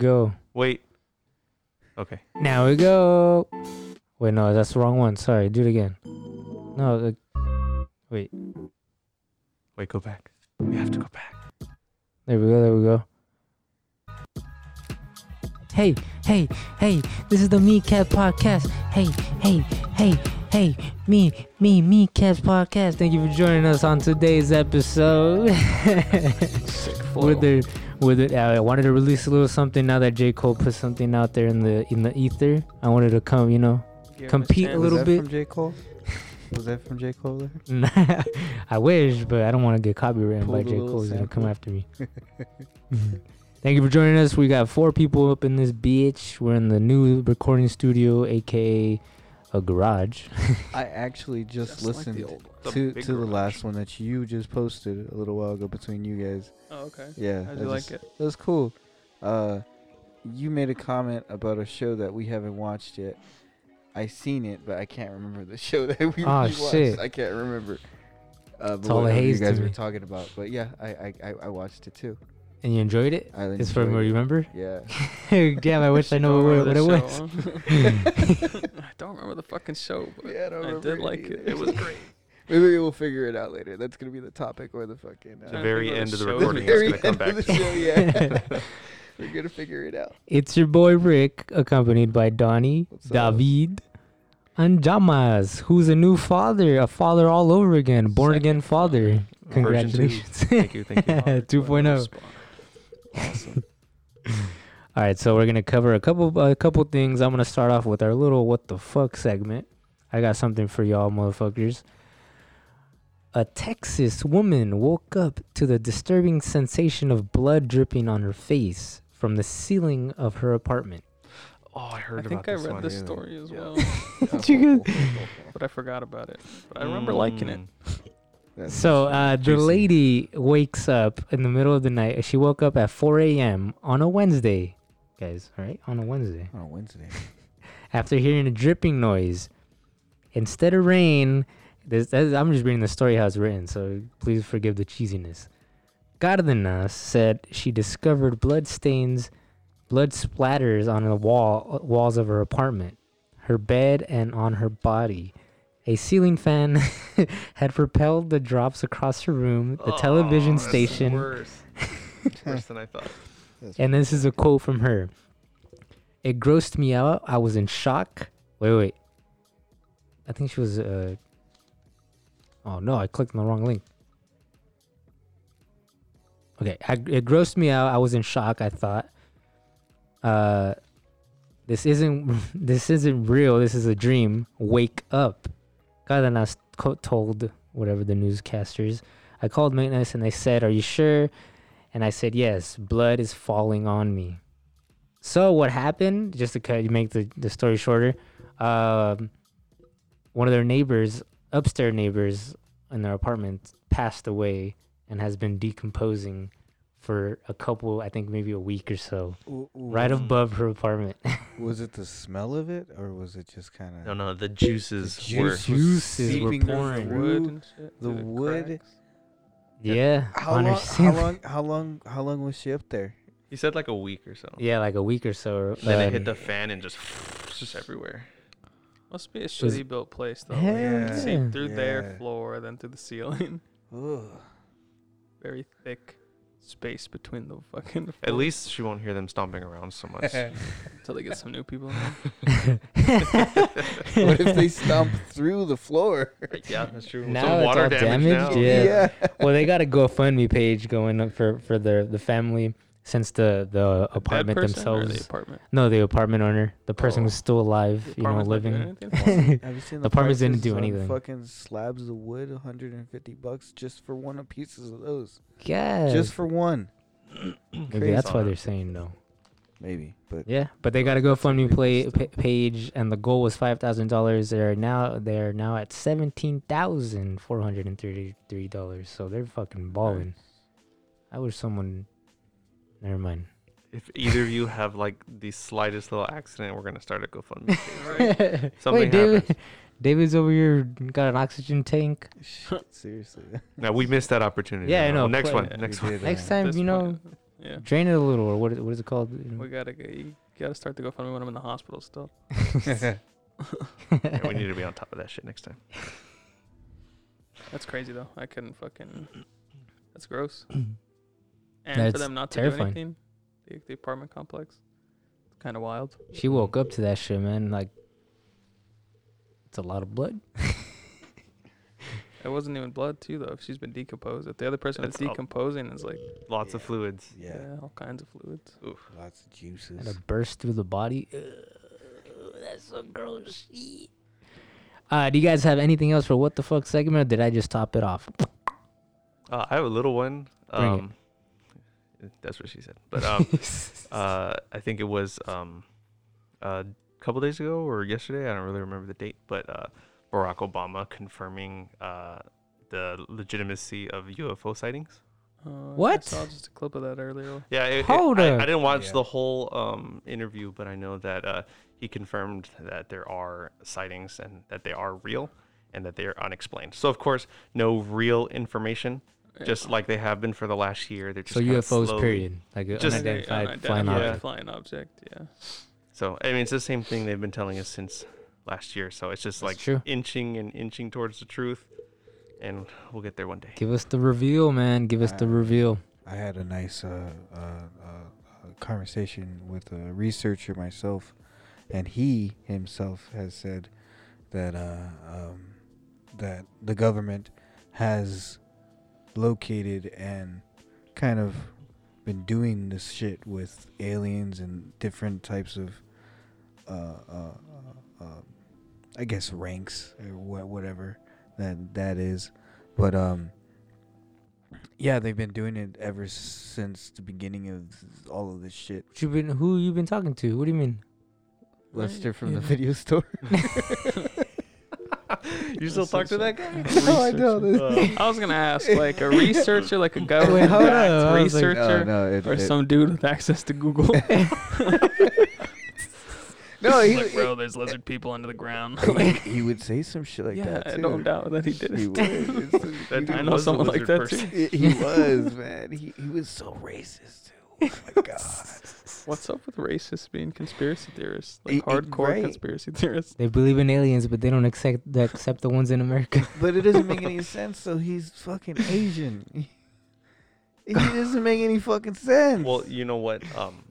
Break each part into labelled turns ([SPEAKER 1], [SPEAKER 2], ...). [SPEAKER 1] Go.
[SPEAKER 2] Wait. Okay.
[SPEAKER 1] Now we go. Wait, no, that's the wrong one. Sorry, do it again. No, like,
[SPEAKER 2] Wait, go back. We have to go back.
[SPEAKER 1] there we go, there we go. Hey, hey, hey, this is the Me Cat Podcast. Hey, hey, hey, hey, me, me, Me Cats Podcast. Thank you for joining us on today's episode.
[SPEAKER 2] Sick
[SPEAKER 1] with the with it, I wanted to release a little something now that J. Cole put something out there in the in the ether. I wanted to come, you know. compete a little
[SPEAKER 3] was that
[SPEAKER 1] bit.
[SPEAKER 3] From J Cole. Was that from J Cole? There?
[SPEAKER 1] I wish, but I don't want to get copyrighted by
[SPEAKER 3] Pulled a
[SPEAKER 1] J.
[SPEAKER 3] little
[SPEAKER 1] Cole. He's gonna come
[SPEAKER 3] sample.
[SPEAKER 1] after me. Mm-hmm. Thank you for joining us. We got four people up in this bitch. We're in the new recording studio, aka a garage.
[SPEAKER 3] I actually just listened
[SPEAKER 2] The
[SPEAKER 3] to
[SPEAKER 2] big
[SPEAKER 3] to the
[SPEAKER 2] garage.
[SPEAKER 3] last one that you just posted a little while ago between you guys.
[SPEAKER 4] Oh, okay.
[SPEAKER 3] Yeah,
[SPEAKER 4] How'd
[SPEAKER 3] I
[SPEAKER 4] you like
[SPEAKER 3] just-
[SPEAKER 4] it?
[SPEAKER 3] That was cool. Uh, you made a comment about a show that we haven't watched yet. I seen it, but I can't remember the show that we, we
[SPEAKER 1] Ah,
[SPEAKER 3] watched.
[SPEAKER 1] shit.
[SPEAKER 3] I can't remember. Uh, but
[SPEAKER 1] all a
[SPEAKER 3] whatever
[SPEAKER 1] haze
[SPEAKER 3] you
[SPEAKER 1] to
[SPEAKER 3] guys were
[SPEAKER 1] me.
[SPEAKER 3] talking about, but yeah, I I, I, I watched it too.
[SPEAKER 1] And you enjoyed it?
[SPEAKER 3] I
[SPEAKER 1] It's from
[SPEAKER 3] enjoyed
[SPEAKER 1] where
[SPEAKER 3] it.
[SPEAKER 1] you remember?
[SPEAKER 3] Yeah.
[SPEAKER 1] Damn, I wish I know what, what it was.
[SPEAKER 4] I don't remember the fucking show, but
[SPEAKER 3] Yeah, I don't
[SPEAKER 4] I
[SPEAKER 3] remember
[SPEAKER 4] did like it.
[SPEAKER 3] either.
[SPEAKER 4] It was great.
[SPEAKER 3] Maybe we'll figure it out later. That's gonna be the topic or the fucking. uh,
[SPEAKER 2] The
[SPEAKER 4] Trying to
[SPEAKER 2] very
[SPEAKER 4] think what
[SPEAKER 2] end of the
[SPEAKER 4] show it
[SPEAKER 2] recording.
[SPEAKER 4] is.
[SPEAKER 2] It's gonna come back.
[SPEAKER 3] the show, yeah. We're gonna figure it out.
[SPEAKER 1] It's your boy Rick, accompanied by Donnie,
[SPEAKER 3] What's up?
[SPEAKER 1] David, and Jamas, who's a new father, a father all over again, born again father.
[SPEAKER 2] Version two.
[SPEAKER 1] Congratulations.
[SPEAKER 2] Thank you. Thank you.
[SPEAKER 1] 2.0. All right, so we're gonna cover a couple a couple things. I'm gonna start off with our little what the fuck segment. I got something for y'all, motherfuckers. A Texas woman woke up to the disturbing sensation of blood dripping on her face from the ceiling of her apartment.
[SPEAKER 2] Oh, I
[SPEAKER 4] I
[SPEAKER 2] heard about
[SPEAKER 4] think I
[SPEAKER 2] this
[SPEAKER 4] read
[SPEAKER 2] one.
[SPEAKER 4] the
[SPEAKER 3] yeah.
[SPEAKER 4] story as
[SPEAKER 3] Yeah.
[SPEAKER 4] well,
[SPEAKER 1] You
[SPEAKER 4] but I forgot about it. But I remember liking it.
[SPEAKER 2] Mm.
[SPEAKER 3] That's
[SPEAKER 1] So uh, the
[SPEAKER 2] Juicy.
[SPEAKER 1] lady wakes up in the middle of the night. She woke up at 4 a.m. on a Wednesday, guys. All right, on a Wednesday.
[SPEAKER 3] on a Wednesday.
[SPEAKER 1] after hearing a dripping noise. Instead of rain, this, that- I'm just reading the story how it's written, so please forgive the cheesiness. Gardena said she discovered blood stains, blood splatters on the wall walls of her apartment, her bed, and on her body. A ceiling fan had propelled the drops across her room, the
[SPEAKER 2] Oh,
[SPEAKER 1] television station,
[SPEAKER 2] Worse. worse than I thought.
[SPEAKER 1] and this is a quote from her. It grossed me out. I was in shock. Wait, wait. I think she was. Uh... Oh no, I clicked on the wrong link. Okay, I, it grossed me out. I was in shock. I thought, uh, this isn't this isn't real. This is a dream. Wake up. Cadena s- co- told whatever the newscasters. I called maintenance and they said, "Are you sure?" And I said, Yes, blood is falling on me. So what happened, just to cut, make the, the story shorter, um, one of their neighbors, upstairs neighbors in their apartment, passed away and has been decomposing for a couple, I think maybe a week or so, right
[SPEAKER 2] Ooh.
[SPEAKER 1] above her apartment.
[SPEAKER 3] Was it the smell of it, or was it just kind of
[SPEAKER 2] No, no, the juices
[SPEAKER 3] The
[SPEAKER 2] were.
[SPEAKER 3] juice
[SPEAKER 1] Juices were
[SPEAKER 3] seeping
[SPEAKER 1] pouring.
[SPEAKER 3] through
[SPEAKER 4] Wood and shit.
[SPEAKER 3] the
[SPEAKER 4] through
[SPEAKER 3] wood-
[SPEAKER 4] cracks.
[SPEAKER 1] yeah.
[SPEAKER 3] How
[SPEAKER 1] on her
[SPEAKER 3] long, how
[SPEAKER 1] ceiling.
[SPEAKER 3] long? How long? How long was she up there?
[SPEAKER 2] He said like a week or so.
[SPEAKER 1] Yeah, like a week or so. or-
[SPEAKER 2] Then it
[SPEAKER 1] um,
[SPEAKER 2] hit the fan and just
[SPEAKER 4] It's
[SPEAKER 2] just
[SPEAKER 4] just
[SPEAKER 2] everywhere.
[SPEAKER 4] everywhere. Must be a
[SPEAKER 1] was-
[SPEAKER 4] shitty built place though.
[SPEAKER 1] Hell
[SPEAKER 4] Like,
[SPEAKER 3] Yeah.
[SPEAKER 1] yeah.
[SPEAKER 4] Seep through their
[SPEAKER 3] Yeah.
[SPEAKER 4] floor, then through the ceiling. Very thick space between the fucking.
[SPEAKER 2] At least she won't hear them stomping around so much.
[SPEAKER 4] until they get some new people. in.
[SPEAKER 3] what if they stomp through the floor?
[SPEAKER 2] yeah, that's true.
[SPEAKER 1] Now it's all damaged, yeah. well, they got a GoFundMe page going up for for their the family since the the
[SPEAKER 4] The dead
[SPEAKER 1] apartment
[SPEAKER 4] person or
[SPEAKER 1] themselves.
[SPEAKER 4] The apartment.
[SPEAKER 1] no, the apartment owner, the person
[SPEAKER 2] Oh.
[SPEAKER 1] who's still alive,
[SPEAKER 4] The
[SPEAKER 1] you know,
[SPEAKER 4] apartment's not doing
[SPEAKER 1] living.
[SPEAKER 4] anything for 'em.
[SPEAKER 3] Have you seen
[SPEAKER 1] The apartments didn't
[SPEAKER 3] prices
[SPEAKER 1] do
[SPEAKER 3] on
[SPEAKER 1] anything.
[SPEAKER 3] Fucking slabs of wood, 150 bucks just for one of pieces of those,
[SPEAKER 1] yeah,
[SPEAKER 3] just for one,
[SPEAKER 1] maybe that's why
[SPEAKER 2] crazy.
[SPEAKER 1] they're saying no.
[SPEAKER 3] maybe. But
[SPEAKER 1] Yeah, but they got a GoFundMe
[SPEAKER 3] illegal
[SPEAKER 1] play,
[SPEAKER 3] still.
[SPEAKER 1] pa- page, and the goal was five thousand dollars. They're now they're now at seventeen thousand four hundred and thirty three dollars. So they're fucking balling. I wish someone. Never mind.
[SPEAKER 2] If either of you have like the slightest little accident, we're gonna start a GoFundMe. page. Something
[SPEAKER 1] Wait, David, David's over here got an oxygen tank.
[SPEAKER 3] shit, seriously,
[SPEAKER 2] Now we missed that opportunity.
[SPEAKER 1] Yeah, I
[SPEAKER 2] No,
[SPEAKER 1] know,
[SPEAKER 2] Next
[SPEAKER 1] but-
[SPEAKER 2] one. Next
[SPEAKER 3] We
[SPEAKER 2] one.
[SPEAKER 3] did,
[SPEAKER 1] Next
[SPEAKER 3] uh,
[SPEAKER 1] time,
[SPEAKER 4] this
[SPEAKER 1] you know, Mm.
[SPEAKER 4] point- Yeah.
[SPEAKER 1] Drain it a little, or what? What is it called? You know?
[SPEAKER 4] We gotta get, you gotta start the GoFundMe when I'm in the hospital still.
[SPEAKER 2] Yeah, we need to be on top of that shit next time.
[SPEAKER 4] That's crazy though. I couldn't fucking. That's gross. And
[SPEAKER 1] That's
[SPEAKER 4] for them not to
[SPEAKER 1] terrifying.
[SPEAKER 4] do anything, the, the apartment complex, it's kind of wild.
[SPEAKER 1] She woke up to that shit, man. Like, it's a lot of blood.
[SPEAKER 4] It wasn't even blood too though. If she's been decomposed, if the other person is
[SPEAKER 2] That's all-
[SPEAKER 4] decomposing, is like
[SPEAKER 2] Lots of
[SPEAKER 5] Yeah.
[SPEAKER 2] fluids.
[SPEAKER 5] Yeah,
[SPEAKER 4] yeah, all kinds of fluids.
[SPEAKER 5] lots of
[SPEAKER 1] And a
[SPEAKER 5] juices.
[SPEAKER 1] burst through the body. Ugh, that's so gross. Eek. Uh, do you guys have anything else for what the fuck segment, or did I just top it off?
[SPEAKER 2] Uh, I have a little one.
[SPEAKER 1] Bring it.
[SPEAKER 2] Um, That's what she said. But um, uh, I think it was um, a couple days ago or yesterday. I don't really remember the date, but uh, Barack Obama confirming uh, the legitimacy of UFO sightings.
[SPEAKER 4] Uh,
[SPEAKER 1] What?
[SPEAKER 4] I saw just a clip of that earlier.
[SPEAKER 2] Yeah, it, it-
[SPEAKER 1] Hold
[SPEAKER 2] I,
[SPEAKER 1] up.
[SPEAKER 2] I didn't watch
[SPEAKER 5] Yeah.
[SPEAKER 2] the whole um, interview, but I know that uh, he confirmed that there are sightings and that they are real and that they are unexplained. So, of course, no real information, just like they have been for the last year. They're just
[SPEAKER 1] so
[SPEAKER 2] kinda
[SPEAKER 1] UFOs,
[SPEAKER 2] slowly-
[SPEAKER 1] period. Like a
[SPEAKER 2] Just-
[SPEAKER 1] unidentified flying
[SPEAKER 2] yeah.
[SPEAKER 1] object.
[SPEAKER 4] flying object. Yeah.
[SPEAKER 2] So I mean, it's the same thing they've been telling us since last year. So it's just
[SPEAKER 1] That's
[SPEAKER 2] like
[SPEAKER 1] true.
[SPEAKER 2] inching and inching towards the truth, and we'll get there one day.
[SPEAKER 1] Give us the reveal, man. Give us the
[SPEAKER 3] Uh,
[SPEAKER 1] reveal.
[SPEAKER 5] I had a nice uh, uh, uh, uh, conversation with a researcher myself, and he himself has said that uh, um, that the government has located and kind of been doing this shit with aliens and different types of, uh, uh, uh, uh, I guess ranks or wha- whatever that that is, but um. Yeah, they've been doing it ever since the beginning of all of this shit.
[SPEAKER 1] What you been? Who you been talking to? What do you mean?
[SPEAKER 3] Lester from the
[SPEAKER 4] Yeah.
[SPEAKER 3] video store.
[SPEAKER 2] you still talk to that guy?
[SPEAKER 3] no, I know this.
[SPEAKER 4] Uh, I was gonna ask, like a researcher, like a government
[SPEAKER 3] Wait, hold
[SPEAKER 4] backed
[SPEAKER 3] on, I was like,
[SPEAKER 4] researcher,
[SPEAKER 3] no, no, it,
[SPEAKER 4] or
[SPEAKER 3] it-
[SPEAKER 4] some dude with access to Google.
[SPEAKER 3] no, he,
[SPEAKER 4] like, bro, there's lizard people under the ground.
[SPEAKER 3] he would say some shit like
[SPEAKER 4] yeah,
[SPEAKER 3] that.
[SPEAKER 4] I
[SPEAKER 3] too.
[SPEAKER 4] don't doubt that he did
[SPEAKER 3] He
[SPEAKER 4] it.
[SPEAKER 3] would. It's-
[SPEAKER 2] That
[SPEAKER 3] he
[SPEAKER 2] dude
[SPEAKER 4] I know
[SPEAKER 2] was a
[SPEAKER 4] someone like
[SPEAKER 2] lizard
[SPEAKER 4] that
[SPEAKER 2] person.
[SPEAKER 4] too.
[SPEAKER 3] He, he was, man. He he was so racist too. Oh my god.
[SPEAKER 4] What's up with racists being conspiracy theorists?
[SPEAKER 3] It-
[SPEAKER 4] Like
[SPEAKER 3] it-
[SPEAKER 4] hardcore
[SPEAKER 3] right.
[SPEAKER 4] conspiracy theorists.
[SPEAKER 1] They believe in aliens, but they don't accept the, accept the ones in America.
[SPEAKER 3] But it doesn't make any sense. So he's fucking Asian. It doesn't make any fucking sense.
[SPEAKER 2] Well, you know what? Um,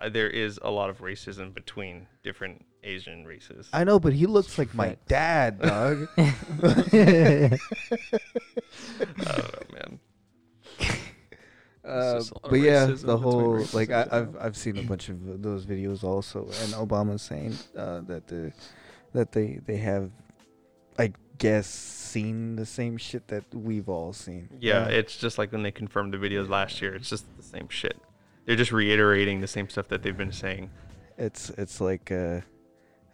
[SPEAKER 2] uh, there is a lot of racism between different Asian races.
[SPEAKER 3] I know, but he looks like my
[SPEAKER 1] Facts.
[SPEAKER 3] dad, dog.
[SPEAKER 2] I don't know, Oh, man.
[SPEAKER 3] Uh,
[SPEAKER 4] just a lot of
[SPEAKER 3] but yeah,
[SPEAKER 4] racism
[SPEAKER 3] the
[SPEAKER 4] between
[SPEAKER 3] whole
[SPEAKER 4] races
[SPEAKER 3] like
[SPEAKER 4] and
[SPEAKER 3] I,
[SPEAKER 4] stuff.
[SPEAKER 3] I've I've seen a bunch of those videos also, and Obama's saying uh, that the that they they have, I guess, seen the same shit that we've all seen.
[SPEAKER 2] Yeah,
[SPEAKER 3] right?
[SPEAKER 2] it's just like when they confirmed the videos last year. It's just the same shit. They're just reiterating the same stuff that they've been saying.
[SPEAKER 3] it's it's like uh,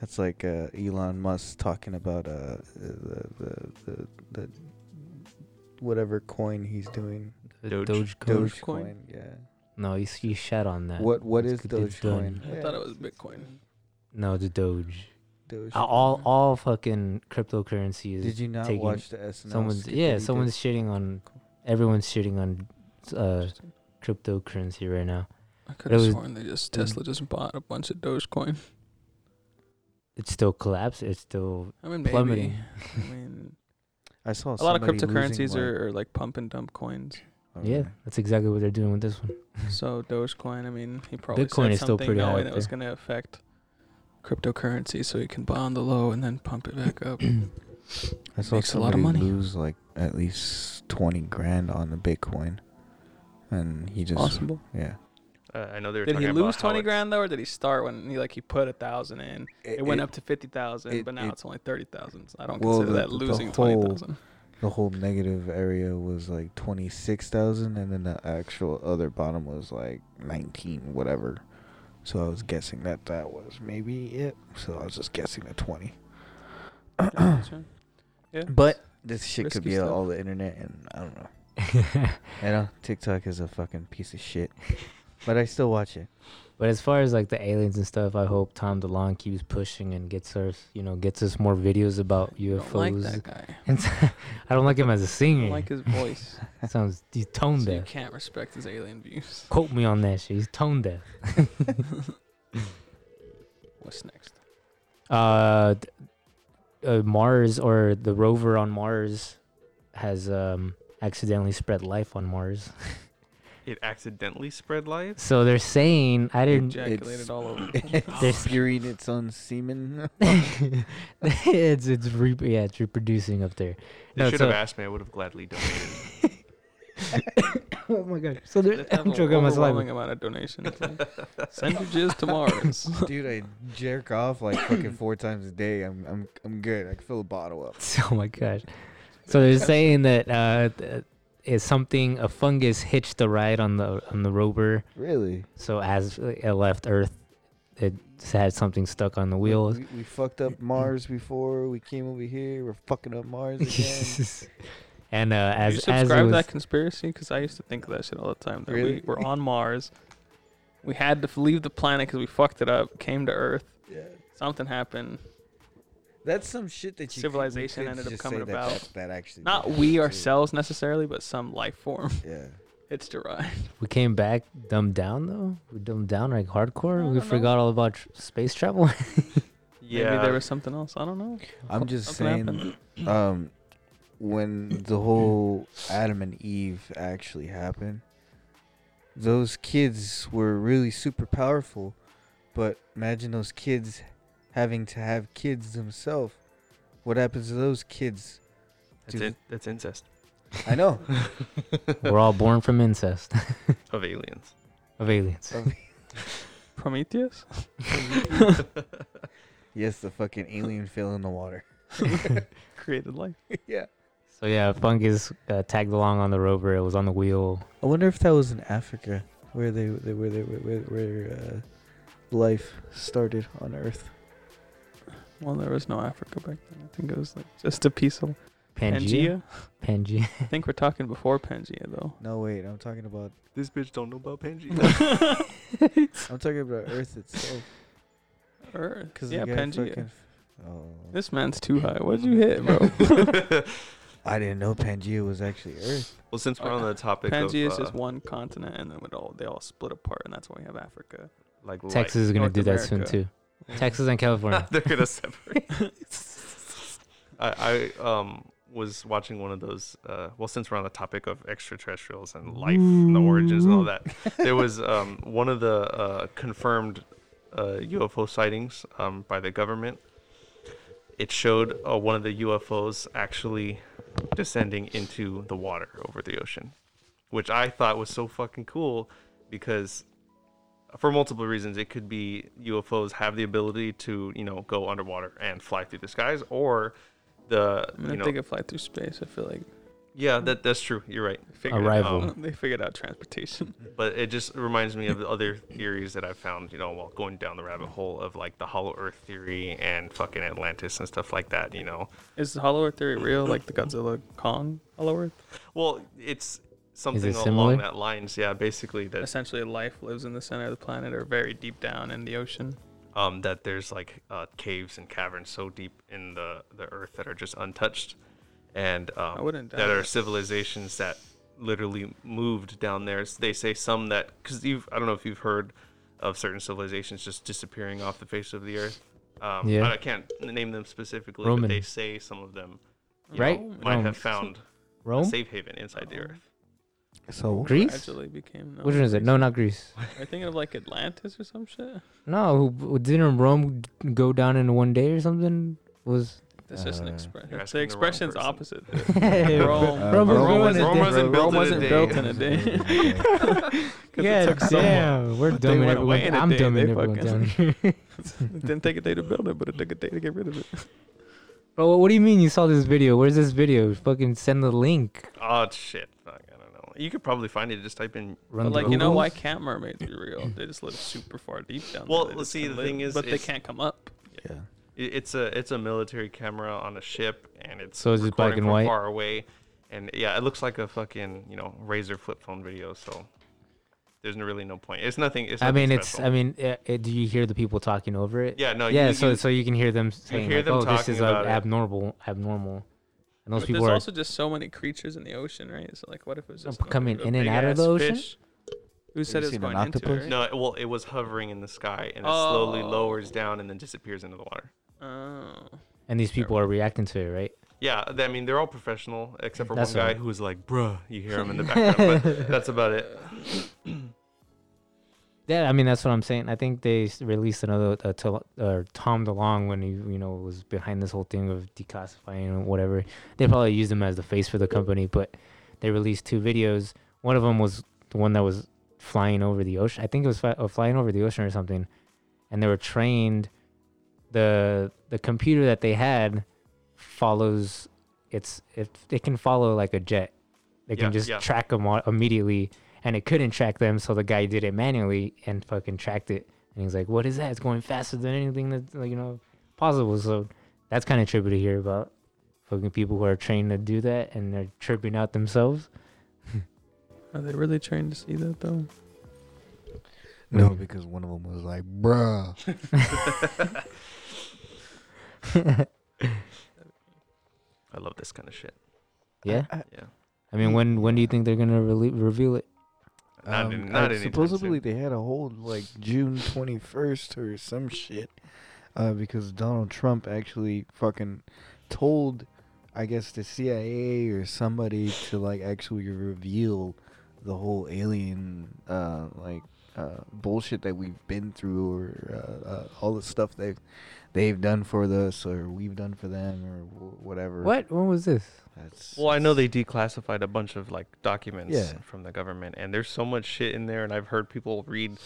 [SPEAKER 3] it's like uh, Elon Musk talking about uh the the the, the whatever coin he's doing
[SPEAKER 2] Doge.
[SPEAKER 1] Dogecoin.
[SPEAKER 3] Dogecoin. Yeah.
[SPEAKER 1] No, you s- you shat on that.
[SPEAKER 3] What what is
[SPEAKER 1] Let's get this done.
[SPEAKER 3] Dogecoin?
[SPEAKER 4] I
[SPEAKER 3] Yeah,
[SPEAKER 4] thought it was
[SPEAKER 3] it's-
[SPEAKER 4] Bitcoin.
[SPEAKER 1] No, the Doge.
[SPEAKER 3] Doge.
[SPEAKER 1] Uh, All all fucking cryptocurrencies.
[SPEAKER 3] Did you not
[SPEAKER 1] taking
[SPEAKER 3] watch the SNL?
[SPEAKER 1] someone's
[SPEAKER 3] skit that
[SPEAKER 1] yeah
[SPEAKER 3] he
[SPEAKER 1] someone's shitting on everyone's shitting on uh
[SPEAKER 4] Interesting.
[SPEAKER 1] cryptocurrency right now.
[SPEAKER 4] I could have
[SPEAKER 1] was-
[SPEAKER 4] sworn they just Tesla just bought a bunch of Dogecoin.
[SPEAKER 1] It's still collapsed. It's still
[SPEAKER 4] I mean,
[SPEAKER 1] plummeting.
[SPEAKER 4] maybe. I mean,
[SPEAKER 3] I saw
[SPEAKER 4] a lot of cryptocurrencies are, are like pump and dump coins.
[SPEAKER 1] Yeah, that's exactly what they're doing with this one.
[SPEAKER 4] So Dogecoin, I mean, he probably
[SPEAKER 1] Bitcoin
[SPEAKER 4] said
[SPEAKER 1] is still
[SPEAKER 4] something
[SPEAKER 1] pretty high
[SPEAKER 4] knowing
[SPEAKER 1] up
[SPEAKER 4] that was going to affect cryptocurrency, so he can buy on the low and then pump it back up.
[SPEAKER 5] I
[SPEAKER 4] saw Makes a lot of somebody money.
[SPEAKER 5] lose like at least twenty grand on the Bitcoin, and he just
[SPEAKER 4] Possible.
[SPEAKER 5] yeah.
[SPEAKER 2] Uh, I know they were
[SPEAKER 4] Did
[SPEAKER 2] talking
[SPEAKER 4] he
[SPEAKER 2] about
[SPEAKER 4] lose
[SPEAKER 2] how
[SPEAKER 4] twenty
[SPEAKER 2] it's-
[SPEAKER 4] grand though, or did he start when he like he put a thousand in? It, went up to fifty thousand,
[SPEAKER 5] it-
[SPEAKER 4] but now
[SPEAKER 5] it-
[SPEAKER 4] it's only thirty thousand. So I don't
[SPEAKER 5] Well,
[SPEAKER 4] consider
[SPEAKER 5] the-
[SPEAKER 4] that
[SPEAKER 5] the
[SPEAKER 4] losing
[SPEAKER 5] whole-
[SPEAKER 4] twenty thousand.
[SPEAKER 5] The whole negative area was like twenty six thousand, and then the actual other bottom was like nineteen whatever. So I was guessing that that was maybe it. So I was just guessing the twenty.
[SPEAKER 4] yeah.
[SPEAKER 5] But this shit could
[SPEAKER 4] Risky
[SPEAKER 5] be
[SPEAKER 4] stuff.
[SPEAKER 5] all the internet, and I don't know. You know, TikTok is a fucking piece of shit.
[SPEAKER 3] but I still watch it.
[SPEAKER 1] But as far as like the aliens and stuff, I hope Tom DeLonge keeps pushing and gets us, you know, gets us more videos about
[SPEAKER 4] Don't like
[SPEAKER 1] UFOs.
[SPEAKER 4] that guy.
[SPEAKER 1] I don't like him as a
[SPEAKER 4] I
[SPEAKER 1] singer.
[SPEAKER 4] don't like his voice.
[SPEAKER 1] Sounds he's tone
[SPEAKER 4] so you
[SPEAKER 1] deaf.
[SPEAKER 4] can't respect his alien views.
[SPEAKER 1] Quote me on that shit. He's tone deaf.
[SPEAKER 4] What's next?
[SPEAKER 1] Uh, th- uh, Mars or the rover on Mars has um accidentally spread life on Mars.
[SPEAKER 2] It accidentally spread life.
[SPEAKER 1] So they're saying I didn't.
[SPEAKER 4] Ejaculated all over.
[SPEAKER 1] There's-
[SPEAKER 3] It's urine its own semen.
[SPEAKER 1] it's it's re- yeah it's reproducing up there.
[SPEAKER 2] They
[SPEAKER 1] No,
[SPEAKER 2] should
[SPEAKER 1] so-
[SPEAKER 2] have asked me. I would have gladly donated.
[SPEAKER 1] oh my god. So they're
[SPEAKER 4] Let's have
[SPEAKER 1] I'm
[SPEAKER 4] an
[SPEAKER 1] choking on my
[SPEAKER 4] overwhelming
[SPEAKER 1] saliva.
[SPEAKER 4] amount of donations. like, Send your jizz to Mars.
[SPEAKER 3] Dude, I jerk off like fucking four times a day. I'm I'm I'm good. I can fill a bottle up.
[SPEAKER 1] Oh my gosh. So they're saying that uh th- is something a fungus hitched a ride on the on the rover.
[SPEAKER 3] Really?
[SPEAKER 1] So as it left Earth, it had something stuck on the
[SPEAKER 3] We,
[SPEAKER 1] wheels.
[SPEAKER 3] we, we fucked up Mars before. We came over here. We're fucking up Mars again.
[SPEAKER 1] and uh,
[SPEAKER 4] Do
[SPEAKER 1] as
[SPEAKER 4] you
[SPEAKER 1] as
[SPEAKER 4] subscribe
[SPEAKER 1] it
[SPEAKER 4] to
[SPEAKER 1] was,
[SPEAKER 4] that conspiracy? Because I used to think of that shit all the time. That
[SPEAKER 3] Really?
[SPEAKER 4] we were on Mars. We had to f- leave the planet because we fucked it up. Came to Earth.
[SPEAKER 3] yeah.
[SPEAKER 4] Something happened.
[SPEAKER 3] That's some shit that you could- we
[SPEAKER 4] Civilization
[SPEAKER 3] could
[SPEAKER 4] ended up
[SPEAKER 3] just
[SPEAKER 4] coming
[SPEAKER 3] say that
[SPEAKER 4] about.
[SPEAKER 3] That, that actually
[SPEAKER 4] Not
[SPEAKER 3] did
[SPEAKER 4] we
[SPEAKER 3] too.
[SPEAKER 4] ourselves necessarily, but some life form.
[SPEAKER 3] Yeah.
[SPEAKER 4] It's derived.
[SPEAKER 1] we came back dumbed down though. We dumbed down like
[SPEAKER 4] I
[SPEAKER 1] hardcore.
[SPEAKER 4] don't
[SPEAKER 1] We
[SPEAKER 4] know.
[SPEAKER 1] forgot all about tr- space travel.
[SPEAKER 2] yeah.
[SPEAKER 4] Maybe there was something else. I don't know.
[SPEAKER 3] I'm just
[SPEAKER 4] Something
[SPEAKER 3] saying.
[SPEAKER 4] happened.
[SPEAKER 3] um when the whole Adam and Eve actually happened, those kids were really super powerful, but imagine those kids having to have kids themselves. What happens to those kids?
[SPEAKER 2] That's, in, that's incest
[SPEAKER 3] I know.
[SPEAKER 1] We're all born from incest
[SPEAKER 2] of aliens.
[SPEAKER 1] of aliens.
[SPEAKER 4] Prometheus.
[SPEAKER 3] yes, the fucking alien fell in the water.
[SPEAKER 4] created life.
[SPEAKER 3] yeah.
[SPEAKER 1] So yeah, fungus uh, tagged along on the rover. It was on the wheel.
[SPEAKER 3] I wonder if that was in Africa where they, they where they where, where uh, life started on Earth.
[SPEAKER 4] Well, there was no Africa back then. I think it was like just a piece of
[SPEAKER 1] Pangea. Pangea.
[SPEAKER 4] I think we're talking before Pangea though.
[SPEAKER 3] No, wait. I'm talking about
[SPEAKER 2] This bitch don't know about Pangea.
[SPEAKER 3] I'm talking about Earth itself.
[SPEAKER 4] Earth.
[SPEAKER 3] Cause
[SPEAKER 4] yeah,
[SPEAKER 3] the guy
[SPEAKER 4] Pangea.
[SPEAKER 3] fucking- oh.
[SPEAKER 4] This man's too high. What'd you hit, bro?
[SPEAKER 3] I didn't know Pangea was actually Earth.
[SPEAKER 2] well, since we're
[SPEAKER 4] Oh,
[SPEAKER 2] on the topic
[SPEAKER 4] Pangea
[SPEAKER 2] of
[SPEAKER 4] is
[SPEAKER 2] uh,
[SPEAKER 4] just one continent, and then it all they all split apart, and that's why we have Africa.
[SPEAKER 2] like light,
[SPEAKER 1] Texas is gonna
[SPEAKER 4] North
[SPEAKER 1] do that soon
[SPEAKER 4] America.
[SPEAKER 1] too. Texas and California.
[SPEAKER 2] they're gonna separate. I, I um was watching one of those. Uh, well, since we're on the topic of extraterrestrials and life and the origins and all that, there was um, one of the uh, confirmed uh, UFO sightings um, by the government. It showed uh, one of the UFOs actually descending into the water over the ocean, which I thought was so fucking cool because for multiple reasons. It could be UFOs have the ability to, you know, go underwater and fly through the skies, or the,
[SPEAKER 4] I mean,
[SPEAKER 2] you
[SPEAKER 4] if
[SPEAKER 2] know,
[SPEAKER 4] they could fly through space, I feel like
[SPEAKER 2] yeah, that that's true. You're right.
[SPEAKER 4] they figured it
[SPEAKER 1] Arrival.
[SPEAKER 4] out. They figured out transportation.
[SPEAKER 2] But it just reminds me of the other theories that I've found, you know, while going down the rabbit hole of like the Hollow Earth theory and fucking Atlantis and stuff like that. You know,
[SPEAKER 4] Is the Hollow Earth theory real? Like the Godzilla Kong Hollow Earth?
[SPEAKER 2] well, it's something
[SPEAKER 1] similar?
[SPEAKER 2] along that lines. Yeah, basically that
[SPEAKER 4] Essentially, life lives in the center of the planet or very deep down in the ocean.
[SPEAKER 2] um, that there's like uh, caves and caverns so deep in the, the earth that are just untouched, and um,
[SPEAKER 4] wouldn't doubt
[SPEAKER 2] that are
[SPEAKER 4] it.
[SPEAKER 2] civilizations that literally moved down there. S- They say some that because you've I don't know if you've heard of certain civilizations just disappearing off the face of the earth. Um,
[SPEAKER 1] Yeah.
[SPEAKER 2] I I can't n- name them specifically,
[SPEAKER 1] Roman.
[SPEAKER 2] but they say some of them you
[SPEAKER 1] Right?
[SPEAKER 2] know, might
[SPEAKER 1] Rome.
[SPEAKER 2] have found a
[SPEAKER 1] Rome.
[SPEAKER 2] safe haven inside the earth.
[SPEAKER 3] So
[SPEAKER 1] Greece.
[SPEAKER 4] Gradually became. No,
[SPEAKER 1] Which one is it? No, not Greece.
[SPEAKER 4] Are you thinking of like Atlantis or some shit?
[SPEAKER 1] No, who- didn't Rome go down in one day or something? Was
[SPEAKER 4] That's just an
[SPEAKER 5] Uh,
[SPEAKER 2] You're
[SPEAKER 4] expression. The
[SPEAKER 2] asking the wrong
[SPEAKER 4] expression's
[SPEAKER 2] person.
[SPEAKER 4] opposite.
[SPEAKER 1] Rome,
[SPEAKER 5] Uh,
[SPEAKER 1] Rome, was
[SPEAKER 5] Rome
[SPEAKER 1] going
[SPEAKER 5] wasn't-
[SPEAKER 1] in-
[SPEAKER 2] Rome wasn't built in
[SPEAKER 4] Rome
[SPEAKER 2] a
[SPEAKER 4] wasn't
[SPEAKER 2] day.
[SPEAKER 4] built in a day.
[SPEAKER 1] Yeah,
[SPEAKER 4] took someone.
[SPEAKER 1] damn, we're dumb and
[SPEAKER 4] went
[SPEAKER 1] everyone.
[SPEAKER 4] away in a
[SPEAKER 1] I'm
[SPEAKER 4] day,
[SPEAKER 1] dumb and
[SPEAKER 4] they
[SPEAKER 1] everyone
[SPEAKER 4] fucking-
[SPEAKER 1] down here.
[SPEAKER 4] it didn't take a day to build it, but it took a day to get rid of it.
[SPEAKER 1] Bro, what do you mean you saw this video? Where's this video? Fucking send the link.
[SPEAKER 2] Oh shit! Fuck, I don't know. You could probably find it. Just type in
[SPEAKER 1] Run
[SPEAKER 4] But
[SPEAKER 1] the
[SPEAKER 4] like, you know,
[SPEAKER 1] Google.
[SPEAKER 4] why can't mermaids be real? They just live super far deep down
[SPEAKER 2] Well,
[SPEAKER 4] there. They
[SPEAKER 2] let's
[SPEAKER 4] just
[SPEAKER 2] see,
[SPEAKER 4] can
[SPEAKER 2] the thing
[SPEAKER 4] live,
[SPEAKER 2] is,
[SPEAKER 4] but they
[SPEAKER 2] it's-
[SPEAKER 4] can't come up.
[SPEAKER 3] Yeah.
[SPEAKER 2] I- It's a it's a military camera on a ship, and it's
[SPEAKER 1] So it's just black
[SPEAKER 2] recording
[SPEAKER 1] and
[SPEAKER 2] from
[SPEAKER 1] white?
[SPEAKER 2] far away, and yeah, it looks like a fucking you know razor flip phone video. So there's no really no point. It's nothing. It's
[SPEAKER 1] I
[SPEAKER 2] nothing
[SPEAKER 1] mean, it's.
[SPEAKER 2] special.
[SPEAKER 1] I mean, uh uh do you hear the people talking over it?
[SPEAKER 2] yeah, no,
[SPEAKER 1] yeah.
[SPEAKER 2] you-
[SPEAKER 1] so
[SPEAKER 2] you-
[SPEAKER 1] so you can hear them saying,
[SPEAKER 2] hear
[SPEAKER 1] like,
[SPEAKER 2] them
[SPEAKER 1] "Oh, this
[SPEAKER 2] talking
[SPEAKER 1] is like,
[SPEAKER 2] about it.
[SPEAKER 1] abnormal, abnormal," and those
[SPEAKER 4] But
[SPEAKER 1] people
[SPEAKER 4] there's
[SPEAKER 1] are
[SPEAKER 4] also just so many creatures in the ocean, right? So like, what if it was just
[SPEAKER 1] coming
[SPEAKER 4] a
[SPEAKER 1] in and
[SPEAKER 2] big
[SPEAKER 1] out of
[SPEAKER 2] ass
[SPEAKER 1] the ocean.
[SPEAKER 2] fish.
[SPEAKER 4] Who said it was
[SPEAKER 3] seen
[SPEAKER 4] going
[SPEAKER 3] an
[SPEAKER 4] into it?
[SPEAKER 3] octopus?
[SPEAKER 4] right?
[SPEAKER 2] No, it- well, it was hovering in the sky and it slowly
[SPEAKER 4] Oh.
[SPEAKER 2] lowers down and then disappears into the water.
[SPEAKER 4] Oh.
[SPEAKER 1] And these people are reacting to it, right?
[SPEAKER 2] Yeah, th- I mean they're all professional except for
[SPEAKER 1] That's
[SPEAKER 2] one guy
[SPEAKER 1] right.
[SPEAKER 2] who was like, "Bruh," you hear him in the background, but that's about it.
[SPEAKER 1] Yeah, I mean that's what I'm saying. I think they s- released another uh, to, uh, Tom DeLong when he you know was behind this whole thing of declassifying or whatever. They probably used him as the face for the company, but they released two videos. One of them was the one that was flying over the ocean. I think it was fly, uh, flying over the ocean or something, and they were trained. the The computer that they had follows. It's it, it can follow like a jet. They can
[SPEAKER 2] Yeah,
[SPEAKER 1] just
[SPEAKER 2] yeah.
[SPEAKER 1] track them immediately and it couldn't track them, so the guy did it manually and fucking tracked it. And he's like, "What is that? It's going faster than anything that's like, you know possible." So that's kind of trippy to hear about fucking people who are trained to do that and they're tripping out themselves.
[SPEAKER 4] Are they really trying to see that though?
[SPEAKER 3] No, because one of them was like, bruh.
[SPEAKER 2] I love this kind of shit.
[SPEAKER 1] yeah,
[SPEAKER 2] Yeah,
[SPEAKER 1] I mean, when when do you think they're gonna rele reveal it?
[SPEAKER 2] not,
[SPEAKER 3] Um,
[SPEAKER 2] in,
[SPEAKER 3] uh,
[SPEAKER 2] not anytime soon.
[SPEAKER 3] supposedly they had a whole like June 21st or some shit uh, because Donald Trump actually fucking told I guess the CIA or somebody to like actually reveal the whole alien uh, like uh, bullshit that we've been through or uh, uh, all the stuff they've they've done for us or we've done for them or wh- whatever.
[SPEAKER 1] What? When was this?
[SPEAKER 3] That's,
[SPEAKER 2] Well, I know they declassified a bunch of like documents
[SPEAKER 3] Yeah.
[SPEAKER 2] from the government, and there's so much shit in there, and I've heard people read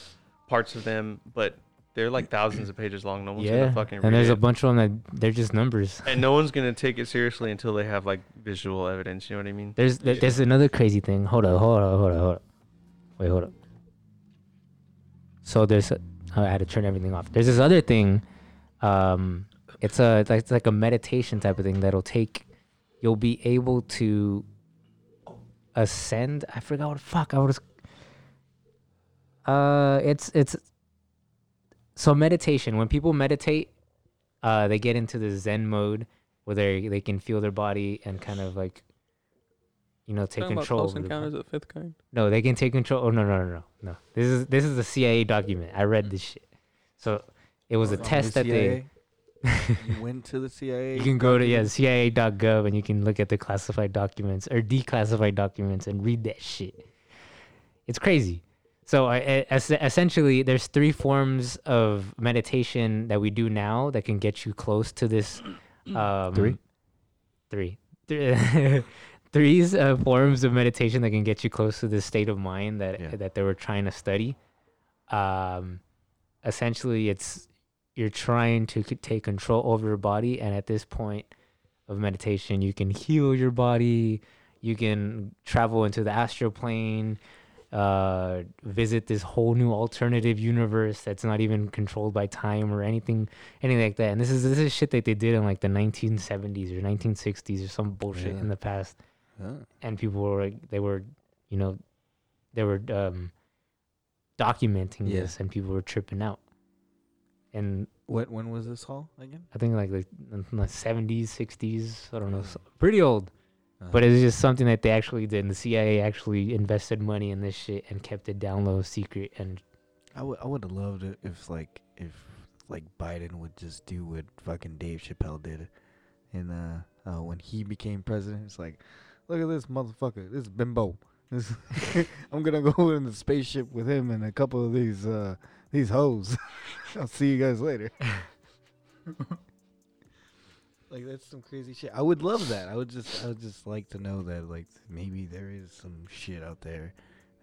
[SPEAKER 2] parts of them, but they're like thousands of pages long. No one's
[SPEAKER 1] yeah,
[SPEAKER 2] gonna fucking read
[SPEAKER 1] and there's
[SPEAKER 2] it.
[SPEAKER 1] a bunch of them that they're just numbers.
[SPEAKER 2] and no one's gonna take it seriously until they have like visual evidence. You know what I mean?
[SPEAKER 1] There's there, there's another crazy thing. Hold up, hold up, hold up, hold up. Wait, hold up. So there's a, oh, I had to turn everything off. There's this other thing. Um, it's a it's like, it's like a meditation type of thing that'll take. You'll be able to ascend. I forgot what fuck I was. Uh, it's it's. So meditation. When people meditate, uh, they get into the Zen mode where they they can feel their body and kind of like, you know, take
[SPEAKER 4] Talking about
[SPEAKER 1] control.
[SPEAKER 4] close
[SPEAKER 1] Of the
[SPEAKER 4] encounters of the fifth kind.
[SPEAKER 1] no, they can take control. Oh no, no, no, no, no. This is this is a CIA document. I read this shit. So it was a
[SPEAKER 3] From
[SPEAKER 1] test
[SPEAKER 3] the
[SPEAKER 1] that they.
[SPEAKER 3] CIA? you went to the CIA.
[SPEAKER 1] You can go to yeah
[SPEAKER 3] documents?
[SPEAKER 1] CIA.gov and you can look at the classified documents or declassified documents and read that shit. It's crazy. So I, e- es- essentially, there's three forms of meditation that we do now that can get you close to this. Um,
[SPEAKER 3] Three?
[SPEAKER 1] three, three, three's uh, forms of meditation that can get you close to this state of mind that
[SPEAKER 3] Yeah.
[SPEAKER 1] that they were trying to study. Um, essentially, it's you're trying to c- take control over your body, and at this point of meditation, you can heal your body. You can travel into the astral plane, uh, visit this whole new alternative universe that's not even controlled by time or anything, anything like that. And this is this is shit that they did in like the 1970s or 1960s or some bullshit
[SPEAKER 3] Yeah.
[SPEAKER 1] in the past.
[SPEAKER 3] Huh.
[SPEAKER 1] And people were like, they were, you know, they were um, documenting
[SPEAKER 3] Yeah.
[SPEAKER 1] this, and people were tripping out. And
[SPEAKER 3] What? When was this hall again?
[SPEAKER 1] I think like the the 70s, 60s. I don't know, so- pretty old
[SPEAKER 3] Uh-huh.
[SPEAKER 1] but it's just something that they actually did. And the CIA actually invested money in this shit and kept it down low secret. And
[SPEAKER 3] I would I would have loved it if like if like Biden would just do what fucking Dave Chappelle did, and uh, uh when he became president, it's like, look at this motherfucker, this bimbo. This I'm gonna go in the spaceship with him and a couple of these uh these hoes. I'll see you guys later. like that's some crazy shit. I would love that. I would just I would just like to know that like maybe there is some shit out there,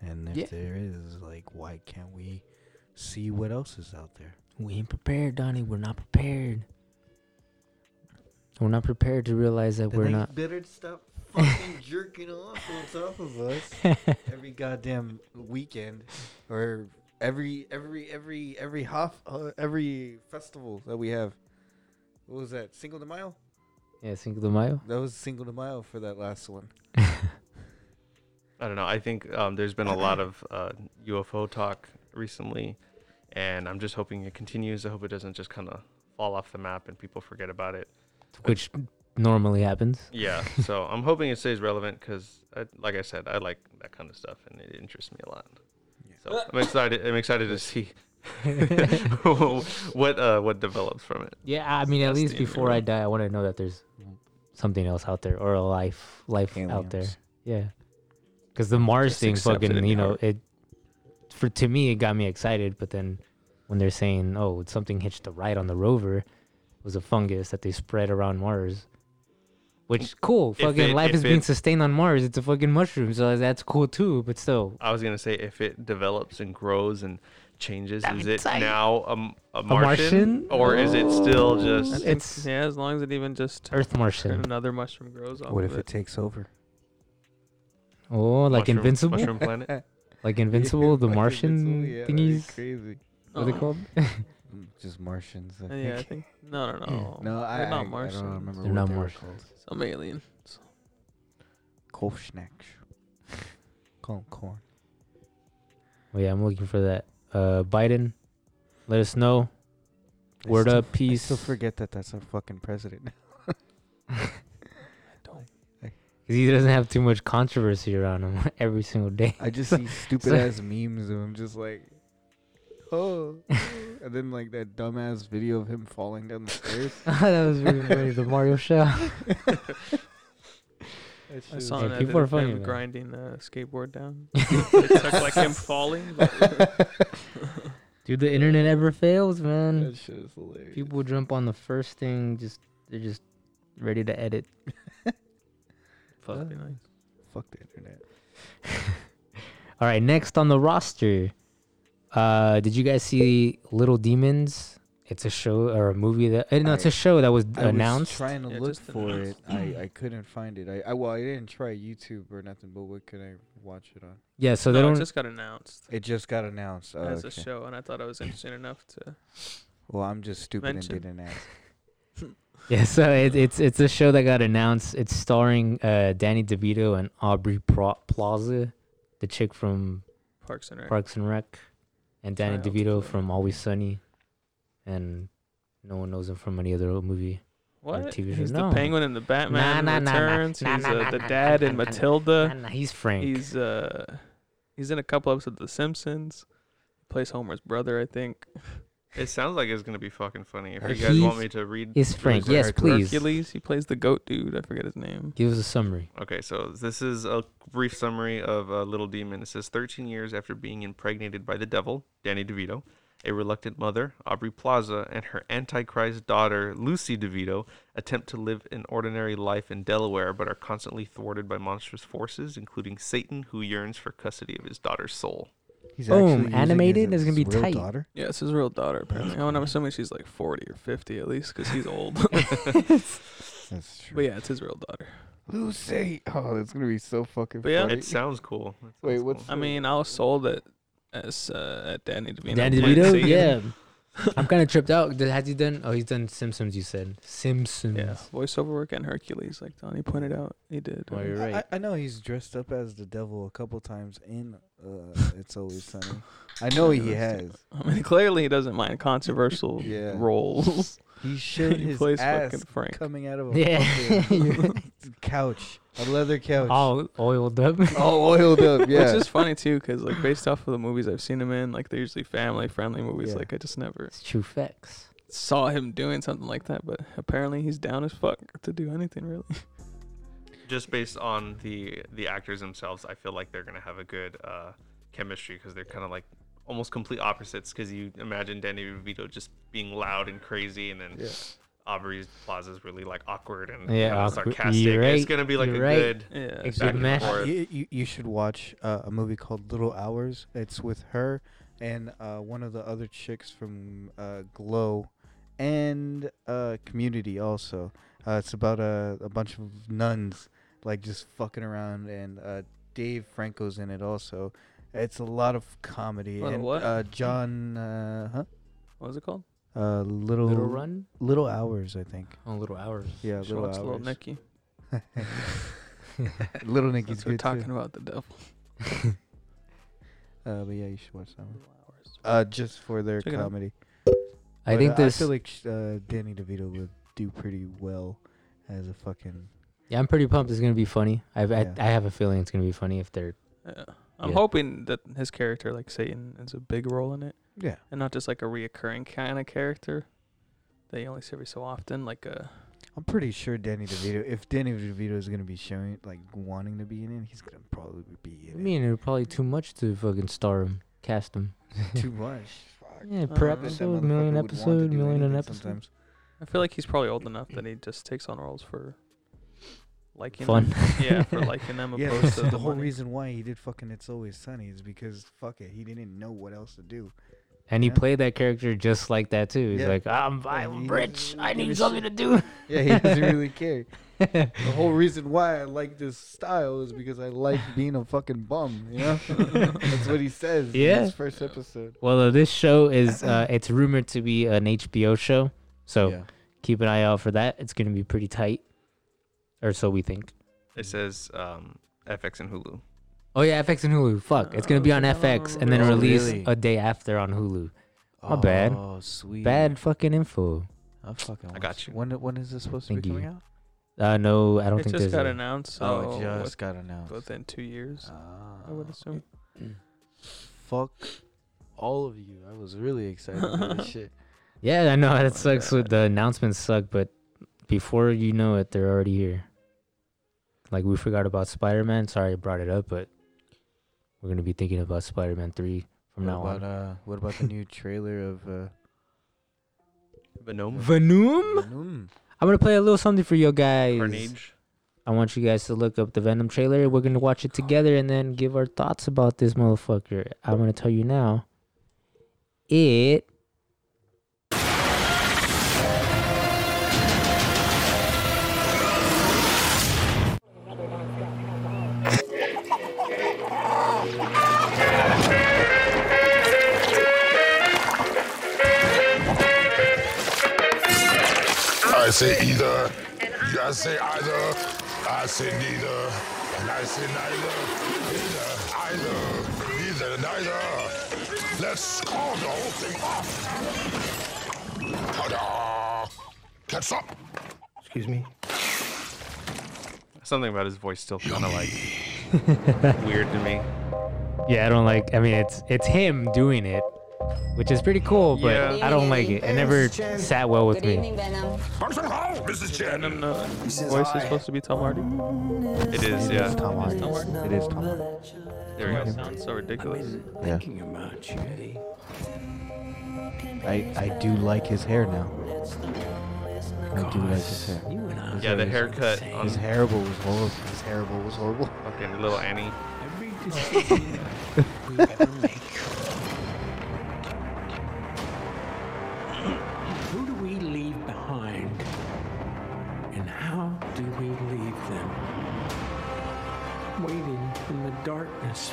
[SPEAKER 3] and if
[SPEAKER 1] Yeah.
[SPEAKER 3] there is, like why can't we see what else is out there?
[SPEAKER 1] we ain't prepared, Donnie. We're not prepared. We're not prepared to realize that
[SPEAKER 3] Then
[SPEAKER 1] we're
[SPEAKER 3] they
[SPEAKER 1] not.
[SPEAKER 3] better stop fucking jerking off on top of us every goddamn weekend or every every every every half uh, every festival that we have. What was that? Single de Mayo?
[SPEAKER 1] yeah, Cinco de Mayo.
[SPEAKER 3] That was Single de Mayo for that last one.
[SPEAKER 2] I don't know. I think um, there's been a lot of uh, UFO talk recently, and I'm just hoping it continues. I hope it doesn't just kind of fall off the map and people forget about it.
[SPEAKER 1] which normally happens.
[SPEAKER 2] Yeah. so I'm hoping it stays relevant because, I, like I said, I like that kind of stuff and it interests me a lot. So I'm excited. I'm excited to see what uh, what develops from it.
[SPEAKER 1] Yeah, I mean, at
[SPEAKER 2] That's
[SPEAKER 1] least
[SPEAKER 2] the end
[SPEAKER 1] before I die, I want to know that there's something else out there or a life, life out there.
[SPEAKER 6] Aliens.
[SPEAKER 1] Yeah, because the Mars
[SPEAKER 2] Just
[SPEAKER 1] thing,
[SPEAKER 2] accept it
[SPEAKER 1] fucking,
[SPEAKER 2] in
[SPEAKER 1] you
[SPEAKER 2] your
[SPEAKER 1] know,
[SPEAKER 2] heart.
[SPEAKER 1] it for to me it got me excited. But then when they're saying, oh, something hitched a ride on the rover, it was a fungus that they spread around Mars. Which cool,
[SPEAKER 2] If
[SPEAKER 1] fucking
[SPEAKER 2] it-
[SPEAKER 1] life
[SPEAKER 2] if
[SPEAKER 1] is being
[SPEAKER 2] it-
[SPEAKER 1] sustained on Mars. It's a fucking mushroom, so that's cool too. But still,
[SPEAKER 2] I was gonna say if it develops and grows and changes,
[SPEAKER 1] That'd
[SPEAKER 2] is
[SPEAKER 1] be
[SPEAKER 2] it
[SPEAKER 1] tight.
[SPEAKER 2] now a, m- a
[SPEAKER 1] Martian?
[SPEAKER 2] Martian, or is it still just?
[SPEAKER 1] It- It's-
[SPEAKER 4] yeah, as long as it even just
[SPEAKER 1] Earth Martian.
[SPEAKER 4] another mushroom grows off
[SPEAKER 3] What
[SPEAKER 4] of
[SPEAKER 3] if it
[SPEAKER 4] it.
[SPEAKER 3] takes over?
[SPEAKER 1] Oh, like
[SPEAKER 2] mushroom-
[SPEAKER 1] Invincible,
[SPEAKER 2] Mushroom Planet.
[SPEAKER 1] like Invincible, the
[SPEAKER 6] Like
[SPEAKER 1] Martian
[SPEAKER 6] Invincible, yeah, that'd be
[SPEAKER 1] thingies.
[SPEAKER 6] Crazy.
[SPEAKER 1] What are they
[SPEAKER 4] Oh.
[SPEAKER 1] called?
[SPEAKER 3] Mm, Just Martians. I
[SPEAKER 4] Uh, yeah, I
[SPEAKER 3] think.
[SPEAKER 4] think no, no,
[SPEAKER 1] Oh,
[SPEAKER 4] no.
[SPEAKER 6] No, I,
[SPEAKER 4] They're not
[SPEAKER 6] I, I
[SPEAKER 4] Martians.
[SPEAKER 6] don't remember.
[SPEAKER 1] They're
[SPEAKER 6] what
[SPEAKER 1] not
[SPEAKER 6] they were
[SPEAKER 1] Martians.
[SPEAKER 6] called.
[SPEAKER 4] Some alien.
[SPEAKER 3] Kolschnack. Call 'em corn.
[SPEAKER 1] Oh, yeah, I'm looking for that. Uh, Biden, let us know.
[SPEAKER 3] I
[SPEAKER 1] Word
[SPEAKER 3] still-
[SPEAKER 1] up, peace.
[SPEAKER 3] I still forget that that's our fucking president.
[SPEAKER 1] Cause he doesn't have too much controversy around him every single day.
[SPEAKER 3] I just
[SPEAKER 1] So-
[SPEAKER 3] see stupid ass memes of him just like, oh. and then like that dumbass video of him falling down the stairs.
[SPEAKER 1] that was really funny. The Mario show.
[SPEAKER 4] I saw an
[SPEAKER 1] Hey,
[SPEAKER 4] edit
[SPEAKER 1] people are
[SPEAKER 4] of
[SPEAKER 1] funny,
[SPEAKER 4] him
[SPEAKER 1] man.
[SPEAKER 4] grinding the skateboard down. it took like him falling. But
[SPEAKER 1] Dude, the internet ever fails, man.
[SPEAKER 6] That shit is hilarious.
[SPEAKER 1] People jump on the first thing. Just they're just ready to edit.
[SPEAKER 4] that'd be nice.
[SPEAKER 3] Fuck the internet.
[SPEAKER 1] All right, next on the roster. Uh, did you guys see Little Demons? It's a show or a movie that uh, no, it's
[SPEAKER 3] I-
[SPEAKER 1] a show that was
[SPEAKER 3] I was
[SPEAKER 1] announced.
[SPEAKER 3] trying to
[SPEAKER 4] Yeah,
[SPEAKER 3] look
[SPEAKER 4] just
[SPEAKER 3] for it.
[SPEAKER 4] announced.
[SPEAKER 3] I, I couldn't find it. I, I well I didn't try YouTube or nothing. But what could I watch it on?
[SPEAKER 1] yeah, so
[SPEAKER 4] So
[SPEAKER 1] they
[SPEAKER 4] no, it
[SPEAKER 1] don't.
[SPEAKER 4] just got announced
[SPEAKER 3] It just got announced. Oh,
[SPEAKER 4] as a
[SPEAKER 3] okay.
[SPEAKER 4] show, and I thought I was interesting enough to.
[SPEAKER 3] Well, I'm just stupid
[SPEAKER 4] mention.
[SPEAKER 3] and didn't ask.
[SPEAKER 1] Yeah, so it, it's it's a show that got announced. It's starring uh, Danny DeVito and Aubrey Pro- Plaza, the chick from
[SPEAKER 4] Parks and Rec.
[SPEAKER 1] Parks and Rec, and Danny
[SPEAKER 4] Child
[SPEAKER 1] DeVito
[SPEAKER 4] Play.
[SPEAKER 1] from Always Sunny, and no one knows him from any other movie.
[SPEAKER 4] What?
[SPEAKER 1] TV show.
[SPEAKER 4] He's
[SPEAKER 1] No.
[SPEAKER 4] the Penguin in the Batman
[SPEAKER 1] nah, nah, nah.
[SPEAKER 4] Returns.
[SPEAKER 1] Nah,
[SPEAKER 4] he's
[SPEAKER 1] nah,
[SPEAKER 4] uh,
[SPEAKER 1] nah,
[SPEAKER 4] the
[SPEAKER 1] nah,
[SPEAKER 4] dad
[SPEAKER 1] nah,
[SPEAKER 4] in
[SPEAKER 1] nah, nah.
[SPEAKER 4] Matilda.
[SPEAKER 1] Nah, nah, he's Frank.
[SPEAKER 4] He's uh, he's in a couple episodes of The Simpsons. Plays Homer's brother, I think.
[SPEAKER 2] It sounds like it's gonna be fucking funny. If
[SPEAKER 1] Or
[SPEAKER 2] you guys want
[SPEAKER 1] he's-
[SPEAKER 2] me to read,
[SPEAKER 1] he's
[SPEAKER 2] really
[SPEAKER 1] Frank.
[SPEAKER 2] quick.
[SPEAKER 1] Yes, please.
[SPEAKER 4] Hercules. He plays the goat dude. I forget his name.
[SPEAKER 1] Give us a summary.
[SPEAKER 2] Okay, so this is a brief summary of uh, Little Demon. It says 13 years after being impregnated by the devil, Danny DeVito, a reluctant mother, Aubrey Plaza, and her antichrist daughter, Lucy DeVito, attempt to live an ordinary life in Delaware but are constantly thwarted by monstrous forces, including Satan, who yearns for custody of his daughter's soul.
[SPEAKER 3] He's
[SPEAKER 1] Boom,
[SPEAKER 3] actually using
[SPEAKER 1] animated,
[SPEAKER 3] his-
[SPEAKER 1] it's gonna
[SPEAKER 3] his
[SPEAKER 1] be
[SPEAKER 3] real
[SPEAKER 1] tight.
[SPEAKER 3] Daughter.
[SPEAKER 4] Yeah, it's his real daughter apparently. Oh, and I'm assuming she's like 40 or 50 at least, because he's old.
[SPEAKER 3] That's true.
[SPEAKER 4] but yeah, it's his real daughter.
[SPEAKER 3] Lucy. Oh, that's gonna be so fucking
[SPEAKER 4] But yeah,
[SPEAKER 3] funny.
[SPEAKER 2] It sounds cool. It sounds
[SPEAKER 3] Wait, what's
[SPEAKER 4] I mean, I was sold at as uh, at Danny DeVito.
[SPEAKER 1] Danny
[SPEAKER 4] played
[SPEAKER 1] DeVito.
[SPEAKER 4] Satan.
[SPEAKER 1] Yeah, I'm kind of tripped out. Did- Has he done? Oh, he's done Simpsons. You said Simpsons.
[SPEAKER 4] Yeah, voiceover work and Hercules, like Donnie pointed out, he did.
[SPEAKER 1] Oh, you're
[SPEAKER 3] I-
[SPEAKER 1] right.
[SPEAKER 3] I, I know he's dressed up as the devil a couple times in uh, It's Always Sunny. I know he has.
[SPEAKER 4] I mean, clearly he doesn't mind controversial
[SPEAKER 3] Yeah.
[SPEAKER 4] roles.
[SPEAKER 3] He showed
[SPEAKER 4] he
[SPEAKER 3] his
[SPEAKER 4] plays
[SPEAKER 3] ass
[SPEAKER 4] fucking Frank.
[SPEAKER 3] coming out of a
[SPEAKER 1] Yeah. You're
[SPEAKER 3] fucking couch, a leather couch,
[SPEAKER 1] All oiled up.
[SPEAKER 3] Oh, all oiled up. Yeah,
[SPEAKER 4] Which is funny too, because like based off of the movies I've seen him in, like they're usually family-friendly movies.
[SPEAKER 3] Yeah.
[SPEAKER 4] Like I just never
[SPEAKER 1] it's true facts.
[SPEAKER 4] saw him doing something like that. But apparently he's down as fuck to do anything really.
[SPEAKER 2] just based on the the actors themselves, I feel like they're gonna have a good uh, chemistry because they're kind of like almost complete opposites. Because you imagine Danny DeVito just being loud and crazy, and then Aubrey Plaza's really like awkward and
[SPEAKER 1] Yeah,
[SPEAKER 2] kinda
[SPEAKER 1] awkward.
[SPEAKER 2] sarcastic.
[SPEAKER 1] You're
[SPEAKER 2] It's
[SPEAKER 1] right.
[SPEAKER 2] gonna be like
[SPEAKER 1] You're
[SPEAKER 2] a
[SPEAKER 1] right.
[SPEAKER 2] good.
[SPEAKER 4] Yeah.
[SPEAKER 1] It's
[SPEAKER 2] back
[SPEAKER 1] a
[SPEAKER 2] and
[SPEAKER 1] mash.
[SPEAKER 2] forth.
[SPEAKER 3] You, you, you should watch uh, a movie called Little Hours. It's with her and uh, one of the other chicks from uh, Glow and uh, Community also. Uh, it's about a, a bunch of nuns like just fucking around, and uh, Dave Franco's in it also. It's a lot of comedy
[SPEAKER 4] Lot of
[SPEAKER 3] and
[SPEAKER 4] what?
[SPEAKER 3] Uh, John, uh, huh?
[SPEAKER 4] What was it called?
[SPEAKER 3] Uh, little
[SPEAKER 1] Little run.
[SPEAKER 3] Little Hours, I think.
[SPEAKER 1] Oh, little hours.
[SPEAKER 3] Yeah,
[SPEAKER 4] Show
[SPEAKER 3] Little
[SPEAKER 4] us
[SPEAKER 3] Hours.
[SPEAKER 4] Little Nicky.
[SPEAKER 3] Little
[SPEAKER 4] Since
[SPEAKER 3] Nicky's
[SPEAKER 4] we're
[SPEAKER 3] good
[SPEAKER 4] talking
[SPEAKER 3] too.
[SPEAKER 4] about the devil.
[SPEAKER 3] Uh, but yeah, you should watch that one. Uh, just for their
[SPEAKER 4] Check it out.
[SPEAKER 3] comedy.
[SPEAKER 1] I
[SPEAKER 3] But,
[SPEAKER 1] think
[SPEAKER 3] uh,
[SPEAKER 1] this.
[SPEAKER 3] I feel like sh- uh, Danny DeVito would do pretty well as a fucking.
[SPEAKER 1] yeah, I'm pretty pumped. It's gonna be funny. I've,
[SPEAKER 3] Yeah.
[SPEAKER 1] I, I have a feeling it's gonna be funny if they're.
[SPEAKER 4] Yeah. I'm
[SPEAKER 1] Yeah.
[SPEAKER 4] hoping that his character, like Satan, is a big role in it,
[SPEAKER 3] Yeah.
[SPEAKER 4] and not just like a reoccurring kind of character that you only see every so often. Like uh, a
[SPEAKER 3] I'm pretty sure Danny DeVito. If Danny DeVito is gonna be showing like wanting to be in it, he's gonna probably be
[SPEAKER 1] I
[SPEAKER 3] in
[SPEAKER 1] mean, it's probably too much to fucking star him, cast him.
[SPEAKER 3] it. Too much. Fuck.
[SPEAKER 1] Yeah,
[SPEAKER 4] don't
[SPEAKER 1] per
[SPEAKER 4] know. That
[SPEAKER 1] episode, million episode, million an episode.
[SPEAKER 4] I feel like he's probably old enough that he just takes on roles for liking
[SPEAKER 1] Fun.
[SPEAKER 4] Them. yeah, for liking them
[SPEAKER 3] Yeah,
[SPEAKER 4] opposed
[SPEAKER 3] so
[SPEAKER 4] to
[SPEAKER 3] the whole
[SPEAKER 4] money.
[SPEAKER 3] reason why he did fucking It's Always Sunny is because fuck it, he didn't know what else to do.
[SPEAKER 1] And he
[SPEAKER 3] Yeah.
[SPEAKER 1] played that character just like that too. He's
[SPEAKER 3] Yeah.
[SPEAKER 1] like, I'm,
[SPEAKER 3] he
[SPEAKER 1] I'm
[SPEAKER 3] doesn't
[SPEAKER 1] rich. I
[SPEAKER 3] give a
[SPEAKER 1] need something to do.
[SPEAKER 3] Yeah, he doesn't really care. The whole reason why I like this style is because I like being a fucking bum. You know, that's what he says.
[SPEAKER 1] Yeah.
[SPEAKER 3] in his first episode.
[SPEAKER 1] Well, uh, this show is uh, it's rumored to be an HBO show, so
[SPEAKER 3] Yeah.
[SPEAKER 1] keep an eye out for that. It's gonna be pretty tight, or so we think.
[SPEAKER 2] It says um, FX and Hulu.
[SPEAKER 1] Oh yeah, FX and Hulu. Fuck, it's gonna
[SPEAKER 4] Oh,
[SPEAKER 1] be on
[SPEAKER 4] shit, I don't
[SPEAKER 1] FX and then
[SPEAKER 4] remember.
[SPEAKER 3] Oh,
[SPEAKER 1] release
[SPEAKER 3] really?
[SPEAKER 1] a day after on Hulu. My bad.
[SPEAKER 3] Oh, sweet.
[SPEAKER 1] Bad fucking info.
[SPEAKER 3] I fucking.
[SPEAKER 2] I got
[SPEAKER 3] watched-
[SPEAKER 2] you.
[SPEAKER 3] When when is this supposed to
[SPEAKER 1] Thank
[SPEAKER 3] be coming
[SPEAKER 1] you.
[SPEAKER 3] out?
[SPEAKER 1] Uh, no, I don't
[SPEAKER 4] It
[SPEAKER 1] think
[SPEAKER 4] just
[SPEAKER 1] there's.
[SPEAKER 4] got
[SPEAKER 1] a-
[SPEAKER 4] announced. So
[SPEAKER 3] oh, it
[SPEAKER 4] with-
[SPEAKER 3] just got announced.
[SPEAKER 4] within two years, I would
[SPEAKER 3] Ah.
[SPEAKER 4] assume.
[SPEAKER 3] Fuck all of you. I was really excited about this shit.
[SPEAKER 1] Yeah, I know that
[SPEAKER 4] my
[SPEAKER 1] sucks. With
[SPEAKER 4] God.
[SPEAKER 1] the announcements suck, but before you know it, they're already here. Like we forgot about Spider Man. Sorry, I brought it up, but we're gonna be thinking about Spider Man three from
[SPEAKER 3] what
[SPEAKER 1] now
[SPEAKER 3] about,
[SPEAKER 1] on.
[SPEAKER 3] Uh, what about the new trailer of uh,
[SPEAKER 2] Venom.
[SPEAKER 1] Venom.
[SPEAKER 3] Venom?
[SPEAKER 1] I'm gonna play a little something for you guys.
[SPEAKER 2] Carnage.
[SPEAKER 1] I want you guys to look up the Venom trailer. We're gonna watch it together and then give our thoughts about this motherfucker. I'm gonna tell you now. It.
[SPEAKER 7] I say either. You guys say either. I say neither. And I say neither. Neither. Either. Neither. Neither. Let's call the whole thing off. Ta-da. Catch up.
[SPEAKER 2] Excuse me. Something about his voice still kind of like weird to me.
[SPEAKER 1] Yeah, I don't like. I mean, it's it's him doing it, which is pretty cool, but
[SPEAKER 2] Yeah.
[SPEAKER 1] I don't like it. It never sat well with
[SPEAKER 8] Good
[SPEAKER 1] me.
[SPEAKER 8] evening, Venom.
[SPEAKER 7] Function hall, Mrs. Chen.
[SPEAKER 4] Venom, no, voice is supposed to be Tom Hardy.
[SPEAKER 2] It is, yeah.
[SPEAKER 3] Tom Hardy. It is Tom Hardy.
[SPEAKER 2] There we
[SPEAKER 4] That
[SPEAKER 2] go.
[SPEAKER 4] sounds so ridiculous.
[SPEAKER 3] Yeah. I I do like his hair now. I do like his hair. His
[SPEAKER 2] Yeah, the
[SPEAKER 3] is-
[SPEAKER 2] haircut on
[SPEAKER 3] His hairable was horrible. His hairable was horrible.
[SPEAKER 2] fucking little Annie.
[SPEAKER 9] Who do we leave behind? And how do we leave them? Waiting in the darkness.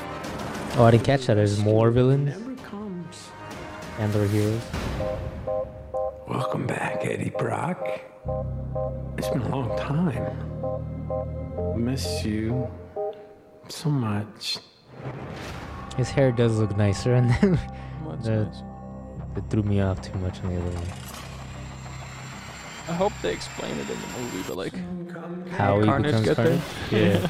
[SPEAKER 1] Oh, I didn't catch that. There's more villains
[SPEAKER 9] Never comes.
[SPEAKER 1] and their heroes.
[SPEAKER 9] Welcome back, Eddie Brock. It's been a long time. Miss you so much.
[SPEAKER 1] His hair does look nicer, and then
[SPEAKER 4] Well, that's
[SPEAKER 1] the,
[SPEAKER 4] nice.
[SPEAKER 1] it threw me off too much on the other one.
[SPEAKER 4] I hope they explain it in the movie, but like,
[SPEAKER 1] How he
[SPEAKER 4] Carnage
[SPEAKER 1] becomes
[SPEAKER 4] got there?
[SPEAKER 1] Carnage. Yeah.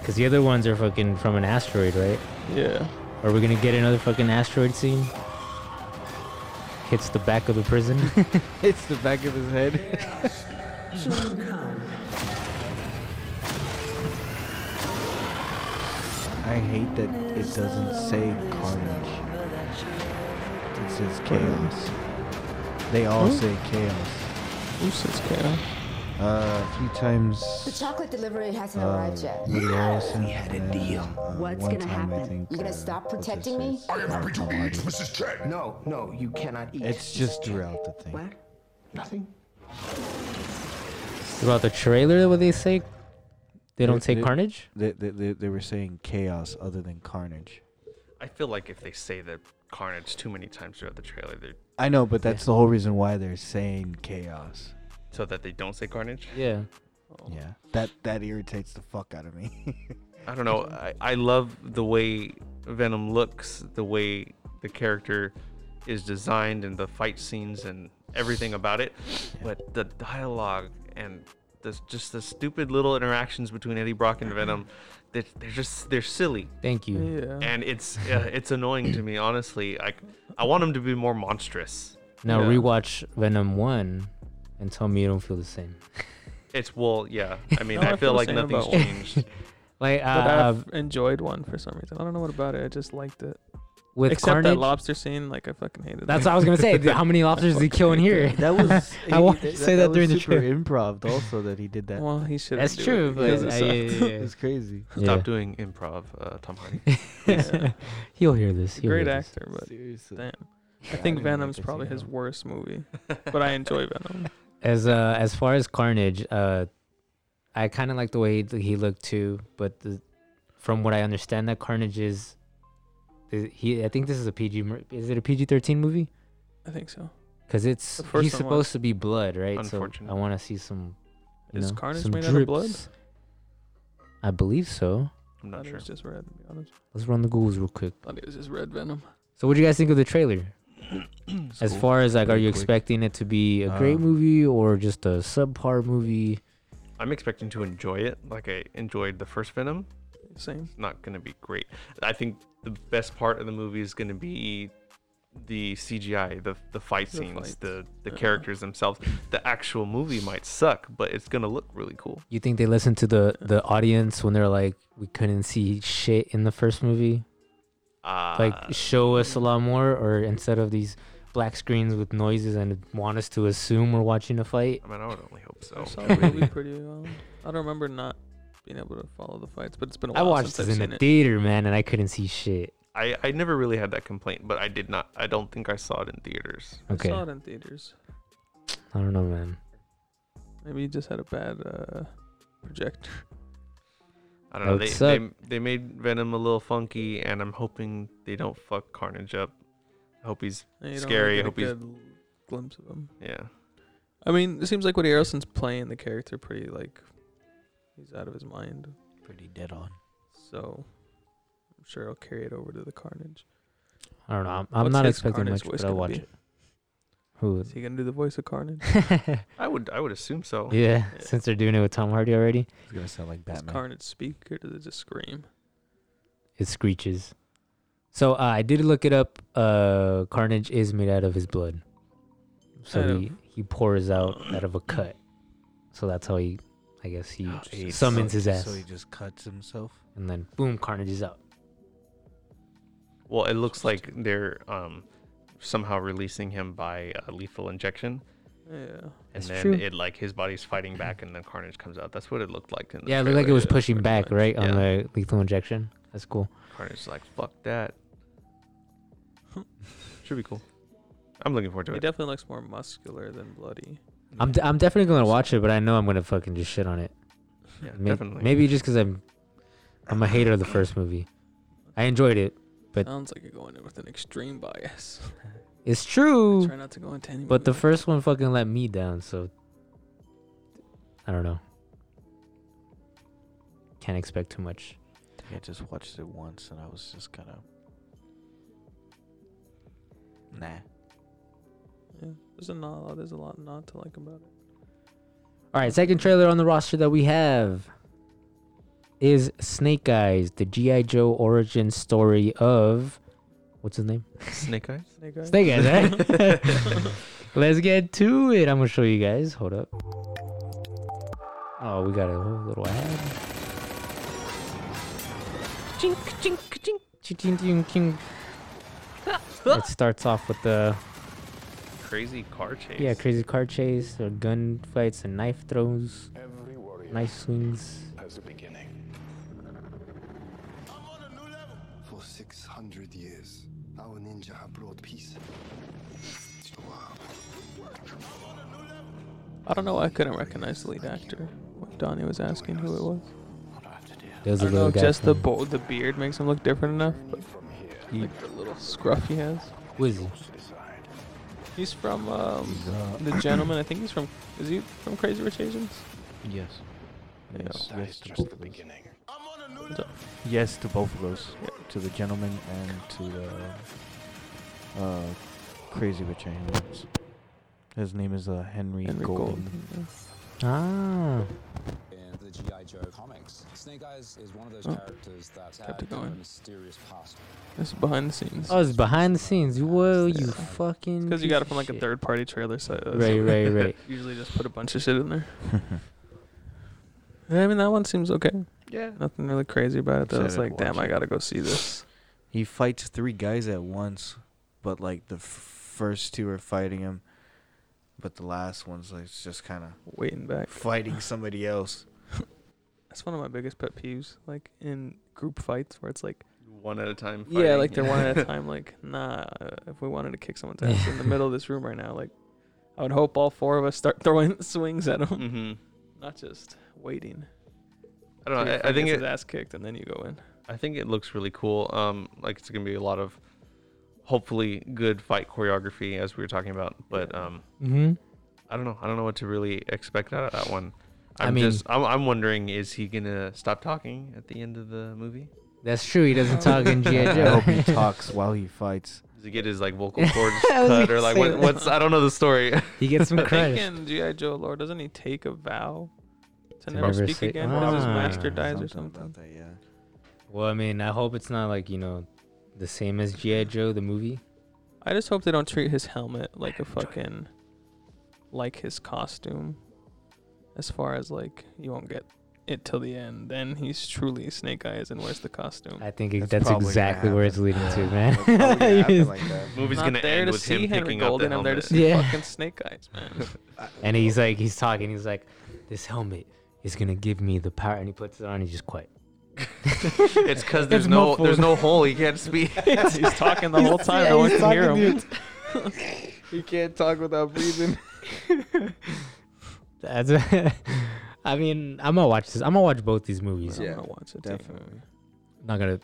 [SPEAKER 1] Because the other ones are fucking from an asteroid, right?
[SPEAKER 4] yeah.
[SPEAKER 1] Are we gonna get another fucking asteroid scene? Hits the back of the prison.
[SPEAKER 3] It's the back of his head. I hate that it doesn't say carnage. It says chaos. They all say chaos.
[SPEAKER 4] Who says chaos?
[SPEAKER 3] Uh, a few
[SPEAKER 8] The
[SPEAKER 3] times.
[SPEAKER 8] chocolate delivery hasn't
[SPEAKER 3] Uh,
[SPEAKER 8] arrived yet.
[SPEAKER 3] Woody Harrelson. We had
[SPEAKER 9] a deal.
[SPEAKER 3] Uh,
[SPEAKER 8] What's gonna happen? You gonna stop protecting me?
[SPEAKER 7] I am happy to eat, Mrs. Chen.
[SPEAKER 9] No, no, you cannot eat.
[SPEAKER 3] It's just throughout the thing.
[SPEAKER 9] What? Nothing?
[SPEAKER 1] About the trailer, what they say? They don't say
[SPEAKER 3] They-
[SPEAKER 1] Carnage.
[SPEAKER 3] They, they, they, they were saying chaos other than carnage.
[SPEAKER 2] I feel like if they say the Carnage too many times throughout the trailer, they
[SPEAKER 3] I know, but that's the whole reason why they're saying chaos.
[SPEAKER 2] so that they don't say Carnage.
[SPEAKER 1] Yeah.
[SPEAKER 3] Oh.
[SPEAKER 5] Yeah, that that irritates the fuck out of me.
[SPEAKER 2] I don't know. I, I love the way Venom looks, the way the character is designed, and the fight scenes and everything about it. But the dialogue and the, just the stupid little interactions between Eddie Brock and Venom, they're, they're just they're silly,
[SPEAKER 1] Thank you.
[SPEAKER 4] Yeah.
[SPEAKER 2] and it's uh, it's annoying to me. Honestly, I I want him to be more monstrous.
[SPEAKER 1] Now
[SPEAKER 2] Yeah.
[SPEAKER 1] rewatch Venom one, and tell me you don't feel the same.
[SPEAKER 2] It's well, yeah. I mean,
[SPEAKER 4] No,
[SPEAKER 2] I
[SPEAKER 4] Oh,
[SPEAKER 2] feel
[SPEAKER 4] I feel the
[SPEAKER 2] like
[SPEAKER 4] same
[SPEAKER 2] nothing's
[SPEAKER 4] about one.
[SPEAKER 2] changed.
[SPEAKER 1] Like uh,
[SPEAKER 4] But
[SPEAKER 1] uh,
[SPEAKER 4] I've enjoyed one for some reason. I don't know what about it. I just liked it.
[SPEAKER 1] with
[SPEAKER 4] Except
[SPEAKER 1] Carnage.
[SPEAKER 4] that lobster scene, like I fucking hated.
[SPEAKER 1] that's
[SPEAKER 4] that.
[SPEAKER 1] what I was gonna say. How many lobsters did he kill in here?
[SPEAKER 3] That was
[SPEAKER 1] I wanted to say that
[SPEAKER 3] was
[SPEAKER 1] during the
[SPEAKER 3] super
[SPEAKER 1] trip.
[SPEAKER 3] improv also that he did that.
[SPEAKER 4] Well, he should.
[SPEAKER 1] That's true, but I, yeah, yeah,
[SPEAKER 3] It's crazy.
[SPEAKER 1] yeah.
[SPEAKER 2] Stop doing improv, uh, Tom Hardy.
[SPEAKER 1] yeah. He'll hear this. He'll
[SPEAKER 4] great
[SPEAKER 1] hear this.
[SPEAKER 4] actor, but
[SPEAKER 3] Seriously.
[SPEAKER 4] damn. I
[SPEAKER 3] Yeah, I
[SPEAKER 4] think
[SPEAKER 3] didn't like
[SPEAKER 4] Venom's
[SPEAKER 3] that
[SPEAKER 4] probably
[SPEAKER 3] scene
[SPEAKER 4] his
[SPEAKER 3] at all.
[SPEAKER 4] worst movie, but I enjoy Venom.
[SPEAKER 1] As uh, as far as Carnage, uh, I kind of like the way he, he looked too. But the, from what I understand, that Carnage is, is he. I think this is a PG. mer- Is it a PG thirteen movie?
[SPEAKER 4] I think so.
[SPEAKER 1] Because it's
[SPEAKER 4] The first
[SPEAKER 1] he's
[SPEAKER 4] one
[SPEAKER 1] supposed
[SPEAKER 4] was.
[SPEAKER 1] to be blood, right? So I
[SPEAKER 2] Unfortunately.
[SPEAKER 1] want to see some. you
[SPEAKER 4] Is
[SPEAKER 1] know,
[SPEAKER 4] Carnage
[SPEAKER 1] some
[SPEAKER 4] made out of blood?
[SPEAKER 1] drips. I believe so.
[SPEAKER 2] I'm
[SPEAKER 4] Thought
[SPEAKER 2] not
[SPEAKER 4] it
[SPEAKER 2] sure.
[SPEAKER 4] was just red. To be honest,
[SPEAKER 1] Let's run the googles real quick.
[SPEAKER 4] thought it was just red Venom.
[SPEAKER 1] So, what do you guys think of the trailer?
[SPEAKER 3] It's
[SPEAKER 1] As
[SPEAKER 3] cool.
[SPEAKER 1] far as like, are
[SPEAKER 3] Pretty
[SPEAKER 1] you
[SPEAKER 3] quick.
[SPEAKER 1] expecting it to be
[SPEAKER 4] Uh,
[SPEAKER 1] a great
[SPEAKER 3] Um,
[SPEAKER 1] movie or just a subpar movie?
[SPEAKER 2] I'm expecting to enjoy it, like I enjoyed the first Venom.
[SPEAKER 4] Same.
[SPEAKER 2] It's not going to be great. I think the best part of the movie is going to be the CGI, the the Uh-huh. fight
[SPEAKER 4] The
[SPEAKER 2] scenes,
[SPEAKER 4] fights.
[SPEAKER 2] the the
[SPEAKER 4] Yeah.
[SPEAKER 2] characters themselves. The actual movie might suck, but it's going to look really cool.
[SPEAKER 1] You think they listen to the the audience when they're like, we couldn't see shit in the first movie?
[SPEAKER 2] Uh,
[SPEAKER 1] Like, show us a lot more, or instead of these black screens with noises and want us to assume we're watching a fight?
[SPEAKER 2] I mean, I would only hope so.
[SPEAKER 4] I saw the movie pretty well. I don't remember not being able to follow the fights, but it's been a
[SPEAKER 1] I
[SPEAKER 4] while
[SPEAKER 1] watched
[SPEAKER 4] since
[SPEAKER 1] this
[SPEAKER 4] I've
[SPEAKER 1] in
[SPEAKER 4] seen
[SPEAKER 1] the
[SPEAKER 4] it.
[SPEAKER 1] theater, man, and I couldn't see shit.
[SPEAKER 2] I I never really had that complaint, but I did not. I don't think I saw it in theaters.
[SPEAKER 1] Okay.
[SPEAKER 4] I saw it in theaters.
[SPEAKER 1] I don't know, man.
[SPEAKER 4] Maybe you just had a bad uh, projector.
[SPEAKER 1] That
[SPEAKER 2] I don't know.
[SPEAKER 1] would
[SPEAKER 2] They,
[SPEAKER 1] suck.
[SPEAKER 2] they they made Venom a little funky, and I'm hoping they don't fuck Carnage up. I hope he's
[SPEAKER 4] And you don't
[SPEAKER 2] Scary,
[SPEAKER 4] Really
[SPEAKER 2] hope
[SPEAKER 4] get
[SPEAKER 2] he's-
[SPEAKER 4] a good glimpse of him.
[SPEAKER 2] yeah.
[SPEAKER 4] I mean, it seems like Woody Harrelson's playing the character pretty like he's out of his mind.
[SPEAKER 3] Pretty dead on.
[SPEAKER 4] So I'm sure I'll carry it over to the Carnage.
[SPEAKER 1] I don't know. I'm, I'm
[SPEAKER 4] What's
[SPEAKER 1] not
[SPEAKER 4] his
[SPEAKER 1] expecting
[SPEAKER 4] Carnage
[SPEAKER 1] much,
[SPEAKER 4] voice
[SPEAKER 1] but I'll
[SPEAKER 4] gonna
[SPEAKER 1] watch
[SPEAKER 4] be?
[SPEAKER 1] it. Who?
[SPEAKER 4] Is he gonna do the voice of Carnage?
[SPEAKER 2] I would I would assume so.
[SPEAKER 1] yeah, since they're doing it with Tom Hardy already,
[SPEAKER 3] It's gonna sound like
[SPEAKER 4] Does
[SPEAKER 3] Batman.
[SPEAKER 4] Carnage speak or does it just scream?
[SPEAKER 1] it screeches. So uh, I did look it up. Uh, Carnage is made out of his blood, so
[SPEAKER 4] Out of-
[SPEAKER 1] he he pours out out of a cut. So that's how he, I guess he
[SPEAKER 4] Oh,
[SPEAKER 3] Hey,
[SPEAKER 1] summons
[SPEAKER 3] so-
[SPEAKER 1] his ass,
[SPEAKER 3] So he just cuts himself.
[SPEAKER 1] and then boom, Carnage is out.
[SPEAKER 2] Well, it looks like they're um, somehow releasing him by a lethal injection,
[SPEAKER 4] Yeah.
[SPEAKER 2] and
[SPEAKER 1] That's
[SPEAKER 2] then
[SPEAKER 1] true.
[SPEAKER 2] it like his body's fighting back, and then Carnage comes out. That's what it looked like. In the
[SPEAKER 1] Yeah, it looked like it was
[SPEAKER 2] trailer.
[SPEAKER 1] pushing
[SPEAKER 4] pretty
[SPEAKER 1] back
[SPEAKER 4] much,
[SPEAKER 1] right on
[SPEAKER 2] yeah.
[SPEAKER 1] the lethal injection. That's cool.
[SPEAKER 2] Carnage's like fuck that. Should be cool. I'm looking forward to
[SPEAKER 4] He
[SPEAKER 2] it.
[SPEAKER 4] definitely looks more muscular than bloody.
[SPEAKER 1] I'm d- I'm definitely gonna watch it, but I know I'm gonna fucking just shit on it.
[SPEAKER 2] Yeah,
[SPEAKER 1] May-
[SPEAKER 2] definitely.
[SPEAKER 1] Maybe just because I'm, I'm a hater of the first movie. I enjoyed it. But-
[SPEAKER 4] Sounds like you're going in with an extreme bias.
[SPEAKER 1] It's true,
[SPEAKER 4] Try not to go into any.
[SPEAKER 1] but the
[SPEAKER 4] movie.
[SPEAKER 1] first one fucking let me down. So I don't know. Can't expect too much.
[SPEAKER 3] I just watched it once and I was just kind of. Nah.
[SPEAKER 4] yeah, there's a not. There's a lot not to like about it.
[SPEAKER 1] All right, second trailer on the roster that we have is Snake Eyes, the GI Joe origin story of what's his name?
[SPEAKER 2] Snake Eyes.
[SPEAKER 4] Snake Eyes.
[SPEAKER 1] Snake Eyes. eh? Right? Let's get to it. I'm gonna show you guys. Hold up. Oh, we got a whole little ad. Chink, chink, chink, chink, chink, chink, chink. It starts off with the
[SPEAKER 2] Crazy car chase.
[SPEAKER 1] yeah crazy car chase, or gun fights, and knife throws,
[SPEAKER 10] Every warrior
[SPEAKER 1] knife swings.
[SPEAKER 10] has a beginning. I'm on a new level.
[SPEAKER 11] For 600 years, our ninja have brought peace to the world.
[SPEAKER 4] I don't know. why I couldn't recognize the lead actor. When Donnie was asking who it was.
[SPEAKER 1] There was a
[SPEAKER 4] I don't know
[SPEAKER 1] little
[SPEAKER 4] if
[SPEAKER 1] guy.
[SPEAKER 4] just the
[SPEAKER 1] from-
[SPEAKER 4] bo- the beard makes him look different enough, but like the little scruff he has.
[SPEAKER 1] Who is he?
[SPEAKER 4] He's
[SPEAKER 3] uh,
[SPEAKER 4] from um, the gentleman. I think he's from. Is he from Crazy Rich Asians?
[SPEAKER 3] Yes.
[SPEAKER 5] Yes,
[SPEAKER 11] That
[SPEAKER 5] yes
[SPEAKER 11] is
[SPEAKER 5] to
[SPEAKER 11] just
[SPEAKER 5] both
[SPEAKER 11] the
[SPEAKER 5] of those.
[SPEAKER 11] beginning.
[SPEAKER 5] Yes to both of those. To the gentleman and to the uh, crazy witch I Henry's. His name is uh, Henry,
[SPEAKER 4] Henry
[SPEAKER 5] Golden.
[SPEAKER 4] Golden.
[SPEAKER 1] Ah,
[SPEAKER 7] in the G.I. Joe comics. Snake Eyes is one of those
[SPEAKER 4] Oh.
[SPEAKER 7] characters that's had
[SPEAKER 4] Kept it
[SPEAKER 7] kind of
[SPEAKER 4] going.
[SPEAKER 7] a mysterious past.
[SPEAKER 4] This is behind the scenes.
[SPEAKER 1] oh, it's behind the scenes. Whoa, you
[SPEAKER 4] Yeah.
[SPEAKER 1] fucking.
[SPEAKER 4] Because you
[SPEAKER 1] piece
[SPEAKER 4] got it
[SPEAKER 1] of
[SPEAKER 4] from like a
[SPEAKER 1] shit.
[SPEAKER 4] third party trailer site. uh,
[SPEAKER 1] Right,
[SPEAKER 4] so
[SPEAKER 1] right, right.
[SPEAKER 4] Usually just put a bunch of shit in there. I mean, that one seems okay.
[SPEAKER 2] Yeah.
[SPEAKER 4] Nothing really crazy about it. Though. It's
[SPEAKER 5] Excited
[SPEAKER 4] like,
[SPEAKER 5] to
[SPEAKER 4] damn,
[SPEAKER 5] watch
[SPEAKER 4] I
[SPEAKER 5] it.
[SPEAKER 4] gotta go see this.
[SPEAKER 5] He fights three guys at once, but like the f- first two are fighting him, but the last one's like just kind of
[SPEAKER 4] Waiting back.
[SPEAKER 5] fighting somebody else.
[SPEAKER 4] That's one of my biggest pet peeves. Like in group fights where it's like,
[SPEAKER 2] One at a time.
[SPEAKER 4] yeah,
[SPEAKER 2] fighting.
[SPEAKER 4] like they're one at a time. Like, nah. uh, If we wanted to kick someone's ass in the middle of this room right now, like, I would hope all four of us start throwing swings at him,
[SPEAKER 2] Mhm.
[SPEAKER 4] not just waiting.
[SPEAKER 2] I don't know.
[SPEAKER 4] till your
[SPEAKER 2] I, I
[SPEAKER 4] friend
[SPEAKER 2] think
[SPEAKER 4] gets
[SPEAKER 2] it,
[SPEAKER 4] his ass kicked and then you go in.
[SPEAKER 2] I think it looks really cool. Um, like it's gonna be a lot of hopefully good fight choreography as we were talking about. But um,
[SPEAKER 1] Mm-hmm.
[SPEAKER 2] I don't know. I don't know what to really expect out of that one.
[SPEAKER 1] I
[SPEAKER 2] I'm
[SPEAKER 1] mean-
[SPEAKER 2] just I'm, I'm wondering is he gonna stop talking at the end of the movie?
[SPEAKER 1] That's true. He doesn't talk in GI
[SPEAKER 5] I hope he
[SPEAKER 1] Joe.
[SPEAKER 5] talks while he fights.
[SPEAKER 2] Does he get his like vocal cords
[SPEAKER 1] I was
[SPEAKER 2] cut
[SPEAKER 1] gonna
[SPEAKER 2] or like
[SPEAKER 1] say
[SPEAKER 2] what,
[SPEAKER 1] that.
[SPEAKER 2] what's I don't know the story.
[SPEAKER 1] he gets some credit.
[SPEAKER 4] Thinking G.I. Joe lore, doesn't he take a vow to
[SPEAKER 1] To
[SPEAKER 4] never
[SPEAKER 1] never
[SPEAKER 4] speak
[SPEAKER 1] say-
[SPEAKER 4] again because his
[SPEAKER 5] Uh,
[SPEAKER 1] Ah.
[SPEAKER 4] master dies or
[SPEAKER 5] about
[SPEAKER 4] something?
[SPEAKER 5] that, yeah.
[SPEAKER 1] Well, I mean, I hope it's not like you know, the same as GI Joe the movie.
[SPEAKER 4] I just hope they don't treat his helmet like a fucking, like his costume. As far as like, you won't get it till the end. Then he's truly Snake Eyes and wears the costume.
[SPEAKER 1] I think it,
[SPEAKER 5] That's
[SPEAKER 1] that's,
[SPEAKER 5] probably gonna
[SPEAKER 1] exactly where it's
[SPEAKER 5] happen.
[SPEAKER 1] leading to,
[SPEAKER 5] It's probably gonna happen
[SPEAKER 1] man.
[SPEAKER 5] like uh, that.
[SPEAKER 2] movie's
[SPEAKER 4] I'm
[SPEAKER 2] gonna
[SPEAKER 4] not there
[SPEAKER 2] end
[SPEAKER 4] to
[SPEAKER 2] with
[SPEAKER 4] see
[SPEAKER 2] him
[SPEAKER 4] Henry
[SPEAKER 2] picking up
[SPEAKER 4] Golden.
[SPEAKER 2] the
[SPEAKER 4] I'm there to
[SPEAKER 2] helmet.
[SPEAKER 4] see
[SPEAKER 1] Yeah.
[SPEAKER 4] fucking Snake Eyes, man.
[SPEAKER 1] and he's like, he's talking. He's like, this helmet is gonna give me the power. And he puts it on. and He's just quiet.
[SPEAKER 2] it's because there's
[SPEAKER 1] It's
[SPEAKER 2] no
[SPEAKER 1] muffled.
[SPEAKER 2] there's no hole. He can't speak.
[SPEAKER 4] he's talking the whole time. no one can hear him.
[SPEAKER 3] He can't talk without breathing.
[SPEAKER 1] That's. I mean, I'm gonna watch this. I'm gonna watch both these movies.
[SPEAKER 4] I'm
[SPEAKER 3] Yeah,
[SPEAKER 4] gonna watch it.
[SPEAKER 3] definitely.
[SPEAKER 1] I'm not gonna.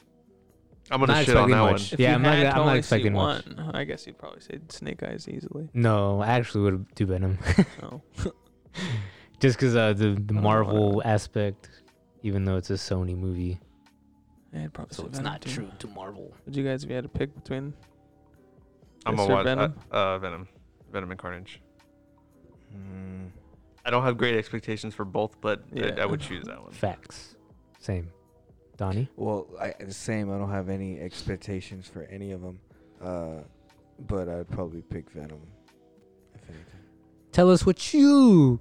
[SPEAKER 2] I'm gonna
[SPEAKER 1] Not
[SPEAKER 2] shit on
[SPEAKER 1] expecting much.
[SPEAKER 2] that one.
[SPEAKER 4] If
[SPEAKER 1] Yeah,
[SPEAKER 4] you
[SPEAKER 1] I'm not
[SPEAKER 4] had
[SPEAKER 1] gonna-
[SPEAKER 4] to
[SPEAKER 1] I'm not
[SPEAKER 4] only see
[SPEAKER 1] expecting much.
[SPEAKER 4] one, I guess you'd probably say Snake Eyes easily.
[SPEAKER 1] No, I actually would do Venom,
[SPEAKER 4] No.
[SPEAKER 1] just because uh, the the
[SPEAKER 4] Oh,
[SPEAKER 1] Marvel aspect, even though it's a Sony movie,
[SPEAKER 4] I'd probably
[SPEAKER 1] so
[SPEAKER 4] say
[SPEAKER 1] it's
[SPEAKER 4] Venom
[SPEAKER 1] not
[SPEAKER 4] too.
[SPEAKER 1] true to Marvel.
[SPEAKER 4] Would you guys if you had to pick between
[SPEAKER 2] I'm
[SPEAKER 4] Mr.
[SPEAKER 2] gonna watch
[SPEAKER 4] Venom?
[SPEAKER 2] Uh, uh, Venom, Venom and Carnage.
[SPEAKER 5] Mm,
[SPEAKER 2] I don't have great expectations for both, but I,
[SPEAKER 4] Yeah.
[SPEAKER 2] I would choose that one.
[SPEAKER 1] Facts, same. Donnie,
[SPEAKER 3] Well, I, the same. I don't have any expectations for any of them, uh, but I'd probably pick Venom. If anything,
[SPEAKER 1] tell us what you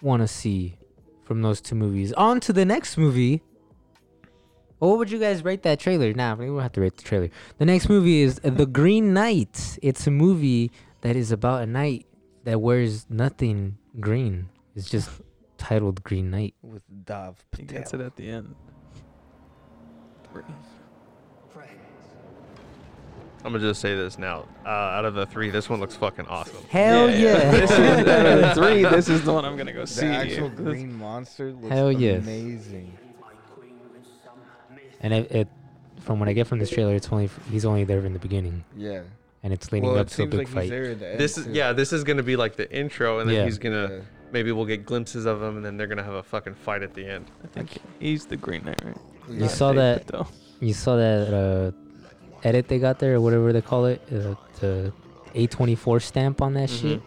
[SPEAKER 1] want to see from those two movies. On to the next movie. What would you guys rate that trailer? Nah, we don't have to rate the trailer. The next movie is The Green Knight. It's a movie that is about a knight that wears nothing green. It's just titled Green Knight.
[SPEAKER 3] with Dav
[SPEAKER 4] he gets it at the end?
[SPEAKER 2] I'm gonna just say this now. Uh, out of the three, this one looks fucking awesome.
[SPEAKER 1] Hell yeah!
[SPEAKER 4] this is out of the three. This is the one I'm gonna go
[SPEAKER 3] The
[SPEAKER 4] see.
[SPEAKER 3] actual
[SPEAKER 4] This-
[SPEAKER 3] green monster looks
[SPEAKER 1] Hell yes.
[SPEAKER 3] amazing.
[SPEAKER 1] and it, it, from what I get from this trailer, it's only he's only there in the beginning,
[SPEAKER 3] Yeah.
[SPEAKER 1] and it's leading
[SPEAKER 3] well,
[SPEAKER 1] up
[SPEAKER 3] it
[SPEAKER 1] to a
[SPEAKER 3] seems
[SPEAKER 1] big
[SPEAKER 3] like
[SPEAKER 1] fight.
[SPEAKER 3] he's there at the end.
[SPEAKER 2] This is
[SPEAKER 3] too.
[SPEAKER 2] yeah. This is gonna be like the intro, and then
[SPEAKER 1] Yeah.
[SPEAKER 2] he's gonna
[SPEAKER 3] Yeah.
[SPEAKER 2] maybe we'll get glimpses of him, and then they're gonna have a fucking fight at the end.
[SPEAKER 4] I think he's the Green Knight, right?
[SPEAKER 1] You saw that?
[SPEAKER 4] Though.
[SPEAKER 1] You saw that uh, edit they got there, or whatever they call it, uh, the A24 stamp on that
[SPEAKER 2] Mm-hmm.
[SPEAKER 1] shit.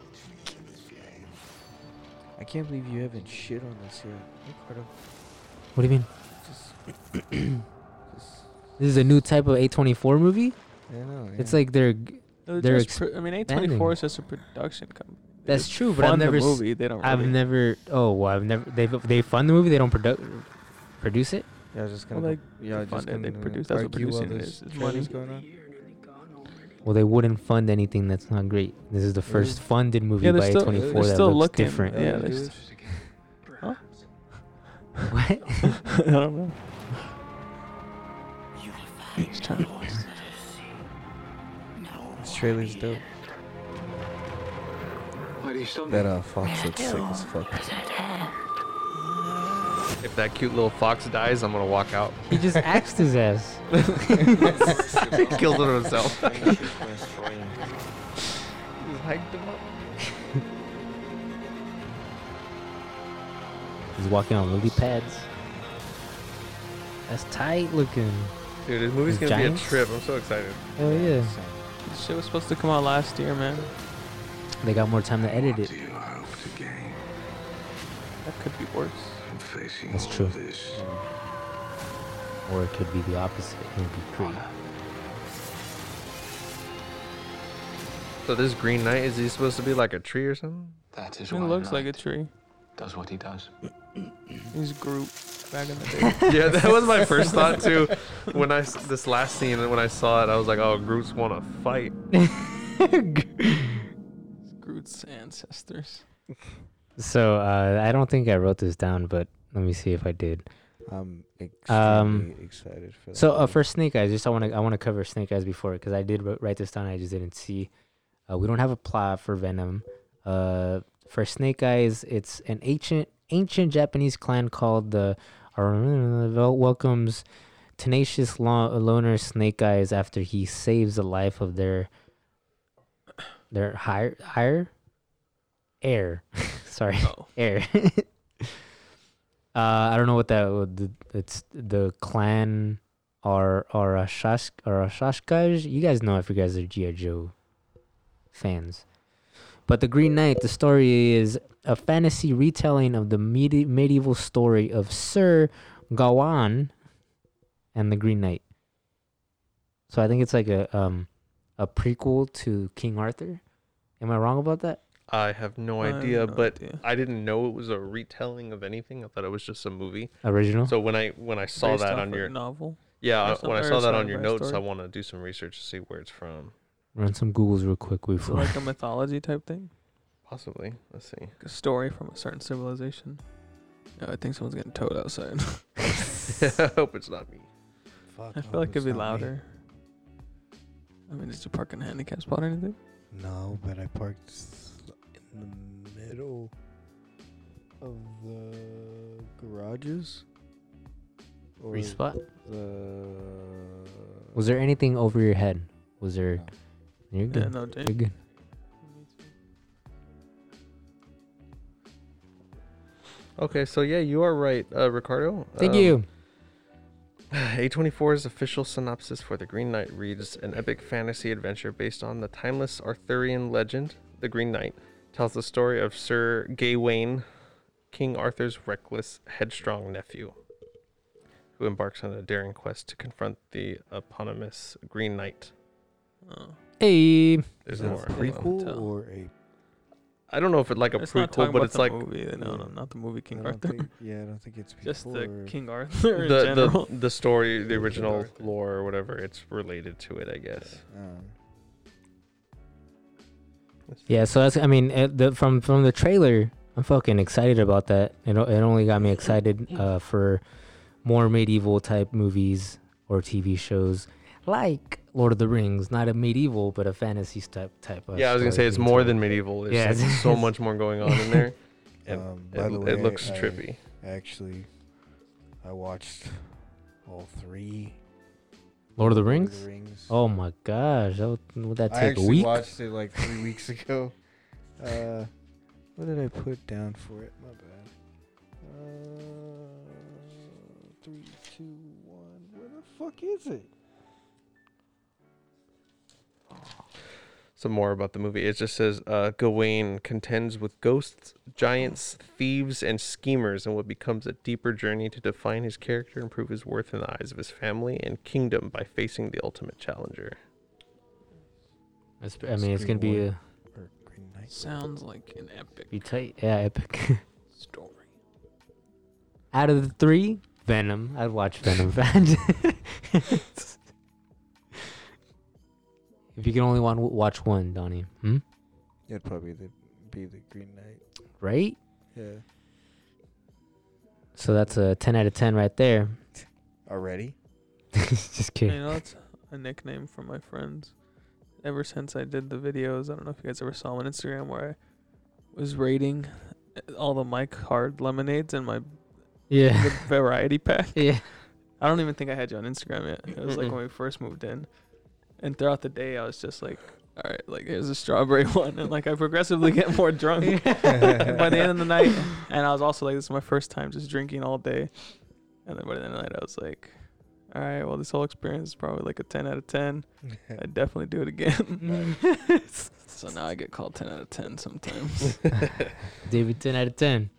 [SPEAKER 3] I can't believe you haven't shit on this yet. Ricardo,
[SPEAKER 1] What do you mean?
[SPEAKER 3] just, just-
[SPEAKER 1] This is a new type of A24 movie.
[SPEAKER 3] I know.
[SPEAKER 1] It's
[SPEAKER 3] yeah.
[SPEAKER 1] like they're. g-
[SPEAKER 4] They're
[SPEAKER 1] They're
[SPEAKER 4] just pro- I mean, A24 is just a production company. They
[SPEAKER 1] That's
[SPEAKER 4] just
[SPEAKER 1] true, but I've
[SPEAKER 4] fund the
[SPEAKER 1] never s-
[SPEAKER 4] movie. They don't.
[SPEAKER 1] I've
[SPEAKER 4] really-
[SPEAKER 1] never. Oh, well, I've never. They they fund the movie. They don't produ- produce it.
[SPEAKER 5] yeah, I was just
[SPEAKER 4] Well,
[SPEAKER 5] gonna.
[SPEAKER 4] like,
[SPEAKER 5] yeah, I
[SPEAKER 4] they
[SPEAKER 5] was
[SPEAKER 4] fund
[SPEAKER 5] just
[SPEAKER 4] it. They
[SPEAKER 5] gonna
[SPEAKER 4] produce. That's what
[SPEAKER 5] argue while
[SPEAKER 4] producing it
[SPEAKER 5] this
[SPEAKER 4] is. It's
[SPEAKER 5] trailer's
[SPEAKER 4] money.
[SPEAKER 5] going on.
[SPEAKER 1] Well, they wouldn't fund anything that's not great. This is the first funded movie
[SPEAKER 4] Yeah, they're
[SPEAKER 1] by
[SPEAKER 4] still,
[SPEAKER 1] A24
[SPEAKER 4] they're
[SPEAKER 1] that
[SPEAKER 4] still
[SPEAKER 1] looks
[SPEAKER 4] looking.
[SPEAKER 1] different.
[SPEAKER 4] Yeah,
[SPEAKER 5] they
[SPEAKER 4] they're
[SPEAKER 5] do
[SPEAKER 4] st-
[SPEAKER 1] What?
[SPEAKER 4] I don't know. He's trying to
[SPEAKER 5] This trailer's dope. That uh, fox looks sick as fuck.
[SPEAKER 2] If that cute little fox dies, I'm gonna walk out.
[SPEAKER 1] He just axed his ass.
[SPEAKER 2] he kills it himself.
[SPEAKER 1] He's walking on lily pads. That's tight looking.
[SPEAKER 2] Dude, this movie's
[SPEAKER 1] The
[SPEAKER 2] gonna
[SPEAKER 1] Giants?
[SPEAKER 2] be a trip. I'm so excited.
[SPEAKER 1] Hell yeah.
[SPEAKER 4] This shit was supposed to come out last year, man.
[SPEAKER 1] They got more time to edit it.
[SPEAKER 11] Do you hope to gain
[SPEAKER 4] That could be worse.
[SPEAKER 11] from facing
[SPEAKER 1] That's
[SPEAKER 11] all
[SPEAKER 1] true.
[SPEAKER 11] this?
[SPEAKER 1] Or it could be the opposite. It would be pretty.
[SPEAKER 2] So this Green Knight is he supposed to be like a tree or something?
[SPEAKER 7] That is
[SPEAKER 4] It looks like a tree.
[SPEAKER 7] does what he does.
[SPEAKER 4] He's Groot back in the day.
[SPEAKER 2] yeah, that was my first thought too. When I s- this last scene and when I saw it, I was like, oh, Groot's want to fight.
[SPEAKER 4] Groot's ancestors.
[SPEAKER 1] So uh, I don't think I wrote this down, but let me see if I did.
[SPEAKER 3] I'm extremely
[SPEAKER 1] Um,
[SPEAKER 3] excited for that.
[SPEAKER 1] So uh,
[SPEAKER 3] movie.
[SPEAKER 1] for Snake Eyes, just I want to I want to cover Snake Eyes before because I did wr- write this down. I just didn't see. Uh, we don't have a plot for Venom. Uh, for Snake Eyes, it's an ancient ancient Japanese clan called the Arunel welcomes tenacious lo- loner Snake Eyes after he saves the life of their their hire hire heir. Sorry,
[SPEAKER 4] Oh.
[SPEAKER 1] heir. uh, I don't know what that. what the- It's the clan or or a shash or a shashkaj. You guys know if you guys are GI Joe fans. But the Green Knight, the story is a fantasy retelling of the medi- medieval story of Sir Gawain and the Green Knight. So I think it's like a um a prequel to King Arthur. Am I wrong about that?
[SPEAKER 2] I have no
[SPEAKER 4] I have
[SPEAKER 2] idea,
[SPEAKER 4] no
[SPEAKER 2] but
[SPEAKER 4] idea.
[SPEAKER 2] I didn't know it was a retelling of anything. I thought it was just a movie.
[SPEAKER 1] Original?
[SPEAKER 2] So when I when I saw
[SPEAKER 4] Based
[SPEAKER 2] that
[SPEAKER 4] off
[SPEAKER 2] on
[SPEAKER 4] a
[SPEAKER 2] your
[SPEAKER 4] novel.
[SPEAKER 2] yeah
[SPEAKER 4] Based
[SPEAKER 2] I- when I
[SPEAKER 4] off- or
[SPEAKER 2] saw that
[SPEAKER 4] sorry,
[SPEAKER 2] on your
[SPEAKER 4] by a
[SPEAKER 2] notes,
[SPEAKER 4] story.
[SPEAKER 2] I want to do some research to see where it's from.
[SPEAKER 1] Run some Googles real quick
[SPEAKER 4] Is it
[SPEAKER 1] before.
[SPEAKER 4] like a mythology type thing?
[SPEAKER 2] Possibly. Let's see.
[SPEAKER 4] Like a story from a certain civilization. Oh, I think someone's getting towed outside.
[SPEAKER 2] I hope it's not me.
[SPEAKER 3] Fuck,
[SPEAKER 4] I
[SPEAKER 3] no,
[SPEAKER 4] feel like it'd
[SPEAKER 3] it's
[SPEAKER 4] be
[SPEAKER 3] not me.
[SPEAKER 4] louder. I mean, did you park in a handicap spot or anything?
[SPEAKER 3] No, but I parked s- in the middle of the garages. Or
[SPEAKER 1] Free spot?
[SPEAKER 3] The
[SPEAKER 1] Was there anything over your head? Was there?
[SPEAKER 3] No.
[SPEAKER 1] You're
[SPEAKER 4] Yeah,
[SPEAKER 1] good.
[SPEAKER 4] no, Jake.
[SPEAKER 1] You're good.
[SPEAKER 2] Okay, so yeah, you are right, uh, Ricardo.
[SPEAKER 1] Thank
[SPEAKER 2] Um,
[SPEAKER 1] you.
[SPEAKER 2] A24's official synopsis for The Green Knight reads An epic fantasy adventure based on the timeless Arthurian legend, The Green Knight, tells the story of Sir Gawain, King Arthur's reckless, headstrong nephew, who embarks on a daring quest to confront the eponymous Green Knight.
[SPEAKER 4] Oh.
[SPEAKER 1] Hey.
[SPEAKER 2] There's
[SPEAKER 3] Is that a
[SPEAKER 2] more.
[SPEAKER 4] prequel?
[SPEAKER 3] prequel
[SPEAKER 4] Tell.
[SPEAKER 3] or a
[SPEAKER 2] I don't know if it's like a
[SPEAKER 4] it's not
[SPEAKER 2] prequel,
[SPEAKER 4] talking
[SPEAKER 2] but
[SPEAKER 4] about
[SPEAKER 2] it's
[SPEAKER 4] the
[SPEAKER 2] like
[SPEAKER 4] movie. No, no,
[SPEAKER 3] Yeah.
[SPEAKER 4] not the movie
[SPEAKER 3] I
[SPEAKER 4] King
[SPEAKER 3] don't
[SPEAKER 4] Arthur.
[SPEAKER 3] think- yeah, I don't think it's
[SPEAKER 4] Just
[SPEAKER 3] prequel
[SPEAKER 4] the
[SPEAKER 3] or-
[SPEAKER 4] King Arthur in
[SPEAKER 2] the,
[SPEAKER 4] general.
[SPEAKER 2] the, the story, the original
[SPEAKER 4] Arthur.
[SPEAKER 2] lore or whatever, it's related to it, I guess.
[SPEAKER 3] um,
[SPEAKER 1] Yeah. So that's. I mean, uh the from from the trailer, I'm fucking excited about that. It o- it only got me excited uh, for more medieval type movies or TV shows like Lord of the Rings. Not a medieval, but a fantasy type type. Of
[SPEAKER 2] Yeah, I was gonna
[SPEAKER 1] story
[SPEAKER 2] say it's
[SPEAKER 1] being
[SPEAKER 2] more
[SPEAKER 1] told.
[SPEAKER 2] than medieval. There's
[SPEAKER 1] Yeah,
[SPEAKER 2] like
[SPEAKER 1] it's-
[SPEAKER 2] so much more going on in there. And
[SPEAKER 3] um,
[SPEAKER 2] it,
[SPEAKER 3] by the
[SPEAKER 2] it
[SPEAKER 3] way,
[SPEAKER 2] looks
[SPEAKER 3] I
[SPEAKER 2] trippy.
[SPEAKER 3] Actually, I watched all three
[SPEAKER 1] Lord of the
[SPEAKER 3] Lord of
[SPEAKER 1] Rings.
[SPEAKER 3] the Rings.
[SPEAKER 1] Oh my gosh, that would, would that
[SPEAKER 3] I
[SPEAKER 1] take a
[SPEAKER 3] actually
[SPEAKER 1] week?
[SPEAKER 3] watched it like three weeks ago. Uh, what did I put down for it? My bad. Uh, three, two, one. Where the fuck is it?
[SPEAKER 2] Some more about the movie. It just says uh, Gawain contends with ghosts, giants, thieves, and schemers in what becomes a deeper journey to define his character and prove his worth in the eyes of his family and kingdom by facing the ultimate challenger.
[SPEAKER 1] It's- I mean, it's gonna be
[SPEAKER 3] Scream
[SPEAKER 1] uh,
[SPEAKER 3] Or Green Knight.
[SPEAKER 4] Sounds like an epic
[SPEAKER 1] be tight. Yeah, epic.
[SPEAKER 4] story.
[SPEAKER 1] Out of the three, Venom. I'd watch Venom. if you can only want, watch one, Donnie. Hmm?
[SPEAKER 3] It'd probably the, be the Green Knight.
[SPEAKER 1] Right?
[SPEAKER 3] Yeah.
[SPEAKER 1] So that's a 10 out of 10 right there.
[SPEAKER 3] Already?
[SPEAKER 1] Just
[SPEAKER 4] You
[SPEAKER 1] kidding.
[SPEAKER 4] know, that's a nickname from my friends. Ever since I did the videos, I don't know if you guys ever saw on Instagram where I was rating all the Mike Hard lemonades in my
[SPEAKER 1] Yeah.
[SPEAKER 4] the variety pack.
[SPEAKER 1] Yeah.
[SPEAKER 4] I don't even think I had you on Instagram yet. It was like
[SPEAKER 2] Mm-mm.
[SPEAKER 4] when we first moved in. And throughout the day, I was just like all right, like here's a strawberry one, and like I progressively get more drunk by the end of the night. And I was also like, this is my first time just drinking all day. And then by the end of the night, I was like, all right, well, this whole experience is probably like a 10 out of 10. I'd definitely do it again.
[SPEAKER 1] Mm.
[SPEAKER 4] so now I get called 10 out of 10 sometimes.
[SPEAKER 1] David, ten out of ten.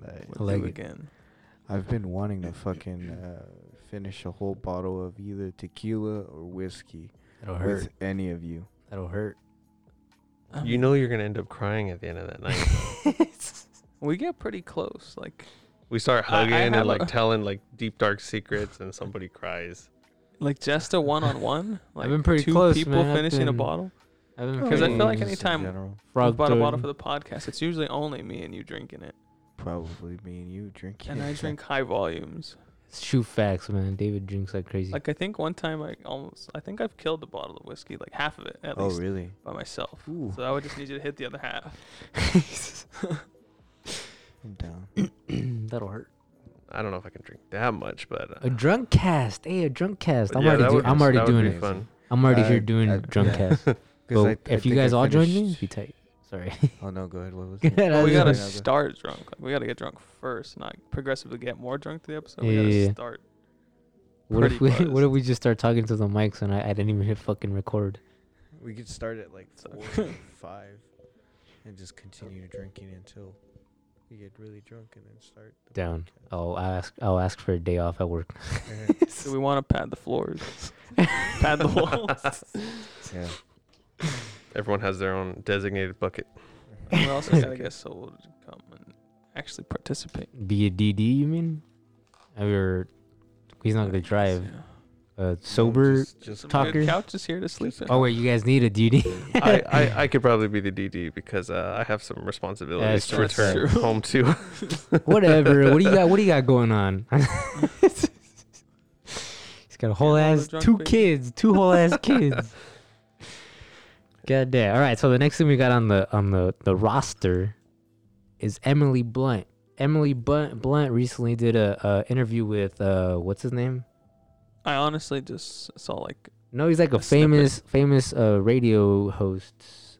[SPEAKER 4] Would
[SPEAKER 1] I like
[SPEAKER 4] do
[SPEAKER 1] it.
[SPEAKER 4] again.
[SPEAKER 3] I've been wanting to fucking uh, finish a whole bottle of either tequila or whiskey
[SPEAKER 1] That'll
[SPEAKER 3] with
[SPEAKER 1] hurt.
[SPEAKER 3] any of you.
[SPEAKER 1] That'll hurt.
[SPEAKER 2] You know you're gonna end up crying at the end of that night.
[SPEAKER 4] we get pretty close. Like,
[SPEAKER 2] We start
[SPEAKER 4] I- I
[SPEAKER 2] hugging and
[SPEAKER 4] have
[SPEAKER 2] like
[SPEAKER 4] a-
[SPEAKER 2] telling like deep dark secrets, and somebody cries.
[SPEAKER 4] like just a one on one. Like
[SPEAKER 1] been pretty
[SPEAKER 4] two
[SPEAKER 1] close,
[SPEAKER 4] people
[SPEAKER 1] man. I've
[SPEAKER 4] finishing a
[SPEAKER 1] been
[SPEAKER 4] bottle.
[SPEAKER 1] I've been
[SPEAKER 4] 'Cause I feel like
[SPEAKER 1] feeling
[SPEAKER 4] any time-
[SPEAKER 1] frog
[SPEAKER 4] We've bought a bottle for
[SPEAKER 1] toad.
[SPEAKER 4] the podcast. It's usually only me and you drinking it,
[SPEAKER 3] Probably me and you drinking.
[SPEAKER 4] and I drink high volumes.
[SPEAKER 1] Shoot facts, man. David drinks like crazy.
[SPEAKER 4] Like I think one time I almost, I think I've killed a bottle of whiskey, like half of it at
[SPEAKER 3] Oh
[SPEAKER 4] least,
[SPEAKER 3] really?
[SPEAKER 4] by myself.
[SPEAKER 3] Ooh.
[SPEAKER 4] So I would just need you to hit the other half.
[SPEAKER 3] I'm down.
[SPEAKER 1] That'll hurt.
[SPEAKER 2] I don't know if I can drink that much, but uh,
[SPEAKER 1] A drunk cast. Hey, a drunk cast.
[SPEAKER 2] but
[SPEAKER 1] I'm
[SPEAKER 2] yeah,
[SPEAKER 1] already,
[SPEAKER 2] that
[SPEAKER 1] do-
[SPEAKER 2] would-
[SPEAKER 1] I'm already
[SPEAKER 2] that would
[SPEAKER 1] doing
[SPEAKER 2] be
[SPEAKER 1] it.
[SPEAKER 2] Fun.
[SPEAKER 1] I'm already
[SPEAKER 3] I-
[SPEAKER 1] here doing
[SPEAKER 3] I-
[SPEAKER 1] drunk
[SPEAKER 3] yeah.
[SPEAKER 1] cast.
[SPEAKER 3] 'Cause
[SPEAKER 1] So
[SPEAKER 3] I- I
[SPEAKER 1] if you
[SPEAKER 3] think I
[SPEAKER 1] guys all join me,
[SPEAKER 3] finished-
[SPEAKER 1] it'd be tight. Sorry.
[SPEAKER 3] Oh no, go ahead. What was
[SPEAKER 1] Get
[SPEAKER 3] it?
[SPEAKER 1] out
[SPEAKER 4] Well,
[SPEAKER 1] of
[SPEAKER 4] we
[SPEAKER 1] here.
[SPEAKER 4] gotta
[SPEAKER 3] Yeah, but-
[SPEAKER 4] start drunk. Like, we gotta get drunk first, not progressively get more drunk through the episode.
[SPEAKER 1] Yeah,
[SPEAKER 4] we
[SPEAKER 1] yeah, yeah.
[SPEAKER 4] gotta start.
[SPEAKER 1] What if we
[SPEAKER 4] pretty
[SPEAKER 1] what if we just start talking to the mics and I, I didn't even hit fucking record?
[SPEAKER 3] We could start at like four, or five, and just continue drinking until we get really drunk and then start. the
[SPEAKER 1] Down.
[SPEAKER 3] podcast.
[SPEAKER 1] Oh, I ask I'll ask for a day off at work.
[SPEAKER 4] Do we want to pad the floors? pad the walls.
[SPEAKER 3] Yeah.
[SPEAKER 2] Everyone has their own designated bucket.
[SPEAKER 4] we also gotta get sold to come and actually participate.
[SPEAKER 1] Be a DD, you mean? I mean, he's not gonna drive.
[SPEAKER 4] Yeah.
[SPEAKER 1] Uh, sober.
[SPEAKER 3] Just, just
[SPEAKER 4] Some
[SPEAKER 1] Talker.
[SPEAKER 4] good couches here to sleep in.
[SPEAKER 1] Oh wait, you guys need a DD.
[SPEAKER 2] I, I, I could probably be the DD because uh, I have some responsibilities to
[SPEAKER 1] That's
[SPEAKER 2] return
[SPEAKER 4] true.
[SPEAKER 2] home to.
[SPEAKER 1] Whatever. what do you got? What do you got going on? he's got a whole
[SPEAKER 4] Getting all the
[SPEAKER 1] ass
[SPEAKER 4] drunk
[SPEAKER 1] two
[SPEAKER 4] babies.
[SPEAKER 1] kids, two whole ass kids. God damn. All right. So the next thing we got on the on the the roster is Emily Blunt. Emily Blunt Blunt recently did a, a interview with uh what's his name?
[SPEAKER 4] I honestly just saw like
[SPEAKER 1] No, he's like a,
[SPEAKER 4] A snippet.
[SPEAKER 1] famous famous uh radio host.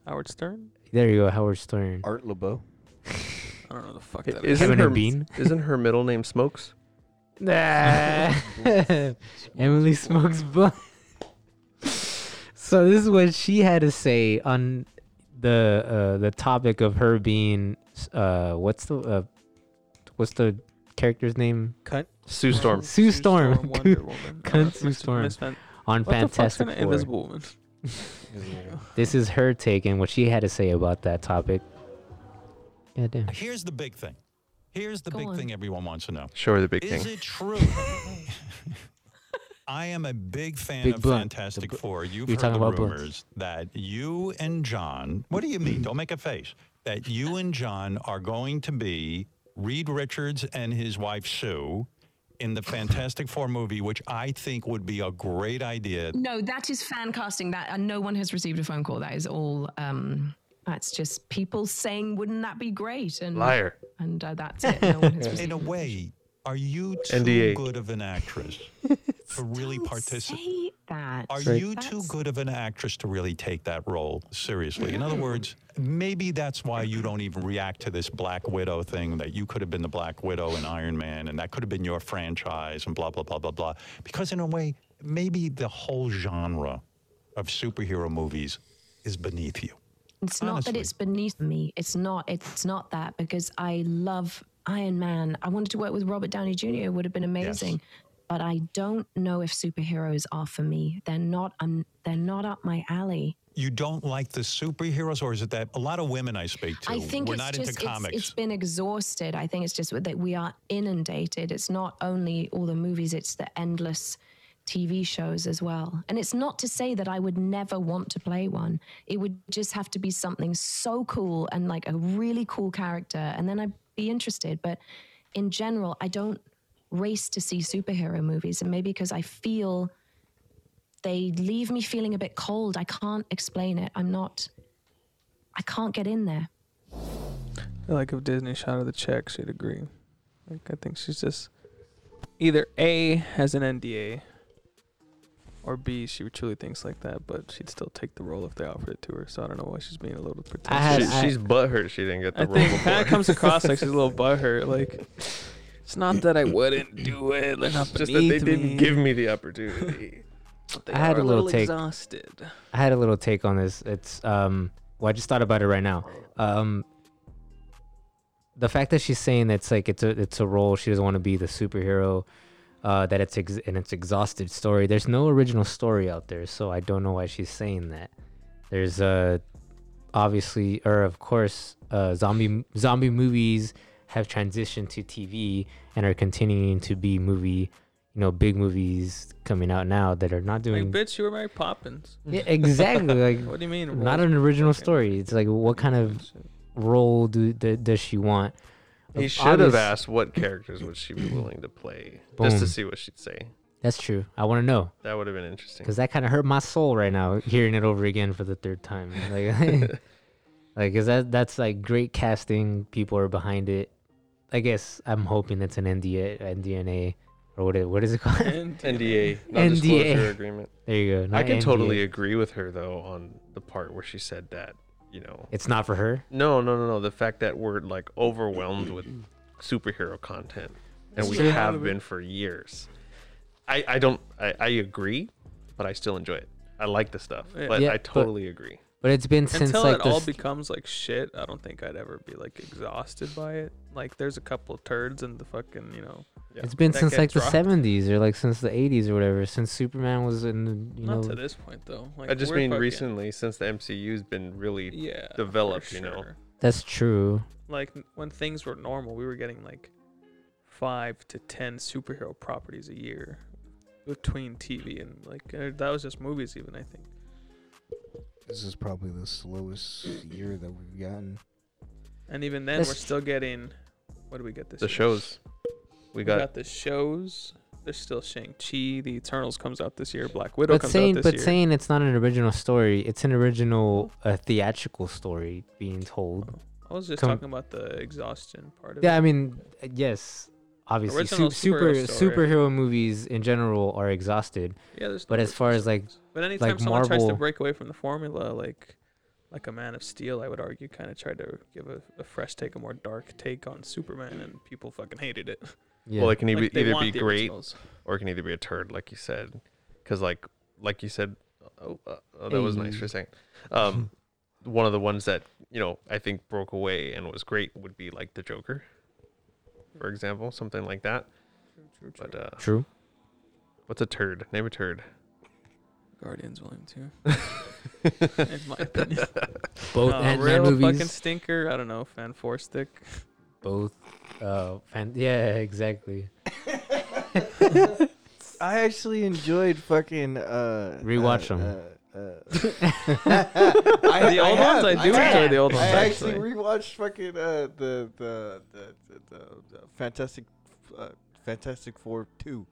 [SPEAKER 4] Howard Stern.
[SPEAKER 1] There you go, Howard Stern.
[SPEAKER 3] Art LeBeau.
[SPEAKER 4] I don't know the fuck
[SPEAKER 2] It
[SPEAKER 4] that
[SPEAKER 2] is
[SPEAKER 4] is.
[SPEAKER 2] a-
[SPEAKER 1] Kevin
[SPEAKER 2] her-
[SPEAKER 1] and Bean.
[SPEAKER 2] Isn't her middle name Smokes?
[SPEAKER 1] Nah. Emily smokes blunt. so this is what she had to say on the uh, the topic of her being uh, what's the uh, what's the character's name
[SPEAKER 2] Sue Storm.
[SPEAKER 1] Sue Storm.
[SPEAKER 4] Wonder Woman.
[SPEAKER 1] Cunt
[SPEAKER 4] Uh,
[SPEAKER 1] Sue
[SPEAKER 4] Miss-
[SPEAKER 1] Storm.
[SPEAKER 4] Miss Fan-
[SPEAKER 1] on
[SPEAKER 4] What the fuck's
[SPEAKER 1] Fantastic
[SPEAKER 4] an
[SPEAKER 1] Four.
[SPEAKER 4] Invisible Woman?
[SPEAKER 1] This is her take and what she had to say about that topic. God damn.
[SPEAKER 7] Here's the big thing. Here's the
[SPEAKER 12] Go
[SPEAKER 7] big
[SPEAKER 12] on.
[SPEAKER 7] thing everyone wants to know.
[SPEAKER 2] Show her the big
[SPEAKER 7] Is
[SPEAKER 2] thing.
[SPEAKER 7] it true? I am a big fan
[SPEAKER 1] Big
[SPEAKER 7] of
[SPEAKER 1] Blunt. The
[SPEAKER 7] Fantastic
[SPEAKER 1] Bl-
[SPEAKER 7] Four. You've
[SPEAKER 1] You're
[SPEAKER 7] heard
[SPEAKER 1] talking
[SPEAKER 7] the
[SPEAKER 1] about Blunt.
[SPEAKER 7] rumors that you and John, what do you mean? Don't make a face. That you and John are going to be Reed Richards and his wife Sue in the Fantastic Four movie, which I think would be a great idea.
[SPEAKER 12] No, that is fan casting. That and no one has received a phone call. That is all. Um, that's just people saying, "Wouldn't that be great?" And
[SPEAKER 2] Liar.
[SPEAKER 12] and uh, that's it. No one has
[SPEAKER 7] In
[SPEAKER 12] received.
[SPEAKER 7] a way, are you too
[SPEAKER 2] NDA.
[SPEAKER 7] good of an actress to really participate?
[SPEAKER 12] Say that.
[SPEAKER 7] Are
[SPEAKER 1] Right.
[SPEAKER 7] you too
[SPEAKER 12] That's-
[SPEAKER 7] good of an actress to really take that role seriously? In other words, maybe that's why you don't even react to this Black Widow thing that you could have been the Black Widow in Iron Man and that could have been your franchise and blah, blah, blah, blah, blah. Because in a way, maybe the whole genre of superhero movies is beneath you.
[SPEAKER 12] It's not that
[SPEAKER 7] Honestly.
[SPEAKER 12] it's beneath me. It's not. It's not that because I love Iron Man. I wanted to work with Robert Downey Jr. It would have been amazing. But I don't know if superheroes are for me. They're not. Um, they're not up my alley.
[SPEAKER 7] You don't like the superheroes, or is it that a lot of women I speak to?
[SPEAKER 12] I think
[SPEAKER 7] we're
[SPEAKER 12] it's
[SPEAKER 7] not
[SPEAKER 12] just
[SPEAKER 7] into
[SPEAKER 12] it's-
[SPEAKER 7] comics.
[SPEAKER 12] it's been exhausted. I think it's just that we are inundated. It's not only all the movies; it's the endless TV shows as well. And it's not to say that I would never want to play one. It would just have to be something so cool and like a really cool character, and then I'd be interested. But in general, I don't race to see superhero movies, and maybe because I feel they leave me feeling a bit cold. I can't explain it. I'm not. I can't get in there.
[SPEAKER 4] Like if Disney shot her the check, she'd agree. Like I think she's just either A has an NDA or B, she truly thinks like that, but she'd still take the role if they offered it to her. So I don't know why she's being a little
[SPEAKER 1] I
[SPEAKER 4] pretentious.
[SPEAKER 1] had-
[SPEAKER 2] She, she's butthurt she didn't get the
[SPEAKER 4] I
[SPEAKER 2] role
[SPEAKER 4] think kind
[SPEAKER 2] before.
[SPEAKER 4] of comes across like she's a little butthurt. Like it's not that I wouldn't do it. Like not
[SPEAKER 2] Just that they
[SPEAKER 4] beneath
[SPEAKER 2] didn't
[SPEAKER 4] me,
[SPEAKER 2] give me the opportunity.
[SPEAKER 4] but they
[SPEAKER 1] I had
[SPEAKER 4] are
[SPEAKER 1] a little take.
[SPEAKER 4] exhausted.
[SPEAKER 1] I had a little take on this. It's um well I just thought about it right now. Um the fact that she's saying it's like it's a it's a role she doesn't want to be the superhero uh that it's ex- and it's exhausted story. There's no original story out there, so I don't know why she's saying that. There's uh obviously or of course uh zombie zombie movies have transitioned to TV and are continuing to be movie you know big movies coming out now that are not
[SPEAKER 4] Like
[SPEAKER 1] doing
[SPEAKER 4] bitch, you were Mary Poppins.
[SPEAKER 1] yeah, exactly like
[SPEAKER 4] What do you mean?
[SPEAKER 1] not
[SPEAKER 4] role
[SPEAKER 1] an original
[SPEAKER 4] Okay.
[SPEAKER 1] story. It's like what kind of
[SPEAKER 4] shit?
[SPEAKER 1] role do, d- does she want?
[SPEAKER 2] he
[SPEAKER 1] Ob-
[SPEAKER 2] should have
[SPEAKER 1] obvious-
[SPEAKER 2] asked what characters would she be willing to play, just to
[SPEAKER 1] Boom.
[SPEAKER 2] see what she'd say.
[SPEAKER 1] That's true. I want to know
[SPEAKER 2] That would have been interesting.
[SPEAKER 1] because that kind of hurt my soul right now hearing it over again for the third time. Like, like is that that's like great casting. People are behind it. I guess I'm hoping it's an NDA, NDNA, or what? It, what is it called?
[SPEAKER 4] And
[SPEAKER 2] NDA,
[SPEAKER 1] NDA.
[SPEAKER 2] non-disclosure agreement.
[SPEAKER 1] there you go.
[SPEAKER 2] I
[SPEAKER 1] not
[SPEAKER 2] can totally
[SPEAKER 1] NDA.
[SPEAKER 2] agree with her though on the part where she said that, you know,
[SPEAKER 1] It's not for her.
[SPEAKER 2] no, no, no, no, the fact that we're like overwhelmed with superhero content, and we
[SPEAKER 4] Straight out
[SPEAKER 2] have
[SPEAKER 4] of it.
[SPEAKER 2] been for years. I, I don't, I, I agree, but I still enjoy it. I like the stuff,
[SPEAKER 4] Yeah.
[SPEAKER 2] but
[SPEAKER 1] Yeah,
[SPEAKER 2] I
[SPEAKER 1] but-
[SPEAKER 2] totally agree.
[SPEAKER 1] But it's been since
[SPEAKER 4] until
[SPEAKER 1] like
[SPEAKER 4] it
[SPEAKER 1] the
[SPEAKER 4] all
[SPEAKER 1] st-
[SPEAKER 4] becomes like shit, I don't think I'd ever be like exhausted by it. Like there's a couple turds in the fucking you know.
[SPEAKER 2] Yeah.
[SPEAKER 1] it's been
[SPEAKER 4] that
[SPEAKER 1] since
[SPEAKER 4] get
[SPEAKER 1] like the
[SPEAKER 4] dropped.
[SPEAKER 1] 70s or like since the 80s or whatever. Since Superman was in the you
[SPEAKER 4] Not
[SPEAKER 1] know
[SPEAKER 4] to this point though. Like,
[SPEAKER 2] I just
[SPEAKER 4] we're
[SPEAKER 2] mean
[SPEAKER 4] fucking-
[SPEAKER 2] recently, since the MCU's been really
[SPEAKER 4] Yeah. for
[SPEAKER 2] developed, you know.
[SPEAKER 4] sure.
[SPEAKER 1] that's true.
[SPEAKER 4] Like n- when things were normal, we were getting like five to ten superhero properties a year between TV and like uh, that was just movies. Even I think.
[SPEAKER 5] This is probably the slowest year that we've gotten.
[SPEAKER 4] And even then, we're
[SPEAKER 1] That's-
[SPEAKER 4] still getting. What do we get this?
[SPEAKER 2] the
[SPEAKER 4] year?
[SPEAKER 2] shows. We
[SPEAKER 4] We
[SPEAKER 2] got,
[SPEAKER 4] got, the shows. There's still Shang Chi. The Eternals comes out this year. Black Widow
[SPEAKER 1] but
[SPEAKER 4] comes
[SPEAKER 1] saying,
[SPEAKER 4] out this
[SPEAKER 1] but
[SPEAKER 4] year.
[SPEAKER 1] saying it's not an original story. It's an original uh, theatrical story being told.
[SPEAKER 4] I was just
[SPEAKER 1] come-
[SPEAKER 4] talking about the exhaustion part of
[SPEAKER 1] Yeah,
[SPEAKER 4] it.
[SPEAKER 1] I mean, uh, yes, obviously,
[SPEAKER 4] Original
[SPEAKER 1] su- super
[SPEAKER 4] superhero story.
[SPEAKER 1] superhero movies in general are exhausted.
[SPEAKER 4] Yeah, there's no
[SPEAKER 1] But as
[SPEAKER 4] original
[SPEAKER 1] far as, like-
[SPEAKER 4] stories. but anytime
[SPEAKER 1] like
[SPEAKER 4] someone tries to
[SPEAKER 1] Marvel-
[SPEAKER 4] break away from the formula, like like a Man of Steel, I would argue, kind of tried to give a, a fresh take, a more dark take on Superman, and people fucking hated it.
[SPEAKER 1] Yeah.
[SPEAKER 2] well, it can
[SPEAKER 4] Like,
[SPEAKER 2] either,
[SPEAKER 4] they
[SPEAKER 2] either
[SPEAKER 4] want
[SPEAKER 2] be
[SPEAKER 4] the
[SPEAKER 2] great
[SPEAKER 4] originals.
[SPEAKER 2] or it can either be a turd, like you said, because like like you said, oh, uh, oh that was nice for a second. Um, one of the ones that you know I think broke away and was great would be like the Joker, for example, something like that.
[SPEAKER 4] True, true.
[SPEAKER 2] But uh,
[SPEAKER 1] True.
[SPEAKER 2] what's a turd? Name a turd.
[SPEAKER 4] Guardians Volume Two, in my opinion,
[SPEAKER 1] Both
[SPEAKER 4] Uh,
[SPEAKER 1] Oh, Ant-Man
[SPEAKER 4] real
[SPEAKER 1] movies.
[SPEAKER 4] fucking stinker. I don't know, fan four stick.
[SPEAKER 1] Both. Uh, fan- yeah, exactly.
[SPEAKER 3] I actually enjoyed fucking uh
[SPEAKER 1] Rewatch
[SPEAKER 3] uh,
[SPEAKER 1] 'em.
[SPEAKER 3] Uh, uh, I,
[SPEAKER 4] The old ones, I do enjoy the old
[SPEAKER 3] I
[SPEAKER 4] ones,
[SPEAKER 3] actually
[SPEAKER 4] actually.
[SPEAKER 3] rewatched fucking uh, the, the, the, the, the the Fantastic uh, Fantastic Four two.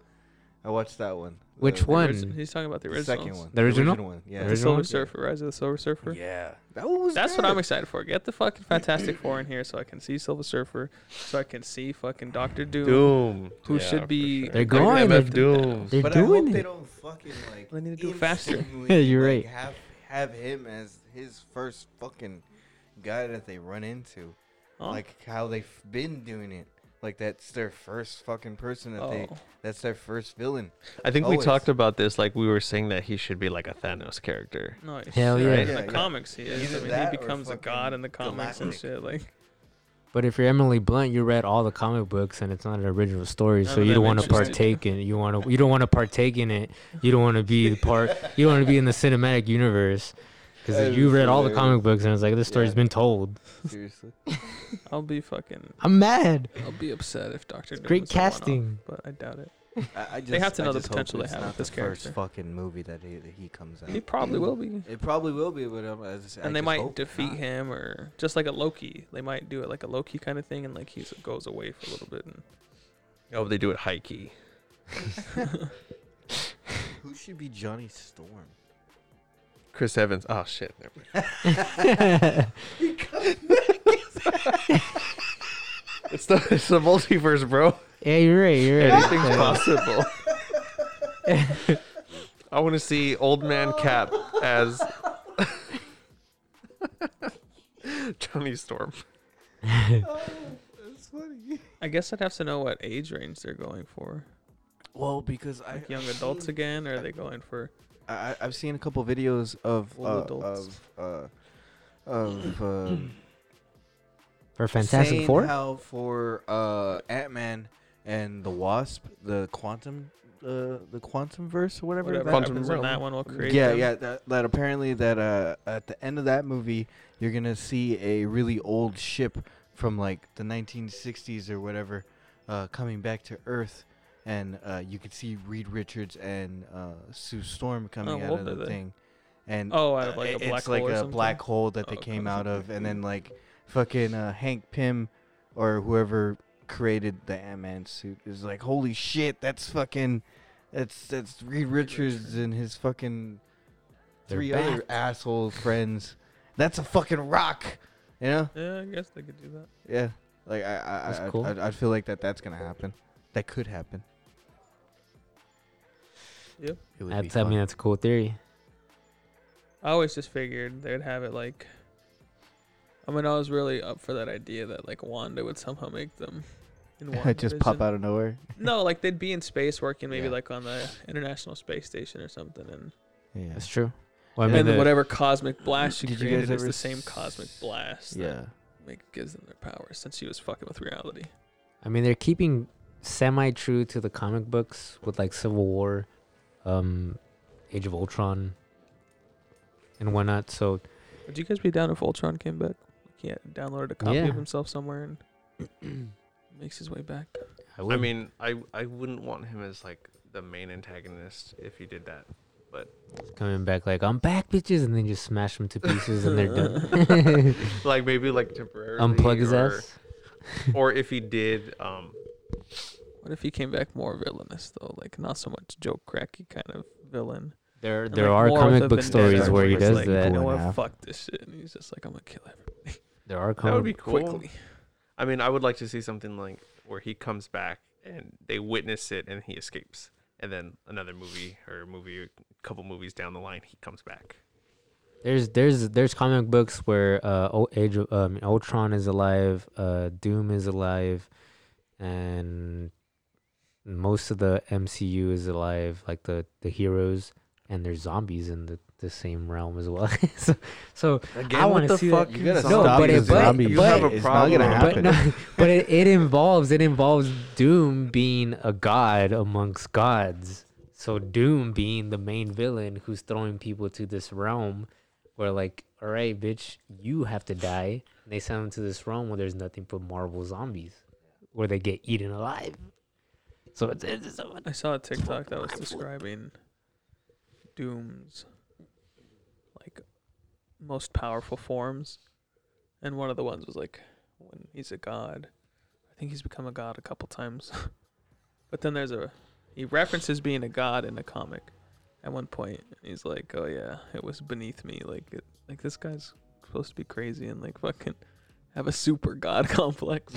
[SPEAKER 3] I watched that one.
[SPEAKER 1] Which
[SPEAKER 3] The-
[SPEAKER 1] one?
[SPEAKER 4] The origi- He's talking about the
[SPEAKER 3] The
[SPEAKER 4] original.
[SPEAKER 3] second one.
[SPEAKER 1] The original?
[SPEAKER 3] one.
[SPEAKER 1] The
[SPEAKER 3] Yeah.
[SPEAKER 4] The
[SPEAKER 1] original?
[SPEAKER 4] Silver
[SPEAKER 1] one?
[SPEAKER 4] Surfer, Rise of the Silver Surfer.
[SPEAKER 3] Yeah. That one was.
[SPEAKER 4] That's what I'm
[SPEAKER 3] good.
[SPEAKER 4] excited for. Get the fucking Fantastic Four in here so I can see Silver Surfer, so I can see fucking Doctor Doom.
[SPEAKER 2] Doom.
[SPEAKER 4] Who should
[SPEAKER 2] for
[SPEAKER 4] be-
[SPEAKER 2] sure.
[SPEAKER 1] They're
[SPEAKER 4] Like,
[SPEAKER 1] going.
[SPEAKER 2] MF
[SPEAKER 1] They're,
[SPEAKER 2] Doom.
[SPEAKER 1] they're
[SPEAKER 3] But I hope
[SPEAKER 1] doing
[SPEAKER 3] they
[SPEAKER 1] it.
[SPEAKER 3] don't fucking like.
[SPEAKER 4] They need to do it faster.
[SPEAKER 3] instantly,
[SPEAKER 1] Yeah, you're
[SPEAKER 3] like,
[SPEAKER 1] right.
[SPEAKER 3] Have have him as his first fucking guy that they run into,
[SPEAKER 4] Huh?
[SPEAKER 3] like how they've been doing it. Like that's their first fucking person that they.
[SPEAKER 4] Oh.
[SPEAKER 3] That's their first villain.
[SPEAKER 2] I think we
[SPEAKER 3] Always.
[SPEAKER 2] talked about this. Like we were saying that he should be like a Thanos character.
[SPEAKER 4] Nice.
[SPEAKER 1] Hell yeah.
[SPEAKER 4] In
[SPEAKER 3] Yeah,
[SPEAKER 4] the
[SPEAKER 3] yeah.
[SPEAKER 4] comics, he is.
[SPEAKER 3] Either
[SPEAKER 4] I mean,
[SPEAKER 3] that
[SPEAKER 4] he
[SPEAKER 3] or
[SPEAKER 4] becomes a god
[SPEAKER 3] fucking
[SPEAKER 4] in the comics and
[SPEAKER 3] Galactic.
[SPEAKER 4] shit. Like,
[SPEAKER 1] But if you're Emily Blunt, you read all the comic books, and it's not an original story,
[SPEAKER 4] None
[SPEAKER 1] so
[SPEAKER 4] of
[SPEAKER 1] you
[SPEAKER 4] them
[SPEAKER 1] don't want to
[SPEAKER 4] interest you.
[SPEAKER 1] partake in. it. You want to. You don't want to partake in it. You don't want to be the part. You don't want to be in the cinematic universe because
[SPEAKER 3] That
[SPEAKER 1] you
[SPEAKER 3] is
[SPEAKER 1] read all the
[SPEAKER 3] hilarious.
[SPEAKER 1] comic books, and it's like this story's
[SPEAKER 3] Yeah.
[SPEAKER 1] been told.
[SPEAKER 3] Seriously.
[SPEAKER 4] I'll be fucking,
[SPEAKER 1] I'm mad.
[SPEAKER 4] I'll be upset if Doctor Doom.
[SPEAKER 1] Great
[SPEAKER 4] is the one-off,
[SPEAKER 1] casting.
[SPEAKER 4] but I doubt it.
[SPEAKER 3] I, I just,
[SPEAKER 4] They have to
[SPEAKER 3] I
[SPEAKER 4] know the
[SPEAKER 3] just hope
[SPEAKER 4] potential they
[SPEAKER 3] it's
[SPEAKER 4] have
[SPEAKER 3] not
[SPEAKER 4] with this
[SPEAKER 3] the first
[SPEAKER 4] character.
[SPEAKER 3] fucking movie that he, that he comes out.
[SPEAKER 4] He probably will be.
[SPEAKER 3] It probably will be, but um, I just, I
[SPEAKER 4] And they
[SPEAKER 3] just
[SPEAKER 4] might
[SPEAKER 3] hope
[SPEAKER 4] defeat
[SPEAKER 3] not.
[SPEAKER 4] him, or just like a Loki, they might do it like a Loki kind of thing, and like he goes away for a little bit. And
[SPEAKER 2] Oh, they do it high key.
[SPEAKER 3] Who should be Johnny Storm?
[SPEAKER 2] Chris Evans. Oh shit. never mind. It's the it's the multiverse, bro.
[SPEAKER 1] Yeah, you're right. You're right.
[SPEAKER 2] Anything's possible. I want to see Old Man Cap as Johnny Storm.
[SPEAKER 4] I guess I'd have to know what age range they're going for.
[SPEAKER 3] Well, because I
[SPEAKER 4] Like young adults again, or are they going for?
[SPEAKER 3] I, I've seen a couple videos of uh,
[SPEAKER 4] Old adults.
[SPEAKER 3] of uh, of uh,
[SPEAKER 1] For Fantastic
[SPEAKER 3] saying
[SPEAKER 1] Four?
[SPEAKER 3] How for uh, Ant Man and the Wasp, the quantum, uh, the quantum verse or whatever.
[SPEAKER 4] Whatever
[SPEAKER 3] that
[SPEAKER 2] Quantum
[SPEAKER 4] happens
[SPEAKER 2] realm.
[SPEAKER 4] in that one will create.
[SPEAKER 3] yeah,
[SPEAKER 4] them.
[SPEAKER 3] yeah. That, that apparently that uh, at the end of that movie, you're gonna see a really old ship from like the 1960s or whatever, uh, coming back to Earth, and uh, you could see Reed Richards and uh, Sue Storm coming out
[SPEAKER 4] well,
[SPEAKER 3] of the
[SPEAKER 4] then.
[SPEAKER 3] thing, and
[SPEAKER 4] Oh, out of,
[SPEAKER 3] uh,
[SPEAKER 4] like, a
[SPEAKER 3] i-
[SPEAKER 4] black
[SPEAKER 3] it's like
[SPEAKER 4] hole or
[SPEAKER 3] a
[SPEAKER 4] something?
[SPEAKER 3] black hole that they
[SPEAKER 4] Oh,
[SPEAKER 3] came
[SPEAKER 4] okay.
[SPEAKER 3] out of, and then like fucking uh, Hank Pym or whoever created the Ant Man suit is like, holy shit, that's fucking, that's that's Reed Richards and his fucking
[SPEAKER 1] They're
[SPEAKER 3] three other asshole friends. That's a fucking rock, you know?
[SPEAKER 4] Yeah, I guess they could do that.
[SPEAKER 3] Yeah, like I I
[SPEAKER 1] That's
[SPEAKER 3] I,
[SPEAKER 1] cool.
[SPEAKER 3] I, I feel like that that's gonna happen. That could happen.
[SPEAKER 4] Yep.
[SPEAKER 3] It would be
[SPEAKER 1] That's, I
[SPEAKER 3] fun.
[SPEAKER 1] mean, that's a cool theory.
[SPEAKER 4] I always just figured they'd have it like. I mean, I was really up for that idea that like Wanda would somehow make them. In
[SPEAKER 3] just pop
[SPEAKER 4] WandaVision.
[SPEAKER 3] out of nowhere.
[SPEAKER 4] No, like they'd be in space working maybe
[SPEAKER 3] Yeah.
[SPEAKER 4] like on the International Space Station or something, and
[SPEAKER 3] Yeah.
[SPEAKER 1] That's true. Well, I
[SPEAKER 3] And
[SPEAKER 1] mean,
[SPEAKER 4] and
[SPEAKER 1] the-
[SPEAKER 4] whatever cosmic blast she
[SPEAKER 3] Did you
[SPEAKER 4] created
[SPEAKER 3] guys
[SPEAKER 4] is
[SPEAKER 3] ever
[SPEAKER 4] the same
[SPEAKER 3] s-
[SPEAKER 4] cosmic blast. that
[SPEAKER 3] Yeah.
[SPEAKER 4] make, gives them their powers since she was fucking with reality.
[SPEAKER 1] I mean, they're keeping semi true to the comic books with like Civil War, um, Age of Ultron, and whatnot. So
[SPEAKER 4] Would you guys be down if Ultron came back? He had downloaded a copy
[SPEAKER 1] Yeah.
[SPEAKER 4] of himself somewhere and makes his way back.
[SPEAKER 1] I,
[SPEAKER 2] I
[SPEAKER 1] would-
[SPEAKER 2] mean, I I wouldn't want him as like the main antagonist if he did that.
[SPEAKER 1] coming back like I'm back, bitches, and then just smash them to pieces and they're done.
[SPEAKER 2] Like maybe like temporarily
[SPEAKER 1] Unplug his
[SPEAKER 2] or,
[SPEAKER 1] ass.
[SPEAKER 2] or if he did, um,
[SPEAKER 4] What if he came back more villainous though? Like not so much Joe Cracky kind of villain.
[SPEAKER 1] There,
[SPEAKER 4] and,
[SPEAKER 1] there
[SPEAKER 4] like,
[SPEAKER 1] are
[SPEAKER 4] more with
[SPEAKER 1] comic
[SPEAKER 4] a
[SPEAKER 1] book
[SPEAKER 4] vendetta
[SPEAKER 1] stories where he
[SPEAKER 4] he's
[SPEAKER 1] does
[SPEAKER 4] like,
[SPEAKER 1] that.
[SPEAKER 4] You know what?
[SPEAKER 3] half.
[SPEAKER 4] Fuck this shit. And he's just like, I'm gonna kill everyone
[SPEAKER 1] There are
[SPEAKER 2] that would be
[SPEAKER 1] comic.
[SPEAKER 2] cool.
[SPEAKER 4] quickly.
[SPEAKER 2] I mean, I would like to see something like where he comes back and they witness it and he escapes, and then another movie or a movie, a couple movies down the line, he comes back.
[SPEAKER 1] There's, there's, there's comic books where uh, Ul- Age, of- um, Ultron is alive, uh, Doom is alive, and most of the MCU is alive, like the the heroes, and there's zombies in the the same realm as well. so, so I want to see that.
[SPEAKER 3] You gotta
[SPEAKER 1] No,
[SPEAKER 3] stop
[SPEAKER 1] but
[SPEAKER 3] the
[SPEAKER 1] it- but-
[SPEAKER 3] zombie
[SPEAKER 1] you have
[SPEAKER 3] shit.
[SPEAKER 2] a
[SPEAKER 3] It's not gonna
[SPEAKER 2] problem.
[SPEAKER 1] but
[SPEAKER 3] happen.
[SPEAKER 1] no, but it, it involves it involves Doom being a god amongst gods. So Doom being the main villain who's throwing people to this realm where like, all right, bitch, you have to die. And they send them to this realm where there's nothing but Marvel zombies, where they get eaten alive. So it's, it's, it's so much-
[SPEAKER 4] I saw a TikTok that was describing Doom's like most powerful forms, and one of the ones was like when he's a god. I think he's become a god a couple times, but then there's a he references being a god in a comic at one point, and he's like, "Oh yeah, it was beneath me." Like it, like this guy's supposed to be crazy and like fucking have a super god complex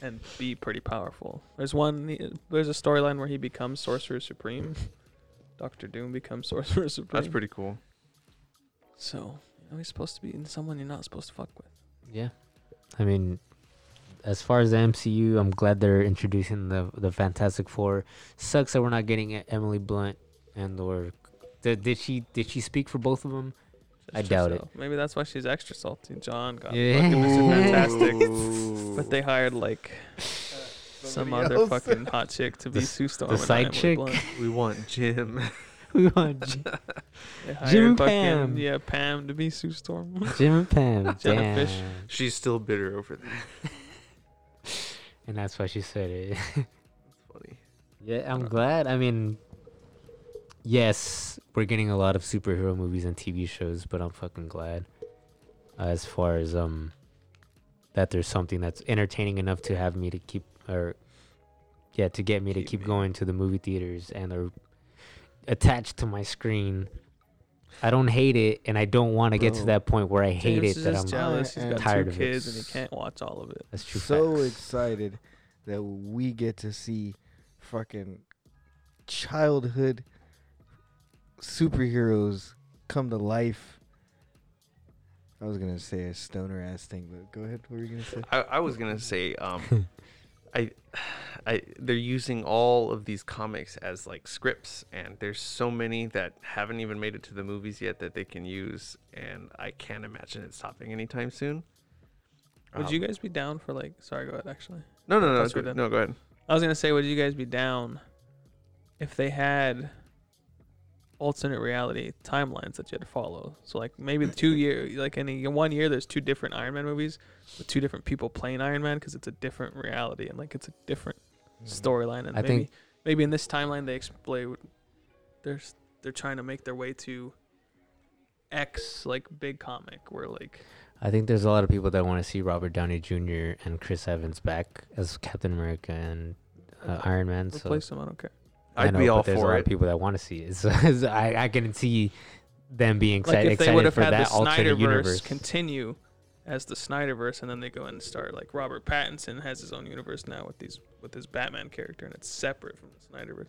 [SPEAKER 4] and be pretty powerful. There's one. There's a storyline where he becomes Sorcerer Supreme. Doctor Doom becomes Sorcerer Supreme.
[SPEAKER 2] That's pretty cool.
[SPEAKER 4] So you know, he's supposed to be in someone you're not supposed to fuck with.
[SPEAKER 1] yeah. I mean, as far as the MCU, I'm glad they're introducing the the Fantastic Four. Sucks that we're not getting a Emily Blunt and or did, did she did she speak for both of them? I
[SPEAKER 4] Extra
[SPEAKER 1] doubt it.
[SPEAKER 4] sal- Maybe that's why she's extra salty. John got
[SPEAKER 1] Yeah.
[SPEAKER 4] fucking Mr. Fantastic,
[SPEAKER 3] Ooh.
[SPEAKER 4] but they hired like some
[SPEAKER 3] Somebody
[SPEAKER 4] other
[SPEAKER 3] else.
[SPEAKER 4] fucking hot chick to be
[SPEAKER 1] The-
[SPEAKER 4] Sue Storm.
[SPEAKER 1] the
[SPEAKER 4] and
[SPEAKER 1] side
[SPEAKER 4] Emily
[SPEAKER 1] chick?
[SPEAKER 4] Blunt.
[SPEAKER 2] We want Jim.
[SPEAKER 1] We want uh, J-
[SPEAKER 4] They hired
[SPEAKER 1] Jim
[SPEAKER 4] fucking,
[SPEAKER 1] Pam.
[SPEAKER 4] Yeah, Pam to be Sue Storm.
[SPEAKER 1] Jim and Pam.
[SPEAKER 4] Jenna Fish.
[SPEAKER 1] damn.
[SPEAKER 2] She's still bitter over that.
[SPEAKER 1] And that's why she said it.
[SPEAKER 2] Funny.
[SPEAKER 1] yeah,
[SPEAKER 4] Uh,
[SPEAKER 1] I'm glad. I mean, yes, we're getting a lot of superhero movies and TV shows, but I'm fucking glad. uh, as far as um, that there's something that's entertaining enough to have me to keep or yeah to get me to
[SPEAKER 4] Keep
[SPEAKER 1] keep
[SPEAKER 4] me-
[SPEAKER 1] going to the movie theaters and are attached to my screen. I don't hate it, and I don't want to get to
[SPEAKER 3] Bro.
[SPEAKER 1] that point where I hate it
[SPEAKER 4] James is
[SPEAKER 1] that
[SPEAKER 4] just
[SPEAKER 1] I'm
[SPEAKER 4] jealous. He's
[SPEAKER 3] I'm
[SPEAKER 4] got
[SPEAKER 1] tired
[SPEAKER 4] two
[SPEAKER 1] of it.
[SPEAKER 4] kids and he can't watch all of it.
[SPEAKER 1] That's true.
[SPEAKER 3] so
[SPEAKER 1] facts.
[SPEAKER 3] excited that we get to see fucking childhood superheroes come to life. I was gonna say a stoner ass thing, but go ahead. What were you gonna say?
[SPEAKER 2] I, I was gonna say, um, I, I, they're using all of these comics as like scripts, and there's so many that haven't even made it to the movies yet that they can use, and I can't imagine it stopping anytime soon.
[SPEAKER 1] Oh. Um,
[SPEAKER 4] Would you guys be down for like? Sorry, go ahead. Actually,
[SPEAKER 2] No, no, no,
[SPEAKER 4] That's
[SPEAKER 2] go,
[SPEAKER 4] what-
[SPEAKER 2] no. Go ahead.
[SPEAKER 4] I was gonna say, would you guys be down if they had alternate reality timelines that you had to follow? So like maybe the two year, like in a, one year, there's two different Iron Man movies with two different people playing Iron Man because it's a different reality and like it's a different storyline. And
[SPEAKER 1] Mm-hmm. I
[SPEAKER 4] maybe
[SPEAKER 1] think-
[SPEAKER 4] maybe in this timeline they explain there's they're trying to make their way to X like big comic where like
[SPEAKER 1] I think there's a lot of people that want to see Robert Downey Jr. and Chris Evans back as Captain America and uh, Iron Man. So
[SPEAKER 4] replace them. I don't care.
[SPEAKER 2] I'd be all
[SPEAKER 1] but there's a
[SPEAKER 2] for
[SPEAKER 1] lot of
[SPEAKER 2] it.
[SPEAKER 1] people that want to see it. So I, I can see them being exci-
[SPEAKER 4] like if they
[SPEAKER 1] excited
[SPEAKER 4] would have
[SPEAKER 1] for
[SPEAKER 4] had the
[SPEAKER 1] that alternate
[SPEAKER 4] Snyderverse
[SPEAKER 1] universe.
[SPEAKER 4] continue as the Snyderverse, and then they go and start like Robert Pattinson has his own universe now with these with his Batman character, and it's separate from the Snyderverse.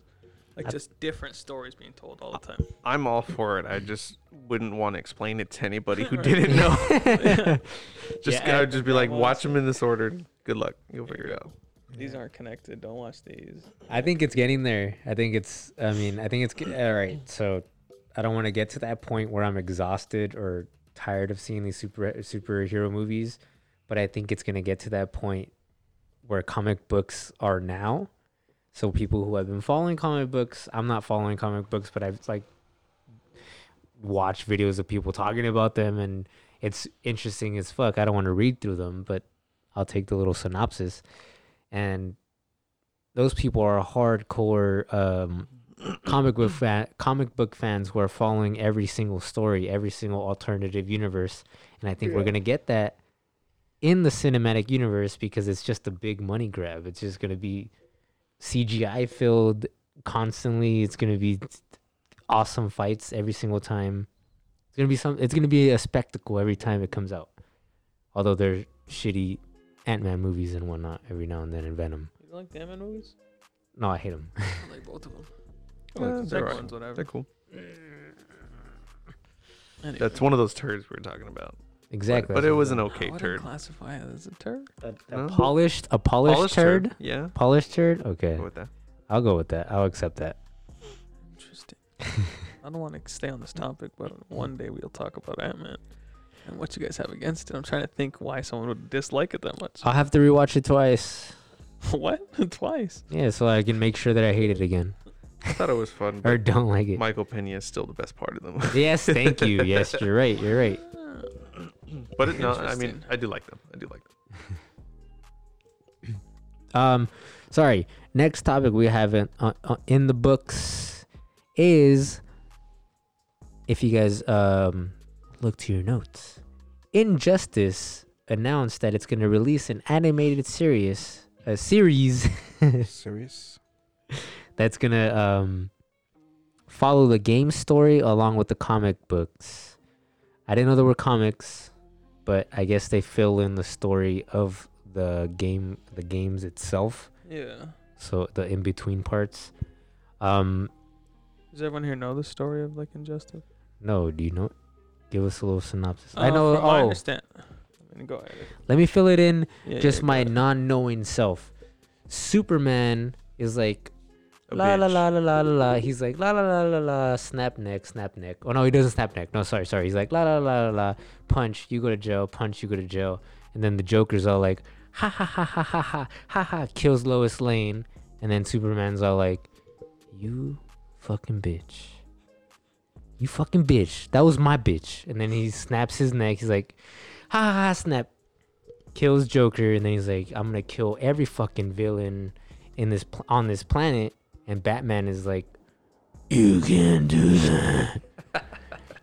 [SPEAKER 4] Like just different stories being told all the time.
[SPEAKER 1] Uh,
[SPEAKER 2] I'm all for it. I just wouldn't want to explain it to anybody who didn't know. just
[SPEAKER 4] Yeah,
[SPEAKER 2] I would just be like,
[SPEAKER 4] well,
[SPEAKER 2] watch them in this order. Good luck. You'll figure it out.
[SPEAKER 4] These aren't connected. Don't watch these.
[SPEAKER 1] I think it's getting there. I think it's. I mean, I think it's ge- all right. So, I don't want to get to that point where I'm exhausted or tired of seeing these super superhero movies, but I think it's gonna get to that point where comic books are now. So people who have been following comic books, I'm not following comic books, but I've like watched videos of people talking about them, and it's interesting as fuck. I don't want to read through them, but I'll take the little synopsis, and those people are hardcore um, comic book fan, comic book fans who are following every single story, every single alternative universe, and I think we're gonna get that in the cinematic universe because it's just a big money grab. It's just gonna be CGI filled constantly. It's gonna be awesome fights every single time. It's gonna be some. It's gonna be a spectacle every time it comes out. Although they're shitty Ant Man movies and whatnot every now and then, and Venom.
[SPEAKER 4] You don't like Batman movies?
[SPEAKER 1] No, I hate him.
[SPEAKER 4] I like both of them.
[SPEAKER 2] Yeah,
[SPEAKER 4] Well,
[SPEAKER 2] they're
[SPEAKER 4] the second
[SPEAKER 2] all right.
[SPEAKER 4] one's whatever.
[SPEAKER 2] They're cool.
[SPEAKER 4] Anyway.
[SPEAKER 2] That's one of those turds we were talking about. But,
[SPEAKER 1] Exactly.
[SPEAKER 2] but
[SPEAKER 1] that's
[SPEAKER 2] it
[SPEAKER 1] what
[SPEAKER 2] was
[SPEAKER 1] I'm
[SPEAKER 2] an
[SPEAKER 4] I
[SPEAKER 2] okay
[SPEAKER 4] wouldn't
[SPEAKER 2] turd.
[SPEAKER 4] classify it as a turd.
[SPEAKER 2] No?
[SPEAKER 1] saying. polished, a polished,
[SPEAKER 2] Polished
[SPEAKER 1] turd?
[SPEAKER 2] Yeah.
[SPEAKER 1] Polished turd? Okay.
[SPEAKER 2] Go with that.
[SPEAKER 1] I'll go with that. I'll accept that.
[SPEAKER 4] Interesting. I don't want to stay on this topic, but one day we'll talk about Ant Man and what you guys have against it. I'm trying to think why someone would dislike it that much.
[SPEAKER 1] I'll have to rewatch it twice.
[SPEAKER 4] what? Twice.
[SPEAKER 1] Yeah, so I can make sure that I hate it again
[SPEAKER 2] I thought it was fun.
[SPEAKER 1] or
[SPEAKER 2] But
[SPEAKER 1] don't like it.
[SPEAKER 2] Michael Pena is still the best part of them.
[SPEAKER 1] yes, thank you. Yes, you're right. You're right.
[SPEAKER 2] but it, no, I mean,
[SPEAKER 4] Interesting.
[SPEAKER 2] I do like them. I do like them.
[SPEAKER 1] Um, sorry. Next topic we have in, uh, uh, in the books is if you guys um look to your notes. Injustice announced that it's going to release an animated series, a series
[SPEAKER 5] Serious?
[SPEAKER 1] that's going to um follow the game story along with the comic books. I didn't know there were comics, but I guess they fill in the story of the game the games itself
[SPEAKER 4] Yeah.
[SPEAKER 1] so the in between parts. Um,
[SPEAKER 4] Does everyone here know the story of like Injustice?
[SPEAKER 1] no, do you know? Give us a little synopsis. I
[SPEAKER 4] Uh,
[SPEAKER 1] know.
[SPEAKER 4] From my
[SPEAKER 1] Oh,
[SPEAKER 4] understand. I mean, go ahead.
[SPEAKER 1] let me fill it in.
[SPEAKER 4] Yeah,
[SPEAKER 1] just
[SPEAKER 4] yeah,
[SPEAKER 1] my
[SPEAKER 4] go ahead.
[SPEAKER 1] non-knowing self. Superman is like
[SPEAKER 2] A
[SPEAKER 1] la la
[SPEAKER 2] bitch.
[SPEAKER 1] la la la la la. He's like la la la la la. Snap neck, snap neck. Oh no, he doesn't snap neck. No, sorry, sorry. He's like la la la la la. Punch, you go to jail. Punch, you go to jail. And then the Joker's all like ha ha ha ha ha ha ha ha. Kills Lois Lane. And then Superman's all like, you fucking bitch. You fucking bitch. That was my bitch. And then he snaps his neck. He's like, ha ha ha. Snap kills Joker, and then he's like, "I'm gonna kill every fucking villain in this pl- on this planet." And Batman is like, "You can't do that.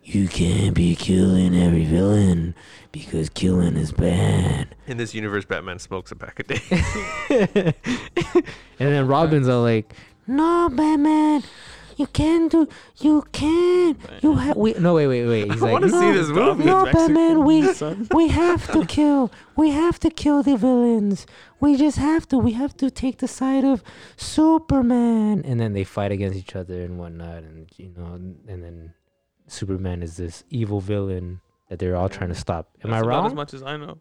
[SPEAKER 1] you can't be killing every villain because killing is bad."
[SPEAKER 2] In this universe, Batman smokes a pack a day.
[SPEAKER 1] and then Robin's all like, "No, Batman, you can do, you can, you have. We no, wait, wait, wait. He's
[SPEAKER 2] I
[SPEAKER 1] like,
[SPEAKER 2] want to
[SPEAKER 1] no,
[SPEAKER 2] see this movie.
[SPEAKER 1] no, Batman, we
[SPEAKER 4] son.
[SPEAKER 1] we have to kill, we have to kill the villains. We just have to. We have to take the side of Superman, and then they fight against each other and whatnot, and you know, and then Superman is this evil villain that they're all trying to stop. Am
[SPEAKER 4] That's
[SPEAKER 1] I
[SPEAKER 4] about As
[SPEAKER 1] wrong?
[SPEAKER 4] much as I know.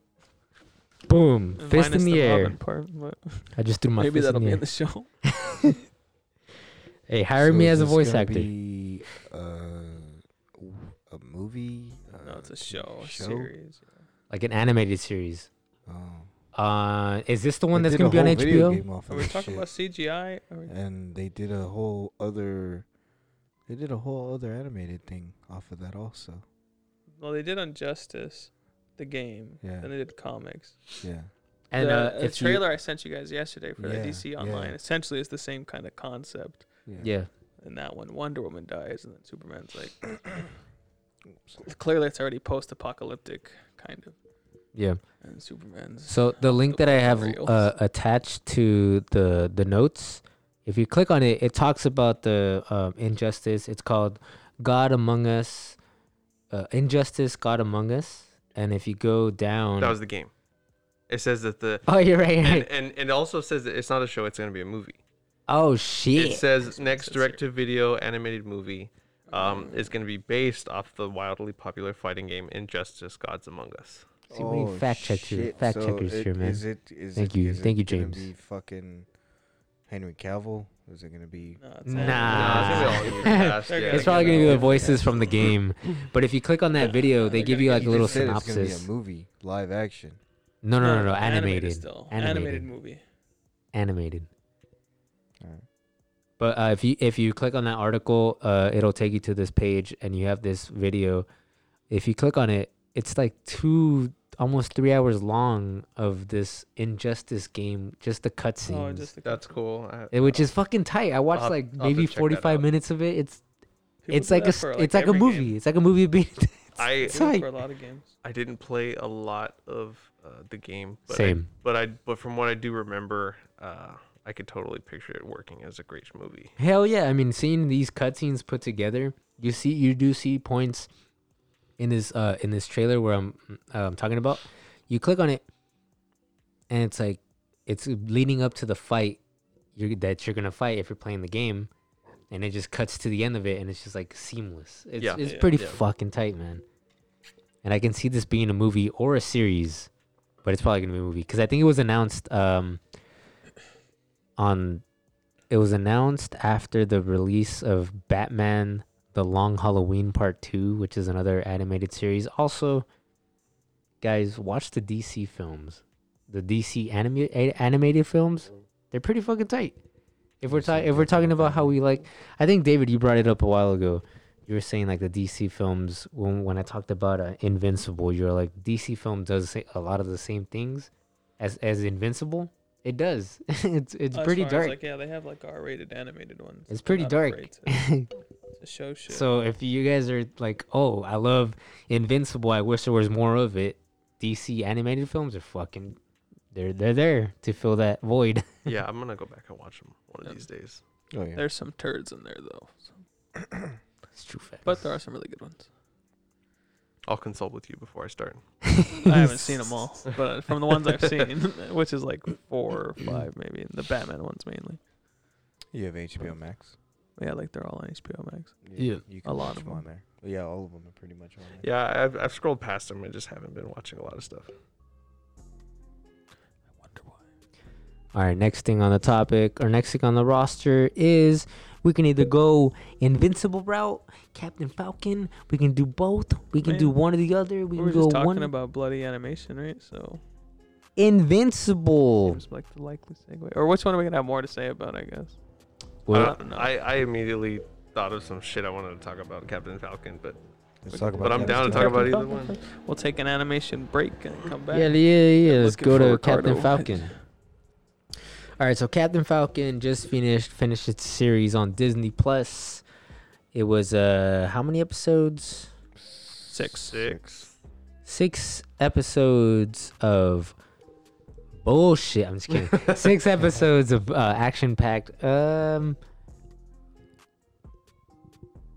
[SPEAKER 1] Boom! Fist
[SPEAKER 4] Minus
[SPEAKER 1] in the, air.
[SPEAKER 4] Robin Part, but
[SPEAKER 1] I just threw my
[SPEAKER 4] maybe
[SPEAKER 1] fist in
[SPEAKER 4] that'll
[SPEAKER 1] the
[SPEAKER 4] be
[SPEAKER 1] air.
[SPEAKER 4] in the show.
[SPEAKER 1] Hey, hire
[SPEAKER 3] So
[SPEAKER 1] me
[SPEAKER 3] is
[SPEAKER 1] as a
[SPEAKER 3] this
[SPEAKER 1] voice
[SPEAKER 3] gonna
[SPEAKER 1] actor.
[SPEAKER 3] be, uh, w- a movie?
[SPEAKER 4] No,
[SPEAKER 3] Uh,
[SPEAKER 4] it's a show, a
[SPEAKER 3] show?
[SPEAKER 4] series.
[SPEAKER 1] like an animated series.
[SPEAKER 3] oh.
[SPEAKER 1] Uh, is this the one
[SPEAKER 3] They
[SPEAKER 1] that's
[SPEAKER 3] did a
[SPEAKER 1] gonna be on
[SPEAKER 3] whole video
[SPEAKER 1] HBO?
[SPEAKER 3] game off
[SPEAKER 4] Are
[SPEAKER 3] of
[SPEAKER 4] we
[SPEAKER 3] this
[SPEAKER 4] talking
[SPEAKER 3] shit.
[SPEAKER 4] about CGI? Are we-
[SPEAKER 3] And they did a whole other. They did a whole other animated thing off of that also.
[SPEAKER 4] Well, they did Unjustice, the game,
[SPEAKER 3] Yeah.
[SPEAKER 4] and they did comics.
[SPEAKER 3] Yeah.
[SPEAKER 1] And
[SPEAKER 4] the,
[SPEAKER 1] uh,
[SPEAKER 4] the
[SPEAKER 1] if you-
[SPEAKER 4] trailer I sent you guys yesterday for
[SPEAKER 3] Yeah,
[SPEAKER 4] the DC
[SPEAKER 3] yeah.
[SPEAKER 4] Online essentially is the same kind of concept.
[SPEAKER 1] yeah,
[SPEAKER 4] In that one, Wonder Woman dies, and then Superman's like, clearly it's already post-apocalyptic, kind of,
[SPEAKER 1] yeah.
[SPEAKER 4] and Superman's.
[SPEAKER 1] So the link that I have
[SPEAKER 4] Reels.
[SPEAKER 1] uh, attached to the the notes, if you click on it, it talks about the um, injustice. It's called God Among Us, uh, injustice God Among Us. And if you go down,
[SPEAKER 2] That was the game. It says that the
[SPEAKER 1] oh, you're right. you're
[SPEAKER 2] and,
[SPEAKER 1] right.
[SPEAKER 2] and and it also says that it's not a show. It's gonna be a movie.
[SPEAKER 1] Oh
[SPEAKER 2] It
[SPEAKER 1] shit!
[SPEAKER 2] says next
[SPEAKER 4] says here.
[SPEAKER 2] direct to video animated movie um, is going to be based off the wildly popular fighting game Injustice Gods Among Us.
[SPEAKER 1] See, we need fact checkers- fact checkers
[SPEAKER 3] Oh, it-
[SPEAKER 1] here, man.
[SPEAKER 3] Is it, is
[SPEAKER 1] Thank
[SPEAKER 3] it,
[SPEAKER 1] you.
[SPEAKER 3] is
[SPEAKER 1] Thank
[SPEAKER 3] it
[SPEAKER 1] you,
[SPEAKER 3] gonna
[SPEAKER 1] James.
[SPEAKER 3] Be fucking Henry Cavill. Is it gonna be?
[SPEAKER 4] No, it's all-
[SPEAKER 2] Nah.
[SPEAKER 1] Nah,
[SPEAKER 2] it's all cast, yeah.
[SPEAKER 1] Ah. it's probably gonna be
[SPEAKER 2] Yeah.
[SPEAKER 1] the voices from the game. But if you click on that video, they
[SPEAKER 4] They're
[SPEAKER 1] give
[SPEAKER 4] gonna
[SPEAKER 1] you
[SPEAKER 4] get-
[SPEAKER 1] like a
[SPEAKER 3] You
[SPEAKER 1] little
[SPEAKER 3] just said It's
[SPEAKER 1] synopsis.
[SPEAKER 3] gonna be a movie, live action.
[SPEAKER 1] No, no, no, no,
[SPEAKER 4] it's
[SPEAKER 1] animated,
[SPEAKER 4] still.
[SPEAKER 1] animated,
[SPEAKER 4] animated movie. Oh,
[SPEAKER 1] animated.
[SPEAKER 3] Alright.
[SPEAKER 1] But uh, if you if you click on that article, uh, it'll take you to this page, and you have this video. If you click on it, it's like two, almost three hours long of this injustice game, just the
[SPEAKER 4] Oh,
[SPEAKER 1] cutscenes,
[SPEAKER 4] just the
[SPEAKER 2] That's cool. I,
[SPEAKER 1] It- which is fucking tight. I watched
[SPEAKER 2] have-
[SPEAKER 1] like
[SPEAKER 2] I'll have to
[SPEAKER 1] maybe
[SPEAKER 2] check that
[SPEAKER 1] forty five
[SPEAKER 2] out.
[SPEAKER 1] minutes of it. It's
[SPEAKER 4] People
[SPEAKER 1] it's
[SPEAKER 4] do
[SPEAKER 1] like a
[SPEAKER 4] that
[SPEAKER 1] s-
[SPEAKER 4] for,
[SPEAKER 1] it's like a
[SPEAKER 4] every
[SPEAKER 1] movie.
[SPEAKER 4] game.
[SPEAKER 1] It's like a movie being.
[SPEAKER 2] I
[SPEAKER 4] They do it
[SPEAKER 1] Tight.
[SPEAKER 4] for a lot of games.
[SPEAKER 2] I didn't play a lot of uh, the game. But I-
[SPEAKER 1] Same.
[SPEAKER 2] but I but from what I do remember, uh, I could totally picture it working as a great movie.
[SPEAKER 1] Hell yeah! I mean, seeing these cutscenes put together, you see, you do see points in this uh in this trailer where I'm uh, I'm talking about. You click on it, and it's like it's leading up to the fight you're, that you're gonna fight if you're playing the game, and it just cuts to the end of it, and it's just like seamless. It's
[SPEAKER 2] Yeah.
[SPEAKER 1] it's
[SPEAKER 4] Yeah,
[SPEAKER 1] pretty
[SPEAKER 2] yeah.
[SPEAKER 1] fucking tight, man. And I can see this being a movie or a series, but it's probably gonna be a movie because I think it was announced um on it was announced after the release of Batman The Long Halloween Part 2, which is another animated series. Also, guys, watch the DC films. The DC anime, a- animated films, they're pretty fucking tight. If we're ta- if we're talking about how we like I think David you brought it up a while ago. You were saying like the DC films when when I talked about uh, Invincible, you're like DC film does sa- a lot of the same things as as Invincible. It does. it's it's
[SPEAKER 4] As
[SPEAKER 1] pretty
[SPEAKER 4] far as,
[SPEAKER 1] dark.
[SPEAKER 4] Like, yeah, they have like R-rated animated ones.
[SPEAKER 1] It's
[SPEAKER 4] They're
[SPEAKER 1] pretty
[SPEAKER 4] not
[SPEAKER 1] dark.
[SPEAKER 4] afraid To, to show shit.
[SPEAKER 1] So if you guys are like, oh, I love Invincible, I wish there was more of it. DC animated films are fucking, they're they're there to fill that void.
[SPEAKER 2] Yeah, I'm gonna go back and watch them one of these days.
[SPEAKER 3] Oh yeah.
[SPEAKER 4] There's some turds in there though, so-
[SPEAKER 1] it's true fact.
[SPEAKER 4] but there are some really good ones.
[SPEAKER 2] I'll consult with you before I start.
[SPEAKER 4] I haven't seen them all, but from the ones I've seen, which is like four or five maybe, the Batman ones mainly.
[SPEAKER 3] You have HBO Max.
[SPEAKER 4] Yeah, like they're all on HBO Max.
[SPEAKER 1] Yeah.
[SPEAKER 3] You
[SPEAKER 4] A lot
[SPEAKER 3] watch
[SPEAKER 4] of
[SPEAKER 3] them on there. Yeah, all of them are pretty much on there.
[SPEAKER 2] Yeah, I've, I've scrolled past them. I just haven't been watching a lot of stuff.
[SPEAKER 4] I wonder why.
[SPEAKER 1] All right, next thing on the topic or next thing on the roster is we can either go Invincible route, Captain Falcon. We can do both. We can do
[SPEAKER 4] Man.
[SPEAKER 1] one or the other. We
[SPEAKER 4] We
[SPEAKER 1] can
[SPEAKER 4] were
[SPEAKER 1] go
[SPEAKER 4] just talking
[SPEAKER 1] one.
[SPEAKER 4] about bloody animation, right? So
[SPEAKER 1] Invincible.
[SPEAKER 4] seems like the likely segue. Or which one are we gonna have more to say about? I guess.
[SPEAKER 2] I,
[SPEAKER 1] Well,
[SPEAKER 4] don't
[SPEAKER 2] don't-
[SPEAKER 4] know.
[SPEAKER 2] Uh, I, I immediately thought of some shit I wanted to talk about Captain Falcon, but
[SPEAKER 3] Let's talk about.
[SPEAKER 2] but I'm
[SPEAKER 3] that.
[SPEAKER 2] down to talk about either one.
[SPEAKER 4] We'll take an animation break and come back.
[SPEAKER 1] Yeah, yeah, yeah.
[SPEAKER 4] I'm
[SPEAKER 1] Let's
[SPEAKER 4] looking
[SPEAKER 1] go
[SPEAKER 4] for
[SPEAKER 1] to
[SPEAKER 4] Ricardo.
[SPEAKER 1] Captain Falcon. All right, so Captain Falcon just finished finished its series on Disney Plus. It was uh how many episodes?
[SPEAKER 4] Six.
[SPEAKER 2] Six.
[SPEAKER 1] Six episodes of bullshit. I'm just kidding. Six episodes of uh, action packed um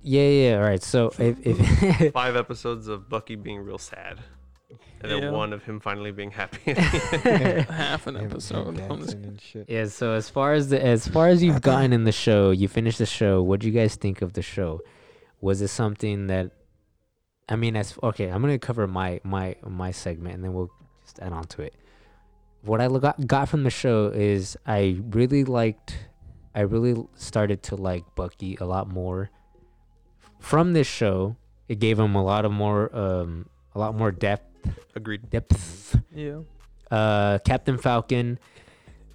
[SPEAKER 1] Yeah, yeah. All right. So if, if
[SPEAKER 2] Five episodes of Bucky being real sad, and then
[SPEAKER 4] Yeah.
[SPEAKER 2] one of him finally being happy.
[SPEAKER 4] half an episode on this.
[SPEAKER 3] dancing and shit.
[SPEAKER 1] yeah, so as far as the as far as you've gotten in the show, you finished the show. What do you guys think of the show? Was it something that? I mean, as okay, I'm gonna cover my my my segment, and then we'll just add on to it. What I lo- got got from the show is I really liked. I really l- started to like Bucky a lot more. From this show, it gave him a lot of more um a lot more depth
[SPEAKER 2] Agreed.
[SPEAKER 1] depth
[SPEAKER 4] Yeah.
[SPEAKER 1] uh, Captain Falcon,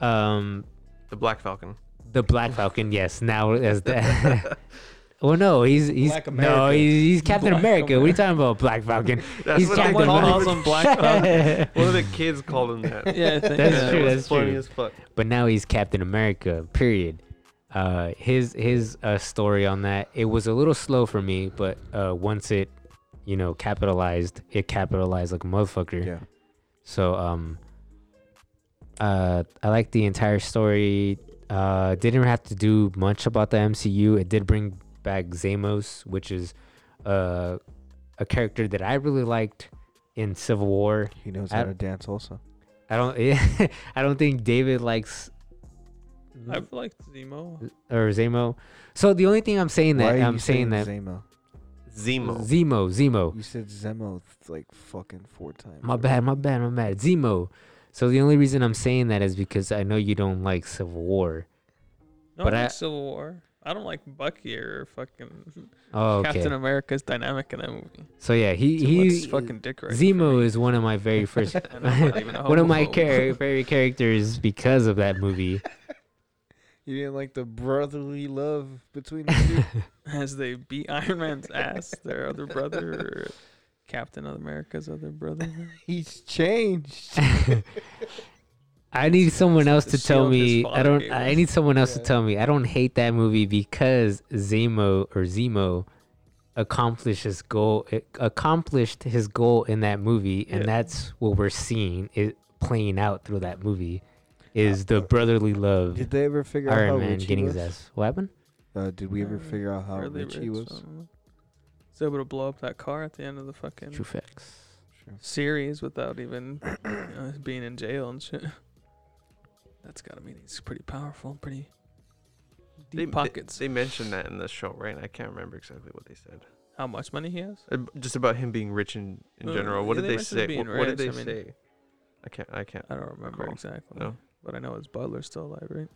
[SPEAKER 1] um,
[SPEAKER 2] The Black Falcon.
[SPEAKER 1] the Black Falcon. Yes, now as the. well, no, he's he's
[SPEAKER 3] Black
[SPEAKER 1] no,
[SPEAKER 3] America.
[SPEAKER 1] he's, he's Captain
[SPEAKER 4] Black
[SPEAKER 1] America. What are you talking about, Black Falcon?
[SPEAKER 2] That's
[SPEAKER 1] he's
[SPEAKER 2] what they
[SPEAKER 1] Captain
[SPEAKER 4] Someone
[SPEAKER 2] call
[SPEAKER 4] calls
[SPEAKER 2] him.
[SPEAKER 4] him Black Falcon.
[SPEAKER 2] One of the kids called him that.
[SPEAKER 4] Yeah, I think
[SPEAKER 1] That's
[SPEAKER 4] that
[SPEAKER 1] true,
[SPEAKER 2] That
[SPEAKER 4] was-
[SPEAKER 2] was
[SPEAKER 1] that's
[SPEAKER 2] funny
[SPEAKER 1] true.
[SPEAKER 2] as fuck.
[SPEAKER 1] but now he's Captain America. Period. Uh, his his uh, story on that it was a little slow for me, but uh, once it, you know, capitalized, it capitalized like a motherfucker.
[SPEAKER 3] Yeah.
[SPEAKER 1] So um, uh, I like the entire story. Uh, didn't have to do much about the MCU. It did bring back Zamos, which is uh, a character that I really liked in Civil War.
[SPEAKER 3] He knows
[SPEAKER 1] I-
[SPEAKER 3] how to dance also.
[SPEAKER 1] I don't I don't think David likes
[SPEAKER 4] I've liked Zemo.
[SPEAKER 1] or Zemo. So the only thing I'm saying that
[SPEAKER 3] Why are
[SPEAKER 1] I'm
[SPEAKER 3] you
[SPEAKER 1] saying, that
[SPEAKER 3] Zemo.
[SPEAKER 2] Zemo.
[SPEAKER 1] Zemo, Zemo.
[SPEAKER 3] You said Zemo like fucking four times.
[SPEAKER 1] My
[SPEAKER 3] already.
[SPEAKER 1] bad, my bad, my bad. Zemo. So the only reason I'm saying that is because I know you don't like Civil War.
[SPEAKER 4] No,
[SPEAKER 1] But
[SPEAKER 4] I
[SPEAKER 1] I-
[SPEAKER 4] like Civil War. I don't like Bucky or fucking
[SPEAKER 1] Oh, okay.
[SPEAKER 4] Captain America's dynamic in that movie.
[SPEAKER 1] so yeah, he
[SPEAKER 4] He
[SPEAKER 1] he
[SPEAKER 4] looks fucking dick right.
[SPEAKER 1] Zemo is one of my very first
[SPEAKER 4] And I'm not even a
[SPEAKER 1] one of my
[SPEAKER 4] homophobe.
[SPEAKER 1] char- favorite characters because of that movie.
[SPEAKER 3] You didn't like the brotherly love between the two.
[SPEAKER 4] as they beat Iron Man's ass, their other brother, or Captain America's other brother.
[SPEAKER 3] He's changed.
[SPEAKER 1] I need someone else
[SPEAKER 4] the
[SPEAKER 1] to tell
[SPEAKER 4] shield his
[SPEAKER 1] me. I
[SPEAKER 4] father
[SPEAKER 1] don't.
[SPEAKER 4] gave
[SPEAKER 1] I
[SPEAKER 4] us.
[SPEAKER 1] need someone else to tell me. I don't hate that movie because Zemo or Zemo accomplished his goal. eh, Accomplished his goal in that movie, and
[SPEAKER 4] Yeah.
[SPEAKER 1] that's what we're seeing it playing out through that movie. Is the brotherly love
[SPEAKER 3] Did they ever figure out how
[SPEAKER 1] Iron Man
[SPEAKER 3] Richie
[SPEAKER 1] getting
[SPEAKER 3] was?
[SPEAKER 1] his ass? What happened?
[SPEAKER 3] Uh, did we ever
[SPEAKER 4] Uh,
[SPEAKER 3] figure out how
[SPEAKER 4] Or they
[SPEAKER 3] Richie
[SPEAKER 4] raped
[SPEAKER 3] was?
[SPEAKER 4] someone. He's able to blow up that car at the end of the fucking
[SPEAKER 1] True facts.
[SPEAKER 4] series without even you know, being in jail and shit. That's gotta mean he's pretty powerful, pretty deep
[SPEAKER 2] They, they,
[SPEAKER 4] pockets.
[SPEAKER 2] they mentioned that in the show, right? I can't remember exactly what they said.
[SPEAKER 4] How much money he has?
[SPEAKER 2] Uh, b- Just about him being rich in, in
[SPEAKER 4] Uh,
[SPEAKER 2] general. What did
[SPEAKER 4] yeah, they
[SPEAKER 2] they
[SPEAKER 4] mentioned
[SPEAKER 2] say?
[SPEAKER 4] being
[SPEAKER 2] What, what did they
[SPEAKER 4] rich, I mean-
[SPEAKER 2] say? I can't. I can't.
[SPEAKER 4] I don't remember
[SPEAKER 2] Cool.
[SPEAKER 4] exactly.
[SPEAKER 2] No.
[SPEAKER 4] But I know his butler's still alive, right?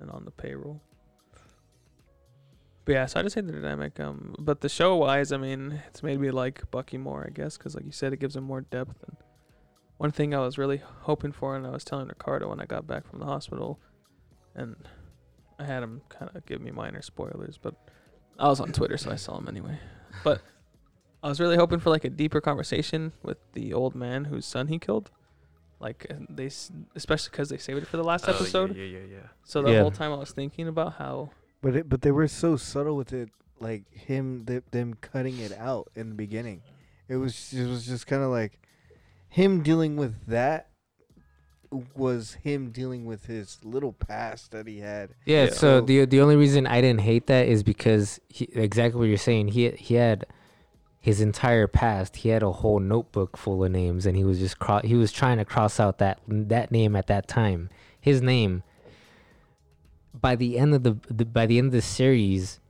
[SPEAKER 4] And on the payroll. But yeah, so I just hate the dynamic. Um, but the show wise, I mean, it's made me like Bucky more, I guess, because like you said, it gives him more depth. And one thing I was really hoping for, and I was telling Ricardo when I got back from the hospital, and I had him kind of give me minor spoilers, but I was on Twitter, so I saw him anyway. But I was really hoping for like a deeper conversation with the old man whose son he killed. Like and they, s- especially because they saved it for the last
[SPEAKER 2] Oh, yeah,
[SPEAKER 4] episode.
[SPEAKER 2] Yeah, yeah, yeah.
[SPEAKER 4] So the
[SPEAKER 1] Yeah.
[SPEAKER 4] whole time I was thinking about how
[SPEAKER 3] But it, but they were so subtle with it, like him th- them cutting it out in the beginning. It was it was just kind of like him dealing with that was him dealing with his little past that he had.
[SPEAKER 1] Yeah,
[SPEAKER 4] Yeah.
[SPEAKER 1] So
[SPEAKER 3] So-
[SPEAKER 1] the the only reason I didn't hate that is because he, exactly what you're saying. He he had his entire past. He had a whole notebook full of names, and he was just cro- he was trying to cross out that that name at that time. His name. By the end of the, the by the end of the series,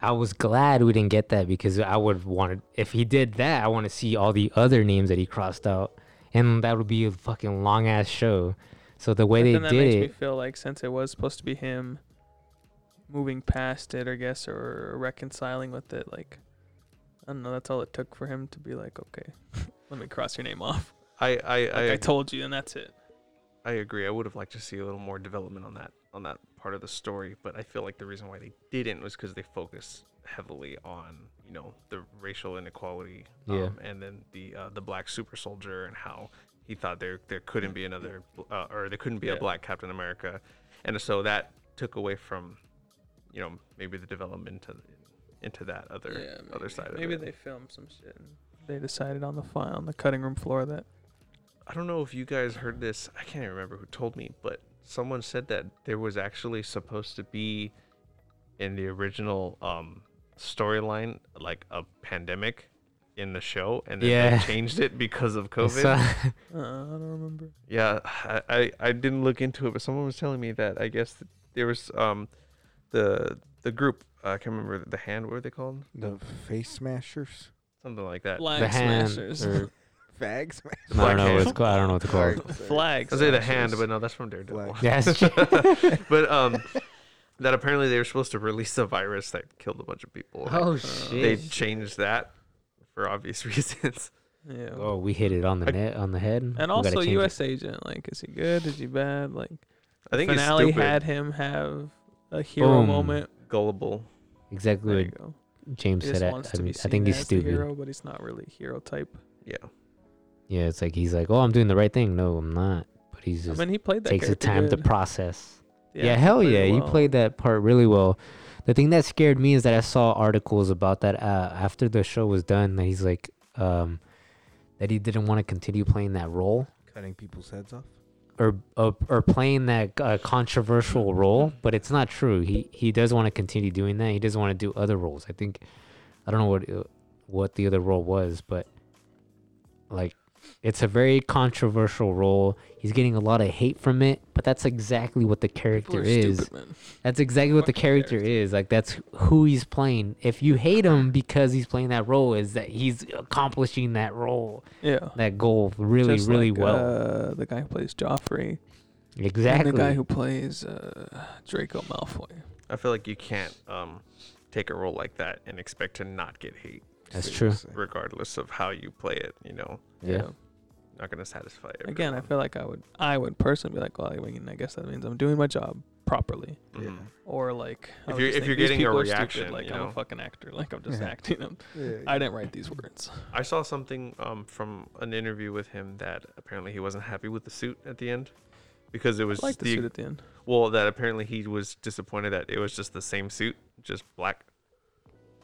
[SPEAKER 1] I was glad we didn't get that because I would wanted if he did that, I want to see all the other names that he crossed out, and that would be a fucking long ass show. So the way
[SPEAKER 4] but
[SPEAKER 1] they
[SPEAKER 4] then that
[SPEAKER 1] did
[SPEAKER 4] makes
[SPEAKER 1] it,
[SPEAKER 4] me feel like since it was supposed to be him moving past it, I guess, or reconciling with it, like I don't know, that's all it took for him to be like, Okay, let me cross your name off.
[SPEAKER 2] I I
[SPEAKER 4] Like I,
[SPEAKER 2] I,
[SPEAKER 4] told you and that's it.
[SPEAKER 2] I agree. I would have liked to see a little more development on that on that part of the story, but I feel like the reason why they didn't was because they focused heavily on you know the racial inequality,
[SPEAKER 1] Yeah.
[SPEAKER 2] um, and then the uh, the black super soldier and how he thought there there couldn't be another uh, or there couldn't be a
[SPEAKER 4] Yeah.
[SPEAKER 2] black Captain America, and so that took away from you know maybe the development to, into that other other side
[SPEAKER 4] Maybe
[SPEAKER 2] of it.
[SPEAKER 4] they filmed some shit and they decided on the file on the cutting room floor that
[SPEAKER 2] I don't know if you guys heard this. I can't remember who told me, but someone said that there was actually supposed to be in the original um, storyline like a pandemic in the show, and then
[SPEAKER 1] Yeah.
[SPEAKER 2] they changed it because of
[SPEAKER 1] I
[SPEAKER 2] COVID.
[SPEAKER 1] saw-
[SPEAKER 4] Uh, I don't remember.
[SPEAKER 2] Yeah, I, I I didn't look into it, but someone was telling me that I guess th- there was um the the group uh, I can't remember the hand what were they called
[SPEAKER 5] The face smashers.
[SPEAKER 2] something like that.
[SPEAKER 4] Flag
[SPEAKER 1] the hand.
[SPEAKER 4] smashers.
[SPEAKER 1] Or,
[SPEAKER 5] Fag smashers.
[SPEAKER 1] I don't know what
[SPEAKER 2] hand.
[SPEAKER 1] it's called. I don't know what it's called. Oh,
[SPEAKER 4] Flag
[SPEAKER 2] I say the hand,
[SPEAKER 4] smashers.
[SPEAKER 2] but no, that's from Daredevil.
[SPEAKER 5] Flag.
[SPEAKER 1] Yes.
[SPEAKER 2] but um, that apparently they were supposed to release a virus that killed a bunch of people. and
[SPEAKER 1] oh
[SPEAKER 2] They
[SPEAKER 1] shit.
[SPEAKER 2] changed that for obvious reasons.
[SPEAKER 4] yeah.
[SPEAKER 1] Oh, we hit it on the
[SPEAKER 2] I-
[SPEAKER 1] net on the head. We
[SPEAKER 4] And
[SPEAKER 1] gotta
[SPEAKER 4] also,
[SPEAKER 1] change it.
[SPEAKER 4] U.S. agent. Like, is he good? Is he bad? Like,
[SPEAKER 2] I think it's
[SPEAKER 4] finale
[SPEAKER 2] stupid.
[SPEAKER 4] had him have a hero
[SPEAKER 1] Boom.
[SPEAKER 4] moment.
[SPEAKER 2] gullible.
[SPEAKER 1] exactly
[SPEAKER 4] There you
[SPEAKER 1] what
[SPEAKER 4] go.
[SPEAKER 1] James
[SPEAKER 4] He
[SPEAKER 1] said.
[SPEAKER 4] just
[SPEAKER 1] I,
[SPEAKER 4] wants
[SPEAKER 1] I
[SPEAKER 4] to
[SPEAKER 1] mean,
[SPEAKER 4] be
[SPEAKER 1] I
[SPEAKER 4] seen
[SPEAKER 1] think he's
[SPEAKER 4] as the
[SPEAKER 1] stupid.
[SPEAKER 4] hero, but he's not really hero type.
[SPEAKER 2] Yeah,
[SPEAKER 1] Yeah, it's like he's like, oh, I'm doing the right thing. No, I'm not. But he's
[SPEAKER 4] I
[SPEAKER 1] just
[SPEAKER 4] mean, he played that
[SPEAKER 1] takes the
[SPEAKER 4] character
[SPEAKER 1] time to
[SPEAKER 4] good.
[SPEAKER 1] process. Yeah,
[SPEAKER 4] he
[SPEAKER 1] hell
[SPEAKER 4] played it
[SPEAKER 1] yeah, you
[SPEAKER 4] well.
[SPEAKER 1] played that part really well. The thing that scared me is that I saw articles about that uh, after the show was done that he's like um, that he didn't want to continue playing that role
[SPEAKER 5] Cutting people's heads off.
[SPEAKER 1] or or, or playing that uh, controversial role, but it's not true. He he does want to continue doing that. He doesn't want to do other roles. I think I don't know what it- what the other role was, but like it's a very controversial role. He's getting a lot of hate from it, but that's exactly what the
[SPEAKER 4] People
[SPEAKER 1] character
[SPEAKER 4] are
[SPEAKER 1] is.
[SPEAKER 4] stupid, man.
[SPEAKER 1] That's exactly what the
[SPEAKER 4] Fucking
[SPEAKER 1] character is. Like that's who he's playing. If you hate him because he's playing that role, is that he's accomplishing that role,
[SPEAKER 4] Yeah.
[SPEAKER 1] that goal really,
[SPEAKER 4] Just
[SPEAKER 1] really
[SPEAKER 4] like,
[SPEAKER 1] well.
[SPEAKER 4] Uh, the guy who plays Joffrey.
[SPEAKER 1] exactly.
[SPEAKER 4] And the guy who plays uh, Draco Malfoy.
[SPEAKER 2] I feel like you can't um take a role like that and expect to not get hate,
[SPEAKER 1] that's true.
[SPEAKER 2] regardless of how you play it. You know.
[SPEAKER 1] Yeah.
[SPEAKER 2] not gonna satisfy everyone.
[SPEAKER 4] Again, I feel like I would, I would personally be like, well, I mean, I guess that means I'm doing my job properly.
[SPEAKER 2] Mhm.
[SPEAKER 4] Or like, I
[SPEAKER 2] If
[SPEAKER 4] would
[SPEAKER 2] you're-
[SPEAKER 4] just
[SPEAKER 2] if
[SPEAKER 4] think,
[SPEAKER 2] you're
[SPEAKER 4] "These
[SPEAKER 2] getting a
[SPEAKER 4] people are
[SPEAKER 2] reaction,
[SPEAKER 4] like
[SPEAKER 2] you
[SPEAKER 4] I'm
[SPEAKER 2] know?
[SPEAKER 4] a fucking actor, like I'm just
[SPEAKER 5] Yeah.
[SPEAKER 4] acting them.
[SPEAKER 5] Yeah,
[SPEAKER 4] I didn't write these words.
[SPEAKER 2] I saw something um, from an interview with him that apparently he wasn't happy with the suit at the end because it was
[SPEAKER 4] I like the
[SPEAKER 2] the
[SPEAKER 4] suit at the end.
[SPEAKER 2] well that apparently he was disappointed that it was just the same suit, just black.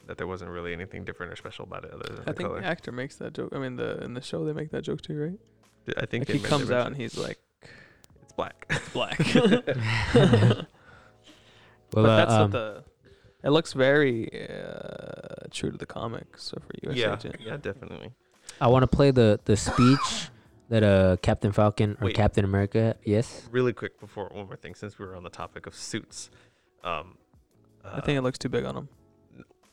[SPEAKER 2] That there wasn't really anything different or special about it other than
[SPEAKER 4] I
[SPEAKER 2] the
[SPEAKER 4] think
[SPEAKER 2] color.
[SPEAKER 4] the actor makes that joke. I mean, the in the show they make that joke too, right?
[SPEAKER 2] I think
[SPEAKER 4] Like
[SPEAKER 2] they
[SPEAKER 4] he
[SPEAKER 2] meant- they
[SPEAKER 4] comes out and
[SPEAKER 2] mentioned
[SPEAKER 4] he's like,
[SPEAKER 2] it's black.
[SPEAKER 4] it's black. but
[SPEAKER 1] Well, uh,
[SPEAKER 4] that's
[SPEAKER 1] um,
[SPEAKER 4] what the. It looks very uh, true to the comics. So for U.S.
[SPEAKER 2] yeah,
[SPEAKER 4] agent,
[SPEAKER 2] yeah, definitely.
[SPEAKER 1] I want to play the the speech that uh Captain Falcon or
[SPEAKER 2] Wait.
[SPEAKER 1] Captain America. Yes.
[SPEAKER 2] Really quick before one more thing, since we were on the topic of suits, um,
[SPEAKER 4] I think it looks too big on him.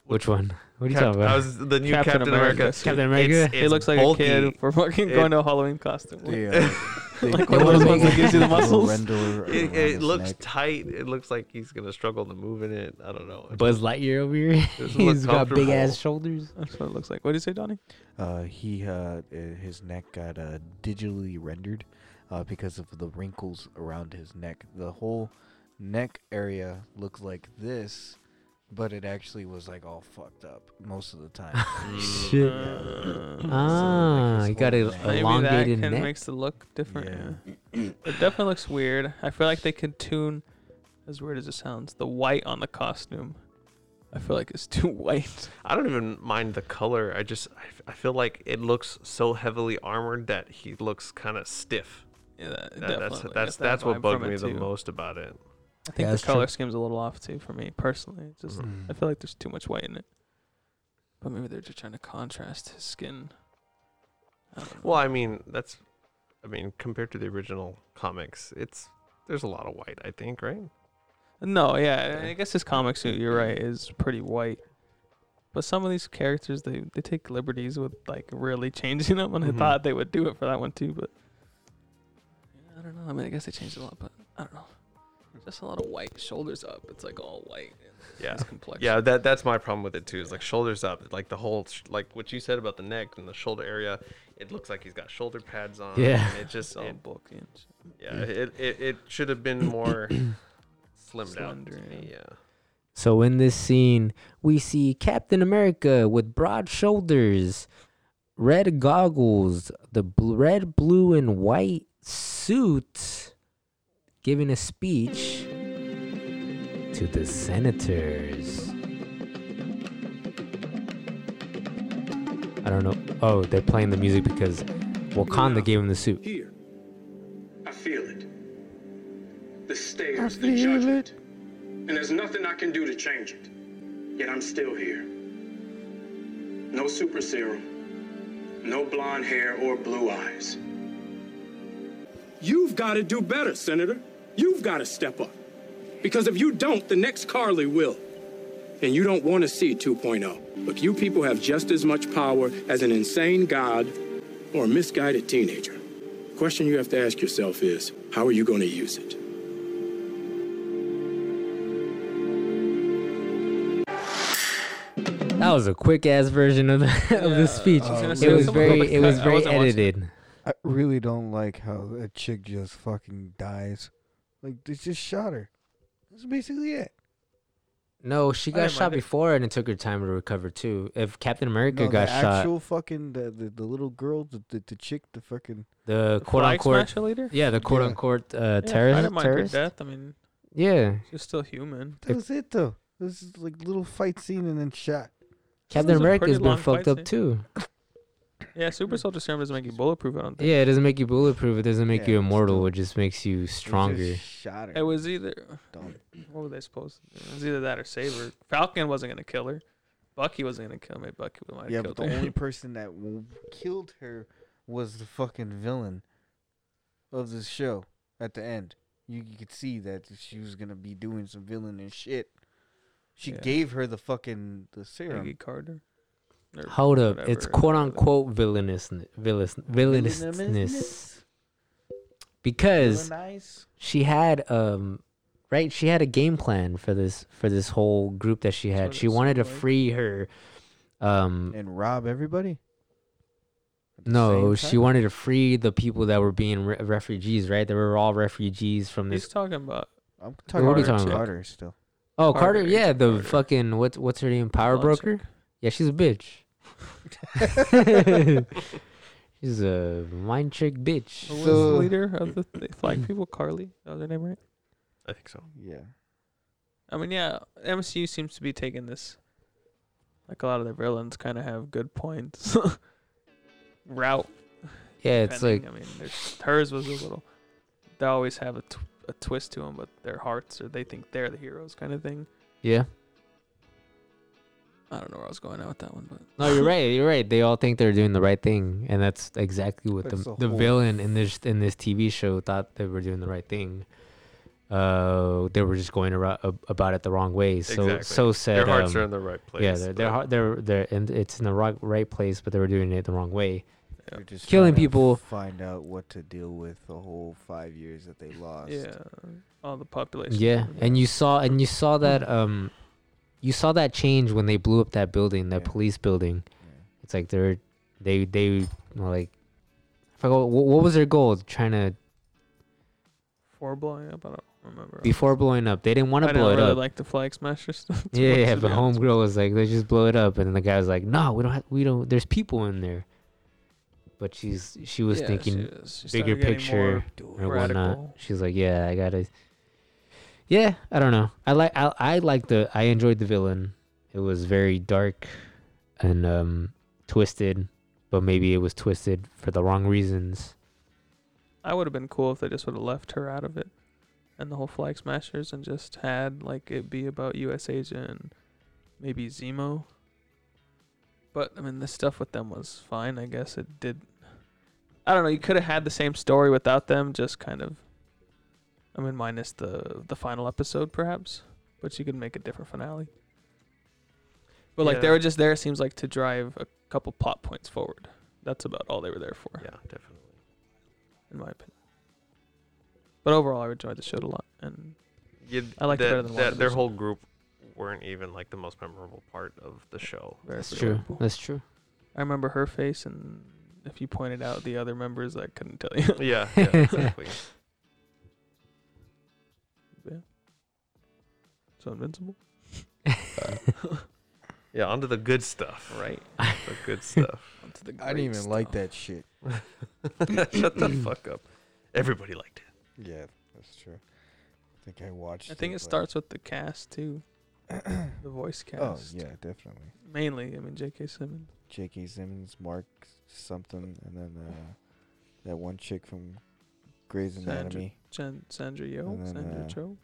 [SPEAKER 1] Which one? What are you
[SPEAKER 2] Cap-
[SPEAKER 1] talking
[SPEAKER 2] I
[SPEAKER 1] about?
[SPEAKER 2] was the new
[SPEAKER 4] Captain
[SPEAKER 2] Captain,
[SPEAKER 4] America
[SPEAKER 2] America.
[SPEAKER 4] suit.
[SPEAKER 1] Captain America?
[SPEAKER 2] It's,
[SPEAKER 4] He
[SPEAKER 2] it's
[SPEAKER 4] looks like
[SPEAKER 2] bulky.
[SPEAKER 4] a kid for fucking
[SPEAKER 2] It-
[SPEAKER 4] going to a Halloween costume.
[SPEAKER 5] They, uh, they
[SPEAKER 4] Like
[SPEAKER 5] go
[SPEAKER 4] one of those
[SPEAKER 5] around
[SPEAKER 4] ones that gives you the
[SPEAKER 5] a
[SPEAKER 4] muscles.
[SPEAKER 5] renderer around
[SPEAKER 2] It, it
[SPEAKER 5] his
[SPEAKER 2] looks
[SPEAKER 5] neck.
[SPEAKER 2] tight. It looks like he's gonna struggle to move in it. I don't know. It
[SPEAKER 1] Buzz Lightyear over here.
[SPEAKER 2] doesn't look
[SPEAKER 1] He's got big ass
[SPEAKER 2] comfortable.
[SPEAKER 1] shoulders.
[SPEAKER 4] That's what it looks like. What do you say, Donnie?
[SPEAKER 5] Uh, he uh, i- his neck got uh, digitally rendered uh, because of the wrinkles around his neck. The whole neck area looks like this, but it actually was like all fucked up most of the time.
[SPEAKER 1] Shit.
[SPEAKER 4] Uh,
[SPEAKER 1] Ah,
[SPEAKER 5] his
[SPEAKER 1] you got
[SPEAKER 5] whole neck.
[SPEAKER 1] a
[SPEAKER 4] Maybe that
[SPEAKER 1] elongated
[SPEAKER 4] kind of
[SPEAKER 1] neck.
[SPEAKER 4] makes it look different.
[SPEAKER 5] Yeah.
[SPEAKER 4] yeah. it definitely looks weird. I feel like they could tune, as weird as it sounds, the white on the costume. I feel like it's too white.
[SPEAKER 2] I don't even mind the color. I just I f- I feel like it looks so heavily armored that he looks kind of stiff.
[SPEAKER 4] Yeah, that,
[SPEAKER 2] That-
[SPEAKER 4] definitely.
[SPEAKER 2] that's
[SPEAKER 4] gets
[SPEAKER 2] that's
[SPEAKER 4] that
[SPEAKER 2] that's what
[SPEAKER 4] vibe
[SPEAKER 2] bugged
[SPEAKER 4] from it
[SPEAKER 2] me the
[SPEAKER 4] too.
[SPEAKER 2] most about it.
[SPEAKER 4] I think
[SPEAKER 1] Yeah,
[SPEAKER 4] the
[SPEAKER 1] that's
[SPEAKER 4] color
[SPEAKER 1] true.
[SPEAKER 4] scheme's a little off too for me personally. It's just I feel like there's too much white in it. But maybe they're just trying to contrast his skin. I don't know.
[SPEAKER 2] Well, I mean that's, I mean compared to the original comics, it's there's a lot of white. I think right.
[SPEAKER 4] No, yeah, I I guess his comic suit, you're right, is pretty white. But some of these characters, they, they take liberties with like really changing them, and
[SPEAKER 2] Mhm.
[SPEAKER 4] I thought they would do it for that one too. But I don't know. I mean, I guess they changed a lot, but I don't know. Just a lot of white shoulders up. It's like all white.
[SPEAKER 2] Yeah.
[SPEAKER 4] His complexion.
[SPEAKER 2] Yeah, that that's my problem with it too. Is like shoulders up, like the whole sh- like what you said about the neck and the shoulder area. It looks like he's got shoulder pads on.
[SPEAKER 1] Yeah.
[SPEAKER 2] and it just
[SPEAKER 4] It's all
[SPEAKER 2] it,
[SPEAKER 4] bulky and shit.
[SPEAKER 2] yeah it, it, it should have been more slimmed out.
[SPEAKER 4] Slender,
[SPEAKER 2] to me, Yeah.
[SPEAKER 1] So in this scene, we see Captain America with broad shoulders, red goggles, the bl- red, blue, and white suit, giving a speech to the senators. I don't know. Oh, they're playing the music because Wakanda gave him the suit.
[SPEAKER 13] Here. I feel it. The stairs, the judgment.
[SPEAKER 14] and there's nothing I can do to change it. Yet I'm still here. No super serum, no blonde hair or blue eyes.
[SPEAKER 9] You've got to do better, Senator. You've got to step up. Because if you don't, the next Carly will. And you don't want to see 2.0. Look, you people have just as much power as an insane god or a misguided teenager. Question you have to ask yourself is how are you going to use it?
[SPEAKER 1] That was a quick ass version of the, of the speech.
[SPEAKER 4] I was gonna say,
[SPEAKER 1] it was
[SPEAKER 4] someone wrote
[SPEAKER 1] very
[SPEAKER 4] a
[SPEAKER 1] it was
[SPEAKER 4] cut. I
[SPEAKER 1] very
[SPEAKER 4] wasn't watching.
[SPEAKER 1] edited.
[SPEAKER 3] I really don't like how that chick just fucking dies. Like they just shot her. That's basically it.
[SPEAKER 1] No, she
[SPEAKER 4] didn't
[SPEAKER 1] got shot
[SPEAKER 4] mind it.
[SPEAKER 1] before, and it took her time to recover too. If Captain America
[SPEAKER 3] No,
[SPEAKER 1] got
[SPEAKER 3] the
[SPEAKER 1] shot,
[SPEAKER 3] actual fucking the, the, the little girl, the, the the chick, the fucking
[SPEAKER 1] the
[SPEAKER 4] The
[SPEAKER 1] quote
[SPEAKER 4] flag
[SPEAKER 1] unquote,
[SPEAKER 4] smasher leader?
[SPEAKER 1] yeah, the quote
[SPEAKER 3] Yeah.
[SPEAKER 1] unquote uh,
[SPEAKER 4] Yeah, I
[SPEAKER 1] terrorist,
[SPEAKER 4] didn't mind her
[SPEAKER 1] terrorist?
[SPEAKER 4] death. I mean,
[SPEAKER 1] yeah.
[SPEAKER 4] she's still human.
[SPEAKER 3] That was it though. This is like little fight scene and then shot.
[SPEAKER 1] Captain
[SPEAKER 4] was a
[SPEAKER 1] America's
[SPEAKER 4] pretty
[SPEAKER 1] been
[SPEAKER 4] long
[SPEAKER 1] fucked
[SPEAKER 4] fight
[SPEAKER 1] up
[SPEAKER 4] scene.
[SPEAKER 1] too.
[SPEAKER 4] Yeah, super soldier serum doesn't make you bulletproof. I don't think.
[SPEAKER 1] Yeah, it doesn't make you bulletproof. It doesn't make
[SPEAKER 3] Yeah,
[SPEAKER 1] you
[SPEAKER 3] it's
[SPEAKER 1] immortal.
[SPEAKER 3] still-
[SPEAKER 1] It just makes you
[SPEAKER 3] They just
[SPEAKER 1] stronger.
[SPEAKER 3] Shot her.
[SPEAKER 4] It was either
[SPEAKER 3] Dumb.
[SPEAKER 4] what were they supposed? To do? It was either that or save her. Falcon wasn't gonna kill her. Bucky wasn't gonna kill me. Bucky might have
[SPEAKER 3] Yeah,
[SPEAKER 4] killed
[SPEAKER 3] but the
[SPEAKER 4] her.
[SPEAKER 3] only person that w- killed her was the fucking villain of the show at the end. You, you could see that she was gonna be doing some villain and shit. She
[SPEAKER 4] Yeah.
[SPEAKER 3] gave her the fucking the serum.
[SPEAKER 4] Peggy Carter. Or
[SPEAKER 1] Hold up, it's
[SPEAKER 4] whatever,
[SPEAKER 1] quote
[SPEAKER 4] whatever.
[SPEAKER 1] unquote villainous, villainous, villainousness because
[SPEAKER 3] Villainize?
[SPEAKER 1] she had um, right? She had a game plan for this for this whole group that she had.
[SPEAKER 4] Sorta,
[SPEAKER 1] She wanted to
[SPEAKER 4] sorta like.
[SPEAKER 1] free her. Um,
[SPEAKER 3] and rob everybody. At the
[SPEAKER 1] no,
[SPEAKER 3] same
[SPEAKER 1] she
[SPEAKER 3] time?
[SPEAKER 1] wanted to free the people that were being re- refugees, right? They were all refugees from
[SPEAKER 4] He's
[SPEAKER 1] this.
[SPEAKER 4] talking about
[SPEAKER 3] I'm
[SPEAKER 1] What
[SPEAKER 3] talking
[SPEAKER 1] are we
[SPEAKER 3] about
[SPEAKER 1] talking
[SPEAKER 3] Carter,
[SPEAKER 1] about?
[SPEAKER 3] still.
[SPEAKER 1] Oh,
[SPEAKER 4] Carter,
[SPEAKER 1] Carter, yeah,
[SPEAKER 4] Agent
[SPEAKER 1] the
[SPEAKER 4] Carter.
[SPEAKER 1] fucking what's what's her name? Power
[SPEAKER 4] Blonde
[SPEAKER 1] broker.
[SPEAKER 4] chick.
[SPEAKER 1] Yeah, she's a bitch. she's a mind trick bitch.
[SPEAKER 4] Who was
[SPEAKER 3] So-
[SPEAKER 4] the leader of the th- flag people? Carly, that was her name, right?
[SPEAKER 2] I think so.
[SPEAKER 3] Yeah.
[SPEAKER 4] I mean, yeah, MCU seems to be taking this. Like a lot of their villains, kind of have good points. Route.
[SPEAKER 1] Yeah, it's like
[SPEAKER 4] depending. I mean, there's- hers was a little. They always have a, tw- a twist to them, but their hearts or they think they're the heroes, kind of thing.
[SPEAKER 1] yeah.
[SPEAKER 4] I don't know where I was going out with that one, but
[SPEAKER 1] No, you're right. You're right. They all think they're doing the right thing, and that's exactly what
[SPEAKER 3] That's
[SPEAKER 1] the
[SPEAKER 3] the
[SPEAKER 1] the
[SPEAKER 3] whole-
[SPEAKER 1] villain in this in this TV show thought they were doing the right thing. Uh, they were just going around, about it the wrong way. So
[SPEAKER 2] Exactly.
[SPEAKER 1] so said.
[SPEAKER 2] Their hearts
[SPEAKER 1] um,
[SPEAKER 2] are in the right place.
[SPEAKER 1] yeah, they're they're,
[SPEAKER 2] but-
[SPEAKER 1] har- they're they're and it's in the right right place, but they were doing it the wrong way.
[SPEAKER 3] They're just
[SPEAKER 1] Killing
[SPEAKER 3] trying to
[SPEAKER 1] people.
[SPEAKER 3] Find out what to deal with the whole five years that they lost.
[SPEAKER 4] yeah, all the population.
[SPEAKER 1] Yeah, and you saw and you saw that um, you saw that change when they blew up that building, that
[SPEAKER 3] Yeah.
[SPEAKER 1] police building.
[SPEAKER 3] Yeah.
[SPEAKER 1] It's like they're they they were like, I forgot wh- what was their goal? Trying to
[SPEAKER 4] four blowing up. I don't remember.
[SPEAKER 1] before blowing up, they didn't want
[SPEAKER 4] I
[SPEAKER 1] to
[SPEAKER 4] didn't
[SPEAKER 1] blow it
[SPEAKER 4] really
[SPEAKER 1] up.
[SPEAKER 4] like the flag smasher stuff. too
[SPEAKER 1] yeah,
[SPEAKER 4] much,
[SPEAKER 1] yeah.
[SPEAKER 4] to be
[SPEAKER 1] But
[SPEAKER 4] honest.
[SPEAKER 1] homegirl was like, let's just blow it up, and the guy was like, no, we don't have, we don't. There's people in there. But she's she was
[SPEAKER 4] Yeah,
[SPEAKER 1] thinking
[SPEAKER 4] she was- she
[SPEAKER 1] bigger
[SPEAKER 4] started getting
[SPEAKER 1] picture
[SPEAKER 4] more
[SPEAKER 1] or whatnot.
[SPEAKER 4] radical.
[SPEAKER 1] She's like, yeah, I gotta. Yeah, I don't know. I like I I like the I enjoyed the villain. It was very dark and um twisted, but maybe it was twisted for the wrong reasons.
[SPEAKER 4] I would have been cool if they just would have left her out of it, and the whole flag smashers, and just had like it be about U.S. Agent, and maybe Zemo. But I mean, the stuff with them was fine. I guess it did. I don't know. You could have had the same story without them. Just kind of. I mean, minus the the final episode, perhaps. But you could make a different finale. But like they
[SPEAKER 2] Yeah.
[SPEAKER 4] were just there. It seems like to drive a couple plot points forward. That's about all they were there for
[SPEAKER 2] Yeah, definitely.
[SPEAKER 4] in my opinion. But overall, I enjoyed the show a lot, and
[SPEAKER 2] Yeah,
[SPEAKER 4] I liked it
[SPEAKER 2] that,
[SPEAKER 4] better than
[SPEAKER 2] that. Their
[SPEAKER 4] WandaVision.
[SPEAKER 2] whole group weren't even like the most memorable part of the show.
[SPEAKER 4] very
[SPEAKER 1] That's true.
[SPEAKER 4] forgettable.
[SPEAKER 1] That's true.
[SPEAKER 4] I remember her face, and if you pointed out the other members, I couldn't tell you.
[SPEAKER 2] yeah, yeah, exactly.
[SPEAKER 4] so invincible,
[SPEAKER 2] Yeah, onto the good stuff.
[SPEAKER 4] right?
[SPEAKER 2] The good stuff.
[SPEAKER 4] Onto the
[SPEAKER 3] I didn't
[SPEAKER 4] great
[SPEAKER 3] even like
[SPEAKER 4] stuff.
[SPEAKER 3] that shit.
[SPEAKER 2] Shut the fuck up. Everybody liked it.
[SPEAKER 3] Yeah, that's true. I think I watched.
[SPEAKER 4] I think it
[SPEAKER 3] but-
[SPEAKER 4] starts with the cast too, the voice cast.
[SPEAKER 3] Oh yeah, definitely.
[SPEAKER 4] Mainly, I mean J.K. Simmons.
[SPEAKER 3] J.K. Simmons, Mark something, and then uh, that one chick from Grey's
[SPEAKER 4] Sandra-
[SPEAKER 3] Anatomy.
[SPEAKER 4] Jan- Sandra Yo,
[SPEAKER 3] And then,
[SPEAKER 4] Sandra
[SPEAKER 3] uh,
[SPEAKER 4] Cho.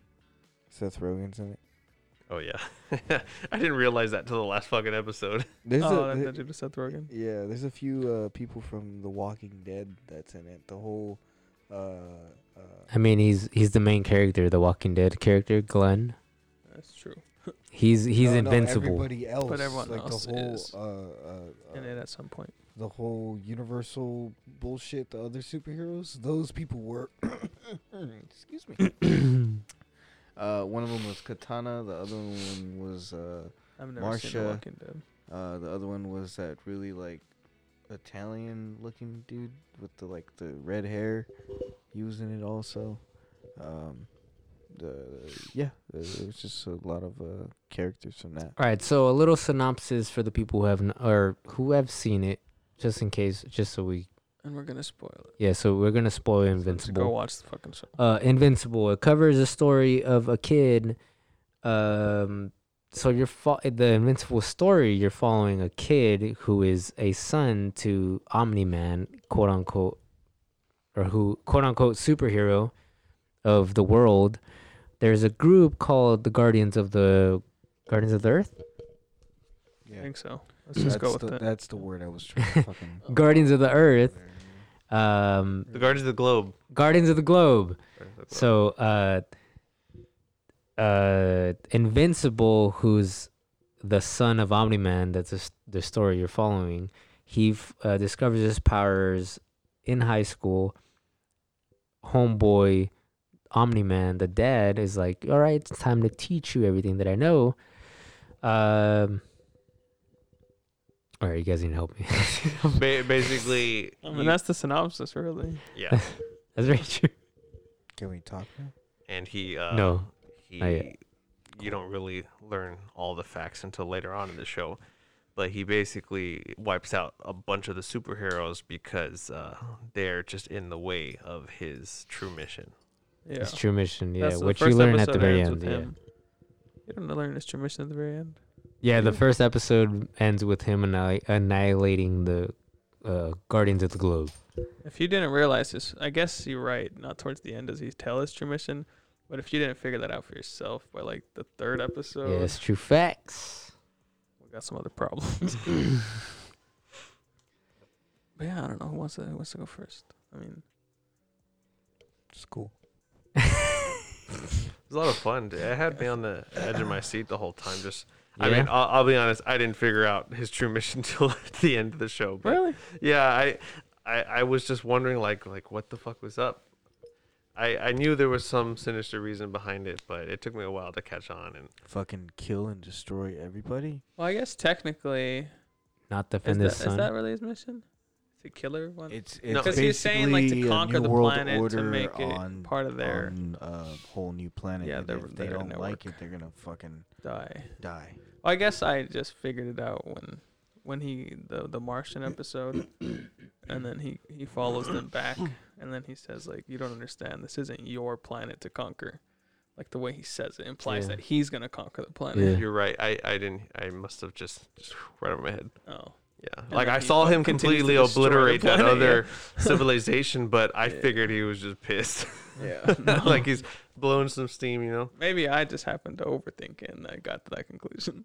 [SPEAKER 3] Seth Rogen's in it.
[SPEAKER 2] Oh yeah, I didn't realize that till the last fucking episode.
[SPEAKER 3] There's
[SPEAKER 4] oh,
[SPEAKER 3] a-
[SPEAKER 4] that, that dude was Seth Rogen.
[SPEAKER 3] Yeah, there's a few uh, people from The Walking Dead that's in it. The whole uh, uh,
[SPEAKER 1] I mean, he's he's the main character, the Walking Dead character, Glenn.
[SPEAKER 4] That's true.
[SPEAKER 1] He's he's
[SPEAKER 3] no, no,
[SPEAKER 1] invincible.
[SPEAKER 3] everybody else,
[SPEAKER 4] But everyone
[SPEAKER 3] like
[SPEAKER 4] else
[SPEAKER 3] the whole
[SPEAKER 4] is
[SPEAKER 3] uh, uh,
[SPEAKER 4] in
[SPEAKER 3] uh,
[SPEAKER 4] it at some point.
[SPEAKER 3] the whole universal bullshit. The other superheroes, those people were. excuse me. uh, one of them was Katana. The other one was uh,
[SPEAKER 4] I've never seen The
[SPEAKER 3] Marsha.
[SPEAKER 4] Walking Dead.
[SPEAKER 3] uh, the other one was that really like Italian looking dude with the like the red hair. He was in it also. Um, the yeah, there there was just a lot of uh, characters from that.
[SPEAKER 1] All right, so a little synopsis for the people who have n- or who have seen it, just in case, just so we
[SPEAKER 4] And we're gonna spoil it.
[SPEAKER 1] yeah. So we're gonna spoil
[SPEAKER 4] So go
[SPEAKER 1] Invincible.
[SPEAKER 4] watch the fucking show.
[SPEAKER 1] uh, Invincible. It covers the story of a kid. Um, so you're fo- the Invincible story. You're following a kid who is a son to Omni Man, quote unquote, or who quote unquote superhero of the world. There's a group called the Guardians of the Guardians of the Earth.
[SPEAKER 4] I
[SPEAKER 3] Yeah,
[SPEAKER 4] think so. Let's
[SPEAKER 3] that's
[SPEAKER 4] just go with
[SPEAKER 3] the,
[SPEAKER 4] that.
[SPEAKER 3] that's the word I was trying to fucking.
[SPEAKER 1] Guardians of the Earth. Um,
[SPEAKER 2] The Guardians of the Globe.
[SPEAKER 1] Guardians of the Globe.
[SPEAKER 2] Guardians of the Globe.
[SPEAKER 1] So, uh, uh, Invincible, who's the son of Omni Man, that's the s- the story you're following, he f- uh, discovers his powers in high school. Homeboy Omni Man, the dad, is like, all right, it's time to teach you everything that I know. Um, all right, you guys need to help me.
[SPEAKER 2] Ba- basically,
[SPEAKER 4] I mean, that's the synopsis, really.
[SPEAKER 2] yeah.
[SPEAKER 1] That's very true.
[SPEAKER 3] Can we talk now?
[SPEAKER 2] And he uh,
[SPEAKER 1] no,
[SPEAKER 2] he
[SPEAKER 1] not yet.
[SPEAKER 2] you don't really learn all the facts until later on in the show but he basically wipes out a bunch of the superheroes because uh, they're just in the way of his true mission
[SPEAKER 4] Yeah.
[SPEAKER 1] it's true mission. Yeah,
[SPEAKER 4] That's the
[SPEAKER 1] what you
[SPEAKER 4] first
[SPEAKER 1] learn at the
[SPEAKER 4] episode
[SPEAKER 1] very
[SPEAKER 4] ends with
[SPEAKER 1] end. Yeah.
[SPEAKER 4] him. You don't learn his true mission at the very end.
[SPEAKER 1] Yeah, the first episode ends with him anni- annihilating the uh, Guardians of the Globe.
[SPEAKER 4] If you didn't realize this, I guess you're right. Not towards the end does he tell his true mission, but if you didn't figure that out for yourself by like the third episode,
[SPEAKER 1] yes, true facts.
[SPEAKER 4] we got some other problems. but yeah, I don't know who wants to who wants to go first. I mean,
[SPEAKER 3] School.
[SPEAKER 2] it was a lot of fun dude. it had me on the edge of my seat the whole time just i mean I'll, I'll be honest i didn't figure out his true mission till at the end of the show but
[SPEAKER 4] really,
[SPEAKER 2] yeah I, I i was just wondering like like what the fuck was up I, I knew there was some sinister reason behind it, but it took me a while to catch on. And
[SPEAKER 3] Fucking kill and destroy everybody.
[SPEAKER 4] well, I guess technically,
[SPEAKER 1] Not
[SPEAKER 4] is
[SPEAKER 1] defend
[SPEAKER 4] that,
[SPEAKER 1] his
[SPEAKER 4] is
[SPEAKER 1] son.
[SPEAKER 4] that really his mission? Is he kill everyone?
[SPEAKER 3] It's it's
[SPEAKER 2] No.
[SPEAKER 3] no,
[SPEAKER 2] 'Cause
[SPEAKER 4] he's saying, like, to conquer
[SPEAKER 3] a new
[SPEAKER 4] the
[SPEAKER 3] world
[SPEAKER 4] planet to
[SPEAKER 3] order
[SPEAKER 4] make it
[SPEAKER 3] on,
[SPEAKER 4] part of their-
[SPEAKER 3] on a whole new planet.
[SPEAKER 4] Yeah,
[SPEAKER 3] and
[SPEAKER 4] their-
[SPEAKER 3] if they
[SPEAKER 4] their
[SPEAKER 3] don't like
[SPEAKER 4] network.
[SPEAKER 3] it, they're gonna fucking
[SPEAKER 4] Die.
[SPEAKER 3] die.
[SPEAKER 4] Well, I guess I just figured it out when when he the the Martian episode, and then he he follows them back, and then he says like, "You don't understand. This isn't your planet to conquer." Like the way he says it implies
[SPEAKER 1] Yeah.
[SPEAKER 4] that he's gonna conquer the
[SPEAKER 1] Yeah.
[SPEAKER 4] planet.
[SPEAKER 2] you're right. I, I didn't. I must have just, just right over my head.
[SPEAKER 4] Oh,
[SPEAKER 2] Yeah,
[SPEAKER 4] And
[SPEAKER 2] like
[SPEAKER 4] then
[SPEAKER 2] I
[SPEAKER 4] he
[SPEAKER 2] saw
[SPEAKER 4] fucking
[SPEAKER 2] him
[SPEAKER 4] continues to
[SPEAKER 2] completely
[SPEAKER 4] destroy the
[SPEAKER 2] obliterate that
[SPEAKER 4] planet,
[SPEAKER 2] other
[SPEAKER 4] yeah.
[SPEAKER 2] civilization, but I
[SPEAKER 4] Yeah.
[SPEAKER 2] figured he was just pissed.
[SPEAKER 4] yeah.
[SPEAKER 2] like he's blowing some steam, you know.
[SPEAKER 4] Maybe I just happened to overthink it and I got to that conclusion.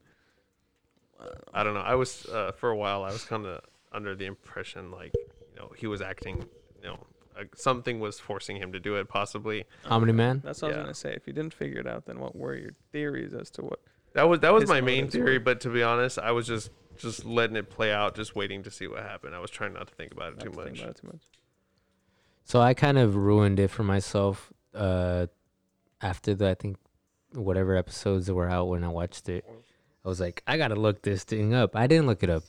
[SPEAKER 4] I don't know.
[SPEAKER 2] I don't know. I was uh, for a while. I was kind of under the impression like you know he was acting. You know, like something was forcing him to do it. Possibly
[SPEAKER 1] Omni Man.
[SPEAKER 4] That's what I
[SPEAKER 2] Yeah.
[SPEAKER 4] was gonna say. If you didn't figure it out, then what were your theories as to what?
[SPEAKER 2] that was that was
[SPEAKER 4] His
[SPEAKER 2] my main
[SPEAKER 4] motives
[SPEAKER 2] theory.
[SPEAKER 4] were-
[SPEAKER 2] But to be honest, I was just just letting it play out, just waiting to see what happened. I was trying not to think about it
[SPEAKER 4] not
[SPEAKER 2] too
[SPEAKER 4] to think
[SPEAKER 2] much.
[SPEAKER 4] about it too much.
[SPEAKER 1] So I kind of ruined it for myself. Uh, after the I think whatever episodes were out when I watched it, I was like, I gotta look this thing up. I didn't look it up,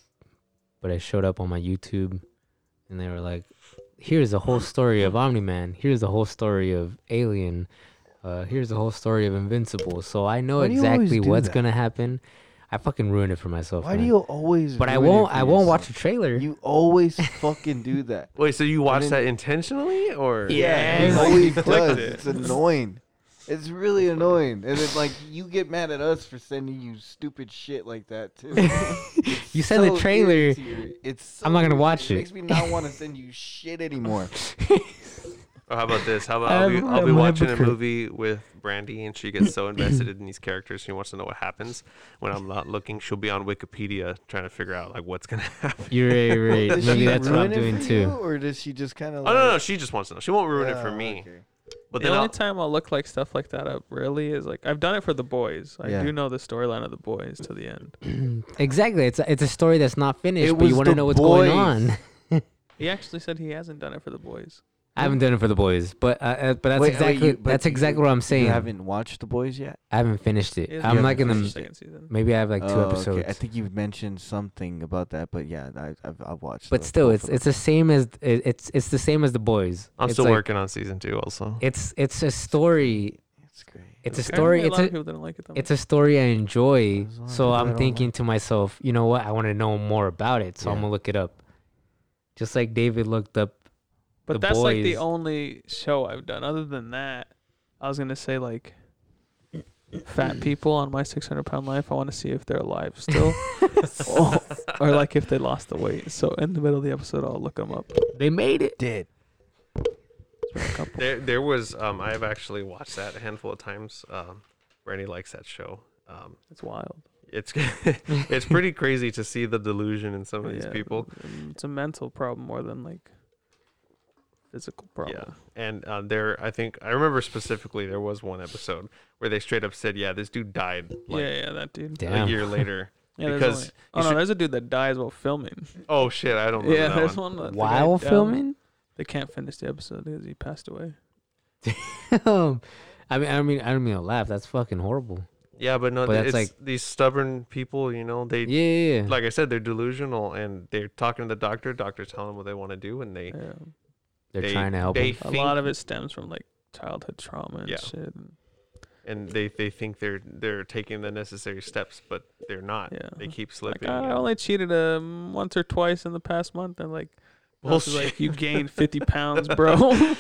[SPEAKER 1] but I showed up on my YouTube, and they were like, "Here's the whole story of Omni Man. Here's the whole story of Alien. Uh, here's the whole story of Invincible." So I know
[SPEAKER 3] Why do you always
[SPEAKER 1] exactly
[SPEAKER 3] do
[SPEAKER 1] what's
[SPEAKER 3] that?
[SPEAKER 1] gonna happen. I fucking ruined it for myself.
[SPEAKER 3] Why do
[SPEAKER 1] man.
[SPEAKER 3] you always?
[SPEAKER 1] But I
[SPEAKER 3] ruin it
[SPEAKER 1] won't.
[SPEAKER 3] for
[SPEAKER 1] I won't watch
[SPEAKER 3] yourself?
[SPEAKER 1] the trailer.
[SPEAKER 3] You always fucking do that.
[SPEAKER 2] Wait, so you watched
[SPEAKER 3] then-
[SPEAKER 2] that intentionally, or
[SPEAKER 3] Yeah, he always does. It's annoying. It's really annoying, and then like you get mad at us for sending you stupid shit like that too.
[SPEAKER 1] You send the trailer,
[SPEAKER 3] irritating. It's
[SPEAKER 1] I'm not gonna
[SPEAKER 3] irritating.
[SPEAKER 1] watch it.
[SPEAKER 3] Makes me not want to send you shit anymore.
[SPEAKER 2] Or how about this? How about I'll be,
[SPEAKER 1] I'm-
[SPEAKER 2] I'll be
[SPEAKER 1] I'm a
[SPEAKER 2] watching a
[SPEAKER 1] hypocrite.
[SPEAKER 2] movie with Brandy and she gets so invested in these characters she wants to know what happens. When I'm not looking, she'll be on Wikipedia trying to figure out like what's gonna happen.
[SPEAKER 1] You're right, right.
[SPEAKER 3] Does
[SPEAKER 1] Maybe
[SPEAKER 3] she
[SPEAKER 1] that's what I'm
[SPEAKER 3] ruin it
[SPEAKER 1] doing
[SPEAKER 3] for you,
[SPEAKER 1] too.
[SPEAKER 3] or does she just kind of?
[SPEAKER 2] Oh
[SPEAKER 3] like,
[SPEAKER 2] no, no, she just wants to know. She won't ruin it for
[SPEAKER 3] Oh,
[SPEAKER 2] me.
[SPEAKER 3] okay.
[SPEAKER 2] But
[SPEAKER 4] the
[SPEAKER 2] then
[SPEAKER 4] only
[SPEAKER 2] I'll,
[SPEAKER 4] time I'll look like stuff like that up really is like I've done it for the boys. I
[SPEAKER 3] Yeah.
[SPEAKER 4] do know the storyline of the boys to the end.
[SPEAKER 1] exactly. It's a, it's a story that's not finished,
[SPEAKER 3] It
[SPEAKER 1] but you
[SPEAKER 3] was
[SPEAKER 1] want to
[SPEAKER 3] the
[SPEAKER 1] know what's going on.
[SPEAKER 3] boys.
[SPEAKER 4] He actually said he hasn't done it for the boys.
[SPEAKER 1] I haven't done it for the boys, but uh, uh, but that's
[SPEAKER 3] Wait, wait,
[SPEAKER 1] exactly
[SPEAKER 3] you- but
[SPEAKER 1] that's
[SPEAKER 3] you-
[SPEAKER 1] exactly what I'm saying.
[SPEAKER 3] You haven't watched the boys yet.
[SPEAKER 1] I haven't finished it.
[SPEAKER 4] He hasn't
[SPEAKER 1] I'm
[SPEAKER 4] done
[SPEAKER 1] like
[SPEAKER 4] it
[SPEAKER 1] in
[SPEAKER 4] for
[SPEAKER 1] the
[SPEAKER 4] the
[SPEAKER 1] m-
[SPEAKER 4] second season.
[SPEAKER 1] maybe I have like two
[SPEAKER 3] Oh,
[SPEAKER 1] episodes.
[SPEAKER 3] I think you've mentioned something about that, but yeah, I, I've, I've watched.
[SPEAKER 1] but
[SPEAKER 3] the-
[SPEAKER 1] still,
[SPEAKER 3] both
[SPEAKER 1] it's
[SPEAKER 3] of them.
[SPEAKER 1] it's the same as it, it's it's the same as the boys.
[SPEAKER 2] I'm
[SPEAKER 1] It's
[SPEAKER 2] still
[SPEAKER 1] like-
[SPEAKER 2] working on season two also.
[SPEAKER 1] It's it's a story.
[SPEAKER 3] it's great.
[SPEAKER 1] It's a
[SPEAKER 4] Apparently
[SPEAKER 1] story.
[SPEAKER 4] A
[SPEAKER 1] It's
[SPEAKER 4] lot
[SPEAKER 1] a
[SPEAKER 4] of people didn't like it. Though.
[SPEAKER 1] it's a story I enjoy.
[SPEAKER 3] There's a lot of people
[SPEAKER 1] So
[SPEAKER 3] that
[SPEAKER 1] I'm
[SPEAKER 3] don't
[SPEAKER 1] thinking
[SPEAKER 3] like
[SPEAKER 1] to myself, you know what? I want to know more about it. So I'm
[SPEAKER 3] Yeah.
[SPEAKER 1] gonna look it up. Just like David looked up.
[SPEAKER 4] But
[SPEAKER 1] The
[SPEAKER 4] that's like the
[SPEAKER 1] Boys.
[SPEAKER 4] only show I've done. Other than that, I was gonna say like fat people on my 600 pound life. I want to see if they're alive still, Oh, or like if they lost the weight. So in the middle of the episode, I'll look them up.
[SPEAKER 1] They made it.
[SPEAKER 3] Did
[SPEAKER 2] There, there was. Um, I have actually watched that a handful of times. Um, Brandy likes that show. Um,
[SPEAKER 4] It's wild.
[SPEAKER 2] it's it's pretty crazy to see the delusion in some of these
[SPEAKER 4] Yeah,
[SPEAKER 2] people.
[SPEAKER 4] um, It's a mental problem more than like physical problem.
[SPEAKER 2] Yeah, and uh, there, I think I remember specifically there was one episode where they straight up said, "Yeah, this dude died like
[SPEAKER 4] yeah, yeah, that dude.
[SPEAKER 1] Damn.
[SPEAKER 2] a year later."
[SPEAKER 4] Yeah, there's
[SPEAKER 2] because
[SPEAKER 4] only-
[SPEAKER 2] you
[SPEAKER 4] oh no,
[SPEAKER 2] should-
[SPEAKER 4] there's a dude that dies while filming.
[SPEAKER 2] oh shit, I don't remember
[SPEAKER 4] yeah,
[SPEAKER 2] that
[SPEAKER 4] there's
[SPEAKER 2] one.
[SPEAKER 4] one that the guy
[SPEAKER 1] While
[SPEAKER 4] died.
[SPEAKER 1] filming.
[SPEAKER 4] They can't finish the episode because he passed away.
[SPEAKER 1] Damn. Um, I mean, I mean, I don't mean to laugh. That's fucking horrible.
[SPEAKER 2] Yeah, but no,
[SPEAKER 1] But
[SPEAKER 2] it's
[SPEAKER 1] that's
[SPEAKER 2] like these stubborn people. You know, they
[SPEAKER 1] Yeah, yeah, yeah.
[SPEAKER 2] like I said, they're delusional and they're talking to the doctor. Doctor's telling them what they want to do, and they
[SPEAKER 4] Yeah.
[SPEAKER 1] they're
[SPEAKER 2] they-
[SPEAKER 1] trying to help.
[SPEAKER 2] they
[SPEAKER 1] him.
[SPEAKER 4] A
[SPEAKER 2] think-
[SPEAKER 4] lot of it stems from like childhood trauma and
[SPEAKER 2] Yeah.
[SPEAKER 4] shit. And,
[SPEAKER 2] and they, they think they're they're taking the necessary steps, but they're not.
[SPEAKER 4] yeah.
[SPEAKER 2] They keep
[SPEAKER 4] Like,
[SPEAKER 2] slipping.
[SPEAKER 4] I
[SPEAKER 2] and-
[SPEAKER 4] only cheated um once or twice in the past month, and like, doctor's
[SPEAKER 2] Bullshit.
[SPEAKER 4] like you gained fifty pounds, bro,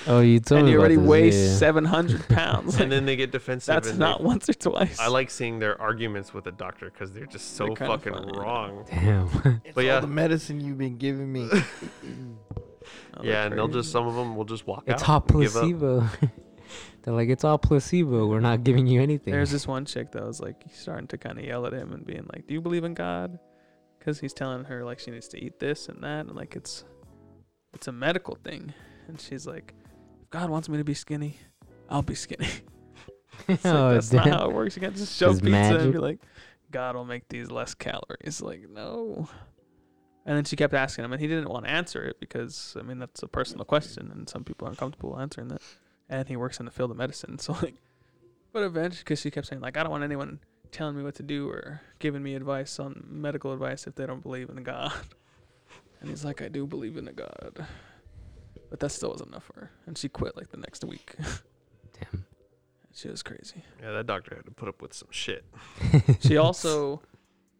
[SPEAKER 1] Oh, you told
[SPEAKER 4] and
[SPEAKER 1] me
[SPEAKER 4] you
[SPEAKER 1] about
[SPEAKER 4] already
[SPEAKER 1] this,
[SPEAKER 4] weigh
[SPEAKER 1] yeah.
[SPEAKER 4] seven hundred pounds.
[SPEAKER 2] and
[SPEAKER 4] Like,
[SPEAKER 2] then they get defensive.
[SPEAKER 4] that's
[SPEAKER 2] and they-
[SPEAKER 4] not once or twice.
[SPEAKER 2] I like seeing their arguments with the doctor because they're just so
[SPEAKER 4] They're kinda
[SPEAKER 2] fucking
[SPEAKER 4] funny, yeah.
[SPEAKER 2] wrong.
[SPEAKER 1] Damn.
[SPEAKER 2] but
[SPEAKER 3] all
[SPEAKER 2] yeah,
[SPEAKER 3] the medicine you've been giving me.
[SPEAKER 4] Oh,
[SPEAKER 2] yeah,
[SPEAKER 4] they're
[SPEAKER 2] and they'll just
[SPEAKER 4] crazy.
[SPEAKER 2] some of them will just walk
[SPEAKER 1] it's all
[SPEAKER 2] out. and give up.
[SPEAKER 1] placebo. They're like, it's all placebo. We're not giving you anything.
[SPEAKER 4] There's this one chick that was like starting to kind of yell at him and being like, "Do you believe in God?" Because he's telling her like she needs to eat this and that, and like it's it's a medical thing, and she's like, "If God wants me to be skinny, I'll be skinny." It's like,
[SPEAKER 1] Oh,
[SPEAKER 4] that's
[SPEAKER 1] damn.
[SPEAKER 4] not how it works. You can't just show
[SPEAKER 1] It's
[SPEAKER 4] pizza and be
[SPEAKER 1] magic.
[SPEAKER 4] like, "God will make these less calories." Like no. And then she kept asking him, and he didn't want to answer it because I mean that's a personal question, and some people aren't comfortable answering that. And he works in the field of medicine, so like. But eventually, because she kept saying like, I don't want anyone telling me what to do or giving me advice on medical advice if they don't believe in God. And he's like, I do believe in a God, but that still wasn't enough for her, and she quit like the next week.
[SPEAKER 1] Damn.
[SPEAKER 4] She was crazy.
[SPEAKER 2] Yeah, that doctor had to put up with some shit.
[SPEAKER 4] She also,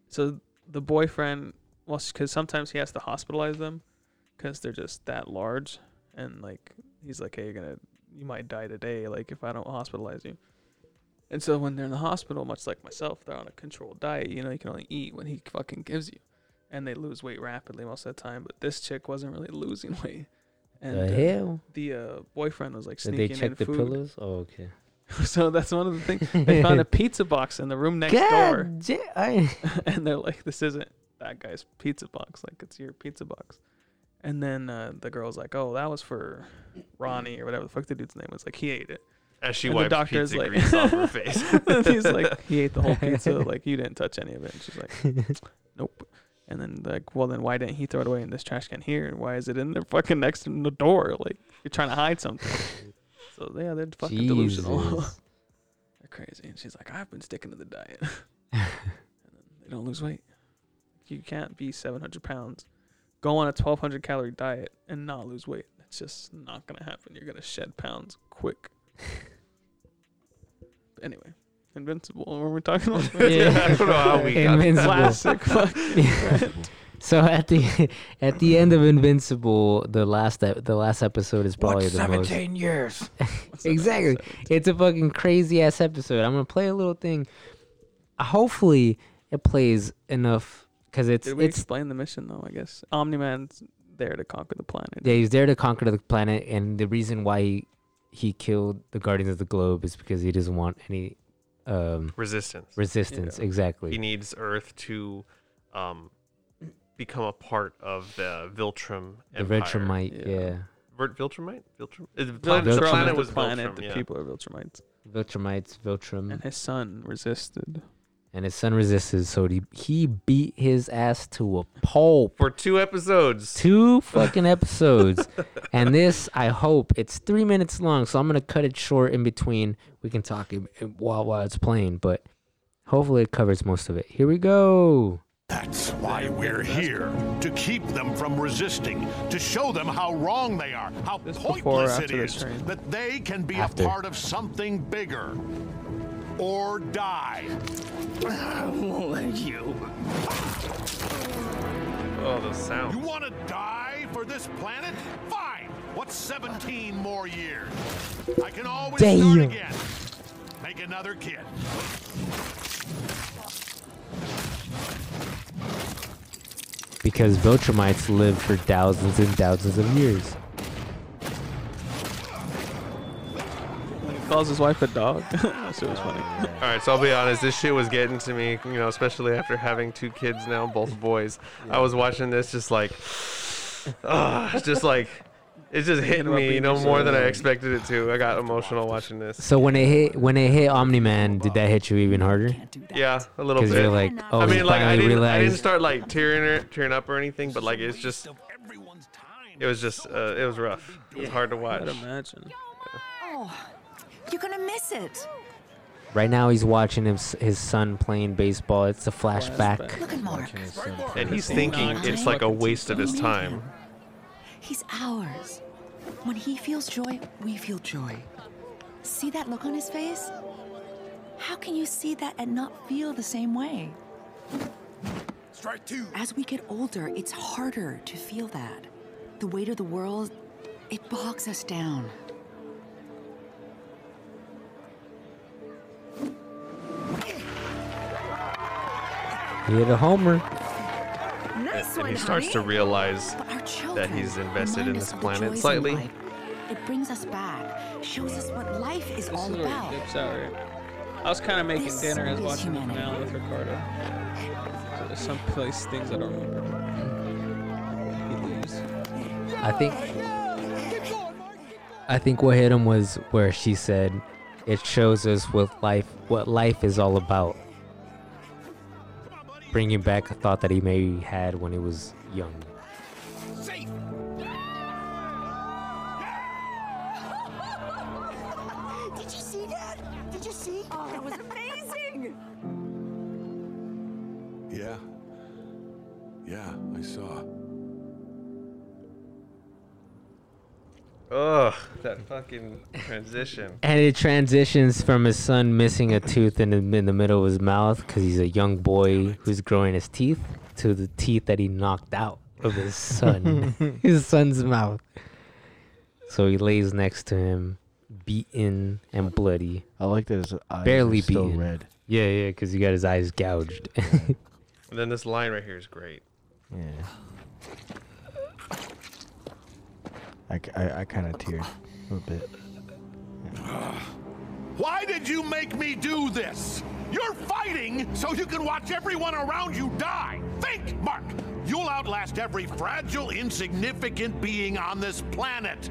[SPEAKER 4] so the boyfriend, well, because sometimes he has to hospitalize them because they're just that large, and like he's like, hey, you're gonna, you might die today, like if I don't hospitalize you. And so when they're in the hospital, much like myself, they're on a controlled diet. You know, you can only eat what he fucking gives you, and they lose weight rapidly most of the time. But this chick wasn't really losing weight, and
[SPEAKER 1] the
[SPEAKER 4] uh,
[SPEAKER 1] hell?
[SPEAKER 4] the uh, boyfriend was like
[SPEAKER 1] Did they
[SPEAKER 4] sneaking in
[SPEAKER 1] check the
[SPEAKER 4] food.
[SPEAKER 1] pillows? Oh, okay.
[SPEAKER 4] so that's one of the things they found a pizza box in the room next door.
[SPEAKER 1] God, ja- I,
[SPEAKER 4] and they're like, "This isn't that guy's pizza box. Like, it's your pizza box." And then uh, the girl's like, "Oh, that was for Ronnie or whatever the fuck the dude's name was. Like, he ate it."
[SPEAKER 2] As she
[SPEAKER 4] And the
[SPEAKER 2] wipes
[SPEAKER 4] doctor is
[SPEAKER 2] pizza
[SPEAKER 4] like-
[SPEAKER 2] grease off her face.
[SPEAKER 4] and he's like, "He ate the whole pizza. Like, you didn't touch any of it." And she's like, "Nope." And then like, well, then why didn't he throw it away in this trash can here? And why is it in there fucking next to the door? Like, you're trying to hide something. so yeah, they're fucking delusional.
[SPEAKER 1] Jesus.
[SPEAKER 4] they're crazy. And she's like, I've been sticking to the diet. and then they don't lose weight. You can't be 700 pounds, go on a 1200 calorie diet, and not lose weight. That's just not going to happen. You're going to shed pounds quick. But anyway, Invincible. When we're talking about
[SPEAKER 1] Yeah.
[SPEAKER 2] I don't know how we got
[SPEAKER 1] Invincible.
[SPEAKER 4] classic, fuck.
[SPEAKER 1] so at the at the end of Invincible, the last ep- the last episode is probably the most.
[SPEAKER 5] years.
[SPEAKER 4] What's that
[SPEAKER 1] Exactly.
[SPEAKER 4] episode?
[SPEAKER 1] It's a fucking crazy ass episode. I'm gonna play a little thing. Hopefully, it plays enough because it's
[SPEAKER 4] Did we
[SPEAKER 1] it's
[SPEAKER 4] explain the mission though? I guess Omni Man's there to conquer the planet.
[SPEAKER 1] Yeah, he's there to conquer the planet, and the reason why he he killed the Guardians of the Globe is because he doesn't want any um,
[SPEAKER 2] resistance.
[SPEAKER 1] Resistance, exactly.
[SPEAKER 2] He needs Earth to um, become a part of the Viltrum
[SPEAKER 1] the Retramite, yeah.
[SPEAKER 2] Vir- Viltrumite? Viltrum? Is- The,
[SPEAKER 1] Planet-
[SPEAKER 2] the
[SPEAKER 1] Viltrum.
[SPEAKER 2] planet
[SPEAKER 1] The
[SPEAKER 2] was
[SPEAKER 4] planet,
[SPEAKER 2] Viltrum,
[SPEAKER 4] the
[SPEAKER 2] yeah.
[SPEAKER 4] people are Viltrumites.
[SPEAKER 1] Viltrumites, Viltrum,
[SPEAKER 4] And
[SPEAKER 1] and,
[SPEAKER 4] his son resisted.
[SPEAKER 1] his son resisted, so he he beat his ass to a pulp.
[SPEAKER 2] For two episodes.
[SPEAKER 1] Two fucking episodes, and this I hope it's three minutes long, so I'm gonna cut it short in between. We can talk it- it- while while it's playing, but hopefully it covers most of it. Here we go.
[SPEAKER 9] That's why we're here to keep them from resisting, to show them how wrong they are, how
[SPEAKER 4] before or
[SPEAKER 9] pointless it
[SPEAKER 4] after the
[SPEAKER 9] is
[SPEAKER 4] train?
[SPEAKER 9] that they can be
[SPEAKER 4] After.
[SPEAKER 9] a part of something bigger or die. I won't let you.
[SPEAKER 2] Oh, the sound.
[SPEAKER 9] You want to die for this planet? Fine. What's 17 more years? I can always
[SPEAKER 1] Damn.
[SPEAKER 9] start again. Make another kid.
[SPEAKER 1] because Viltrumites lived for thousands and thousands of years.
[SPEAKER 4] He calls his wife a dog. that shit was funny.
[SPEAKER 2] All right, so I'll be honest. This shit was getting to me, you know, especially after having two kids now, both boys. I was watching this just like, ah, it's just like, it's just hitting
[SPEAKER 4] about
[SPEAKER 2] me, you
[SPEAKER 4] being
[SPEAKER 2] know, more than I
[SPEAKER 4] disowned.
[SPEAKER 2] expected it to. I got emotional watching this.
[SPEAKER 1] So when it hit when it hit Omni Man, did that hit you even harder?
[SPEAKER 2] Yeah, a little
[SPEAKER 1] 'Cause
[SPEAKER 2] bit.
[SPEAKER 1] you're like, oh,
[SPEAKER 2] I
[SPEAKER 1] he
[SPEAKER 2] mean, like, I
[SPEAKER 1] finally
[SPEAKER 2] didn't, I didn't
[SPEAKER 1] realized-
[SPEAKER 2] start like tearing, or, tearing up or anything, but like, it's just, it was just, uh, it was rough. It was hard to watch.
[SPEAKER 4] I'd imagine.
[SPEAKER 8] Oh, you're gonna miss it.
[SPEAKER 1] Right now he's watching his, his son playing baseball. It's a flashback.
[SPEAKER 8] Look at Mark.
[SPEAKER 2] And he's thinking it's like a waste of his time.
[SPEAKER 8] He's ours. When he feels joy, we feel joy. See that look on his face? How can you see that and not feel the same way?
[SPEAKER 11] Strike two.
[SPEAKER 8] As we get older, it's harder to feel that. The weight of the world, it bogs us down.
[SPEAKER 1] He hit a homer.
[SPEAKER 2] And, and he starts to realize that he's invested in this planet slightly.
[SPEAKER 8] It brings us back, shows us what life is
[SPEAKER 4] This
[SPEAKER 8] all
[SPEAKER 4] is where
[SPEAKER 8] about.
[SPEAKER 4] he dips out, right? I was kind of making
[SPEAKER 8] This
[SPEAKER 4] dinner as
[SPEAKER 8] is
[SPEAKER 4] watching the finale with Ricardo. So there's some place things I don't remember. He leaves.
[SPEAKER 1] I think I think what hit him was where she said, "It shows us what life what life is all about." Bringing back a thought that he maybe had when he was young.
[SPEAKER 9] Safe.
[SPEAKER 8] Did you see that? Did you see? Oh, that was amazing!
[SPEAKER 11] Yeah. Yeah, I saw.
[SPEAKER 2] Ugh, that fucking transition.
[SPEAKER 1] And it transitions from his son missing a tooth in the, in the middle of his mouth because he's a young boy who's growing his teeth to the teeth that he knocked out of his son, his son's mouth. So he lays next to him, beaten and bloody.
[SPEAKER 3] I like that his eyes
[SPEAKER 1] barely
[SPEAKER 3] are still
[SPEAKER 1] beaten.
[SPEAKER 3] red.
[SPEAKER 1] Yeah, yeah, because he got his eyes gouged.
[SPEAKER 2] And then this line right here is great.
[SPEAKER 3] Yeah. I, kind of teared a little bit.
[SPEAKER 9] Why did you make me do this? You're fighting so you can watch everyone around you die. Think, Mark. You'll outlast every fragile, insignificant being on this planet.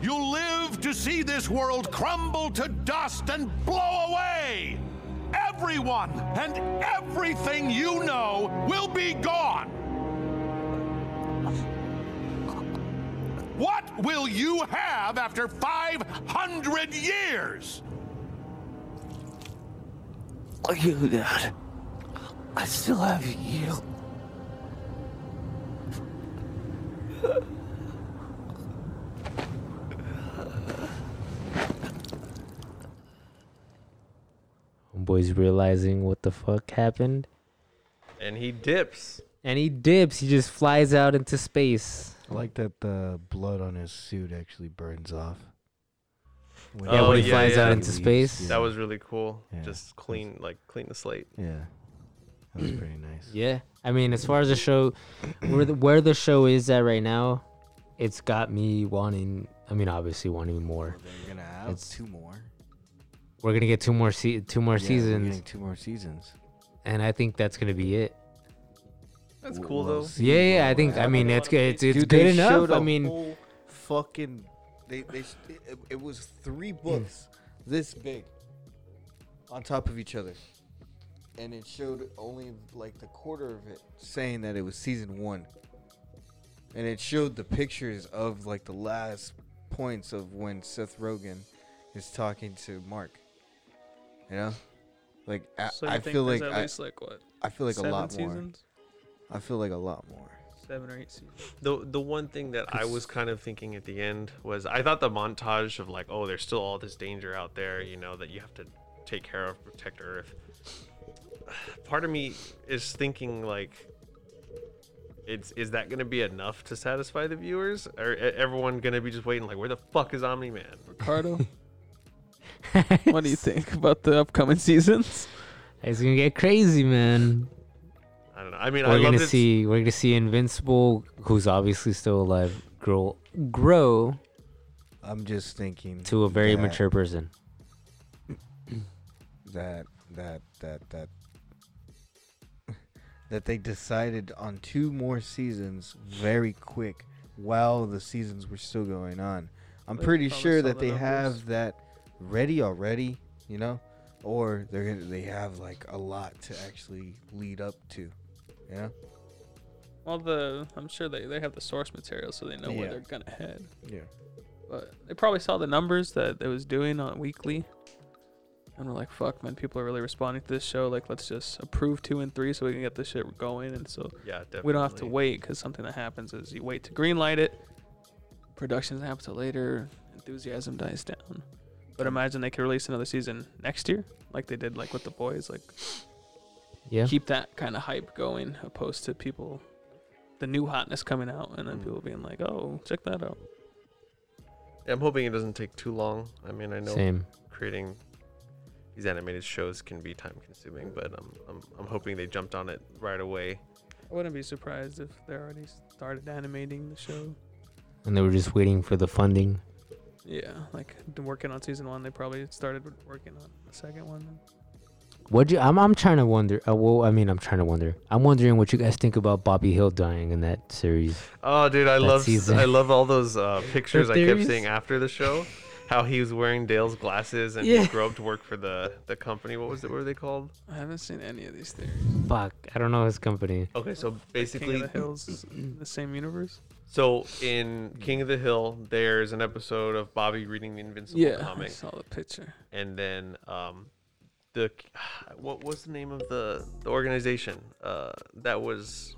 [SPEAKER 9] You'll live to see this world crumble to dust and blow away. Everyone and everything you know will be gone. What will you have after 500 years?
[SPEAKER 11] You, Dad. I still have you.
[SPEAKER 1] Boy's realizing what the fuck happened.
[SPEAKER 2] And he dips.
[SPEAKER 1] And he dips. He just flies out into space.
[SPEAKER 3] I like that the blood on his suit actually burns off. When
[SPEAKER 1] Yeah, when he flies out into
[SPEAKER 3] leaves,
[SPEAKER 1] space.
[SPEAKER 3] yeah.
[SPEAKER 2] Oh, That was really cool.
[SPEAKER 3] Yeah.
[SPEAKER 2] Just clean, like clean the slate.
[SPEAKER 3] Yeah. That was pretty nice.
[SPEAKER 1] Yeah, I mean, as far as the show, where the, where the show is at right now, it's got me wanting I mean, obviously, wanting more.
[SPEAKER 3] We're gonna have
[SPEAKER 1] It's-
[SPEAKER 3] two more.
[SPEAKER 1] We're gonna get two more se- two more
[SPEAKER 3] Yeah, we're
[SPEAKER 1] seasons,
[SPEAKER 3] getting two more seasons.
[SPEAKER 1] and I think that's gonna be it.
[SPEAKER 2] That's cool
[SPEAKER 3] we'll
[SPEAKER 2] though.
[SPEAKER 3] see.
[SPEAKER 1] Yeah, yeah. I think. I mean, it's good. It's, it's good enough. I mean,
[SPEAKER 3] fucking, they they sh- it, it was three
[SPEAKER 1] Hmm.
[SPEAKER 3] books this big on top of each other, and it showed only like the quarter of it, saying that it was season one. And it showed the pictures of like the last points of when Seth Rogen is talking to Mark. You know, like I,
[SPEAKER 4] So you
[SPEAKER 3] I
[SPEAKER 4] think
[SPEAKER 3] feel
[SPEAKER 4] there's
[SPEAKER 3] like
[SPEAKER 4] at
[SPEAKER 3] I,
[SPEAKER 4] least, like, what,
[SPEAKER 3] I feel like
[SPEAKER 4] seven
[SPEAKER 3] a lot
[SPEAKER 4] seasons?
[SPEAKER 3] more. I feel like a lot more.
[SPEAKER 4] Seven or eight seasons.
[SPEAKER 2] The the one thing that I was kind of thinking at the end was I thought the montage of like, oh, there's still all this danger out there, you know, that you have to take care of, protect Earth. Part of me is thinking like it's is that going to be enough to satisfy the viewers or e- everyone going to be just waiting like where the fuck is Omni-Man?
[SPEAKER 4] Ricardo? what do you think about the upcoming seasons?
[SPEAKER 1] it's gonna get crazy, man.
[SPEAKER 2] I don't know. I mean, I
[SPEAKER 1] we're
[SPEAKER 2] love
[SPEAKER 1] gonna
[SPEAKER 2] it.
[SPEAKER 1] see we're gonna see Invincible, who's obviously still alive, grow grow
[SPEAKER 3] I'm just thinking
[SPEAKER 1] to a very
[SPEAKER 3] that-
[SPEAKER 1] mature person.
[SPEAKER 3] that that that that that they decided on two more seasons very quick while the seasons were still going on. I'm
[SPEAKER 15] They
[SPEAKER 3] pretty
[SPEAKER 15] probably
[SPEAKER 3] sure
[SPEAKER 15] saw
[SPEAKER 3] that
[SPEAKER 15] the
[SPEAKER 3] they
[SPEAKER 15] numbers.
[SPEAKER 3] have that ready already, you know, or they're gonna, they have like a lot to actually lead up to, you know.
[SPEAKER 4] Well, the I'm sure they, they have the source material, so they know where
[SPEAKER 3] Yeah.
[SPEAKER 4] they're gonna head.
[SPEAKER 3] Yeah.
[SPEAKER 4] But they probably saw the numbers that it was doing on weekly, and we're like, "Fuck, man, people are really responding to this show. Like, let's just approve two and three so we can get this shit going." And so
[SPEAKER 2] Yeah,
[SPEAKER 4] we don't have to
[SPEAKER 2] definitely.
[SPEAKER 4] wait because something that happens is you wait to greenlight it, production happens till later, enthusiasm dies down. But imagine they could release another season next year, like they did like with the boys, like
[SPEAKER 1] Yeah.
[SPEAKER 4] keep that kind of hype going, opposed to people, the new hotness coming out, and then people being like, "Oh, check that out."
[SPEAKER 2] I'm hoping it doesn't take too long. I mean, I know
[SPEAKER 1] Same.
[SPEAKER 2] creating these animated shows can be time consuming, but I'm, I'm I'm hoping they jumped on it right away.
[SPEAKER 4] I wouldn't be surprised if they already started animating the show.
[SPEAKER 1] And they were just waiting for the funding.
[SPEAKER 4] Yeah, like d- working on season one, they probably started w- working on the second one.
[SPEAKER 1] What you? I'm I'm trying to wonder. Uh, well, I mean, I'm trying to wonder. I'm wondering what you guys think about Bobby Hill dying in that series.
[SPEAKER 2] Oh, dude, I
[SPEAKER 1] That
[SPEAKER 2] love
[SPEAKER 1] season.
[SPEAKER 2] I love all those uh, pictures I kept
[SPEAKER 1] theories?
[SPEAKER 2] seeing after the show. How he was wearing Dale's glasses and
[SPEAKER 4] Yeah.
[SPEAKER 2] he grew up to work for the, the company. What was it? What were they called?
[SPEAKER 4] I haven't seen any of these theories.
[SPEAKER 1] Fuck, I don't know his company.
[SPEAKER 2] Okay, so
[SPEAKER 4] King of
[SPEAKER 2] basically,
[SPEAKER 4] the Hills, is in the same universe.
[SPEAKER 2] so in King of the Hill, there's an episode of Bobby reading the Invincible
[SPEAKER 4] Yeah, I
[SPEAKER 2] comic.
[SPEAKER 4] saw the picture.
[SPEAKER 2] And then um, the what was the name of the the organization uh, that was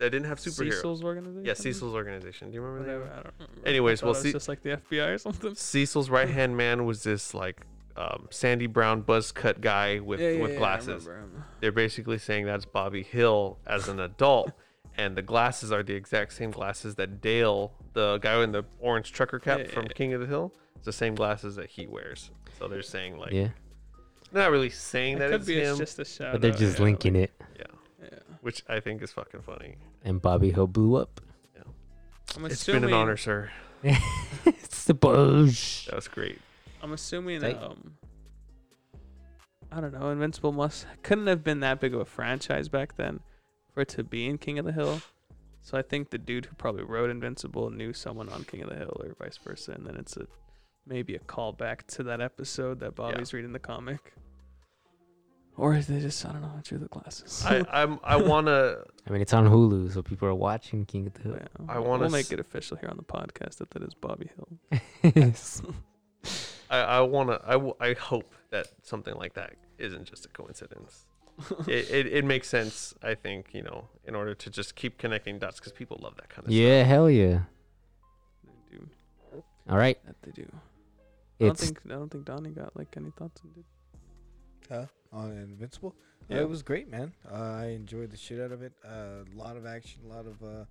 [SPEAKER 2] that didn't have superheroes?
[SPEAKER 4] Cecil's organization?
[SPEAKER 2] Yeah, Cecil's organization. Do you remember
[SPEAKER 4] Whatever,
[SPEAKER 2] that?
[SPEAKER 4] I don't remember. I
[SPEAKER 2] Anyways,
[SPEAKER 4] thought
[SPEAKER 2] we'll
[SPEAKER 4] it was
[SPEAKER 2] see.
[SPEAKER 4] just like the FBI or something.
[SPEAKER 2] Cecil's right hand man was this like um, Sandy Brown buzz cut guy with
[SPEAKER 4] Yeah, yeah,
[SPEAKER 2] with
[SPEAKER 4] yeah, I
[SPEAKER 2] glasses.
[SPEAKER 4] remember him.
[SPEAKER 2] They're basically saying that's Bobby Hill as an adult, and the glasses are the exact same glasses that Dale, the guy in the orange trucker cap
[SPEAKER 4] Yeah, yeah,
[SPEAKER 2] from King of the Hill, it's the same glasses that he wears. So they're saying like,
[SPEAKER 1] Yeah.
[SPEAKER 2] they're not really saying
[SPEAKER 4] It
[SPEAKER 2] that
[SPEAKER 4] could
[SPEAKER 2] it's
[SPEAKER 4] be it's
[SPEAKER 2] him,
[SPEAKER 4] just a shout
[SPEAKER 1] But they're just linking it,
[SPEAKER 2] Yeah. which I think is fucking funny.
[SPEAKER 1] and Bobby Hill blew up.
[SPEAKER 4] I'm
[SPEAKER 2] It's been an honor,
[SPEAKER 4] assuming-
[SPEAKER 2] sir.
[SPEAKER 1] it's the bush.
[SPEAKER 2] That was great.
[SPEAKER 4] I'm assuming
[SPEAKER 1] Thank-
[SPEAKER 4] um I don't know, Invincible must couldn't have been that big of a franchise back then for it to be in King of the Hill. So I think the dude who probably wrote Invincible knew someone on King of the Hill or vice versa, and then it's a maybe a callback to that episode that Bobby's reading the comic. Or is they just I don't know, drew the glasses.
[SPEAKER 2] I I'm, I wanna
[SPEAKER 1] I mean, it's on Hulu, so people are watching King of the Hill.
[SPEAKER 2] I wanna
[SPEAKER 4] We'll
[SPEAKER 2] s-
[SPEAKER 4] make it official here on the podcast that that is Bobby Hill.
[SPEAKER 2] I, I want to. I, w- I hope that something like that isn't just a coincidence. it, it, it makes sense, I think, you know, in order to just keep connecting dots because people love that kind of
[SPEAKER 1] Yeah,
[SPEAKER 2] stuff.
[SPEAKER 1] hell yeah.
[SPEAKER 4] They do.
[SPEAKER 1] All right.
[SPEAKER 4] That they do. I don't
[SPEAKER 1] It's
[SPEAKER 4] think I don't think Donnie got like any thoughts on it.
[SPEAKER 3] Huh? On Invincible? Uh,
[SPEAKER 4] Yeah.
[SPEAKER 3] it was great, man. Uh, I enjoyed the shit out of it. A lot of action, a lot of uh,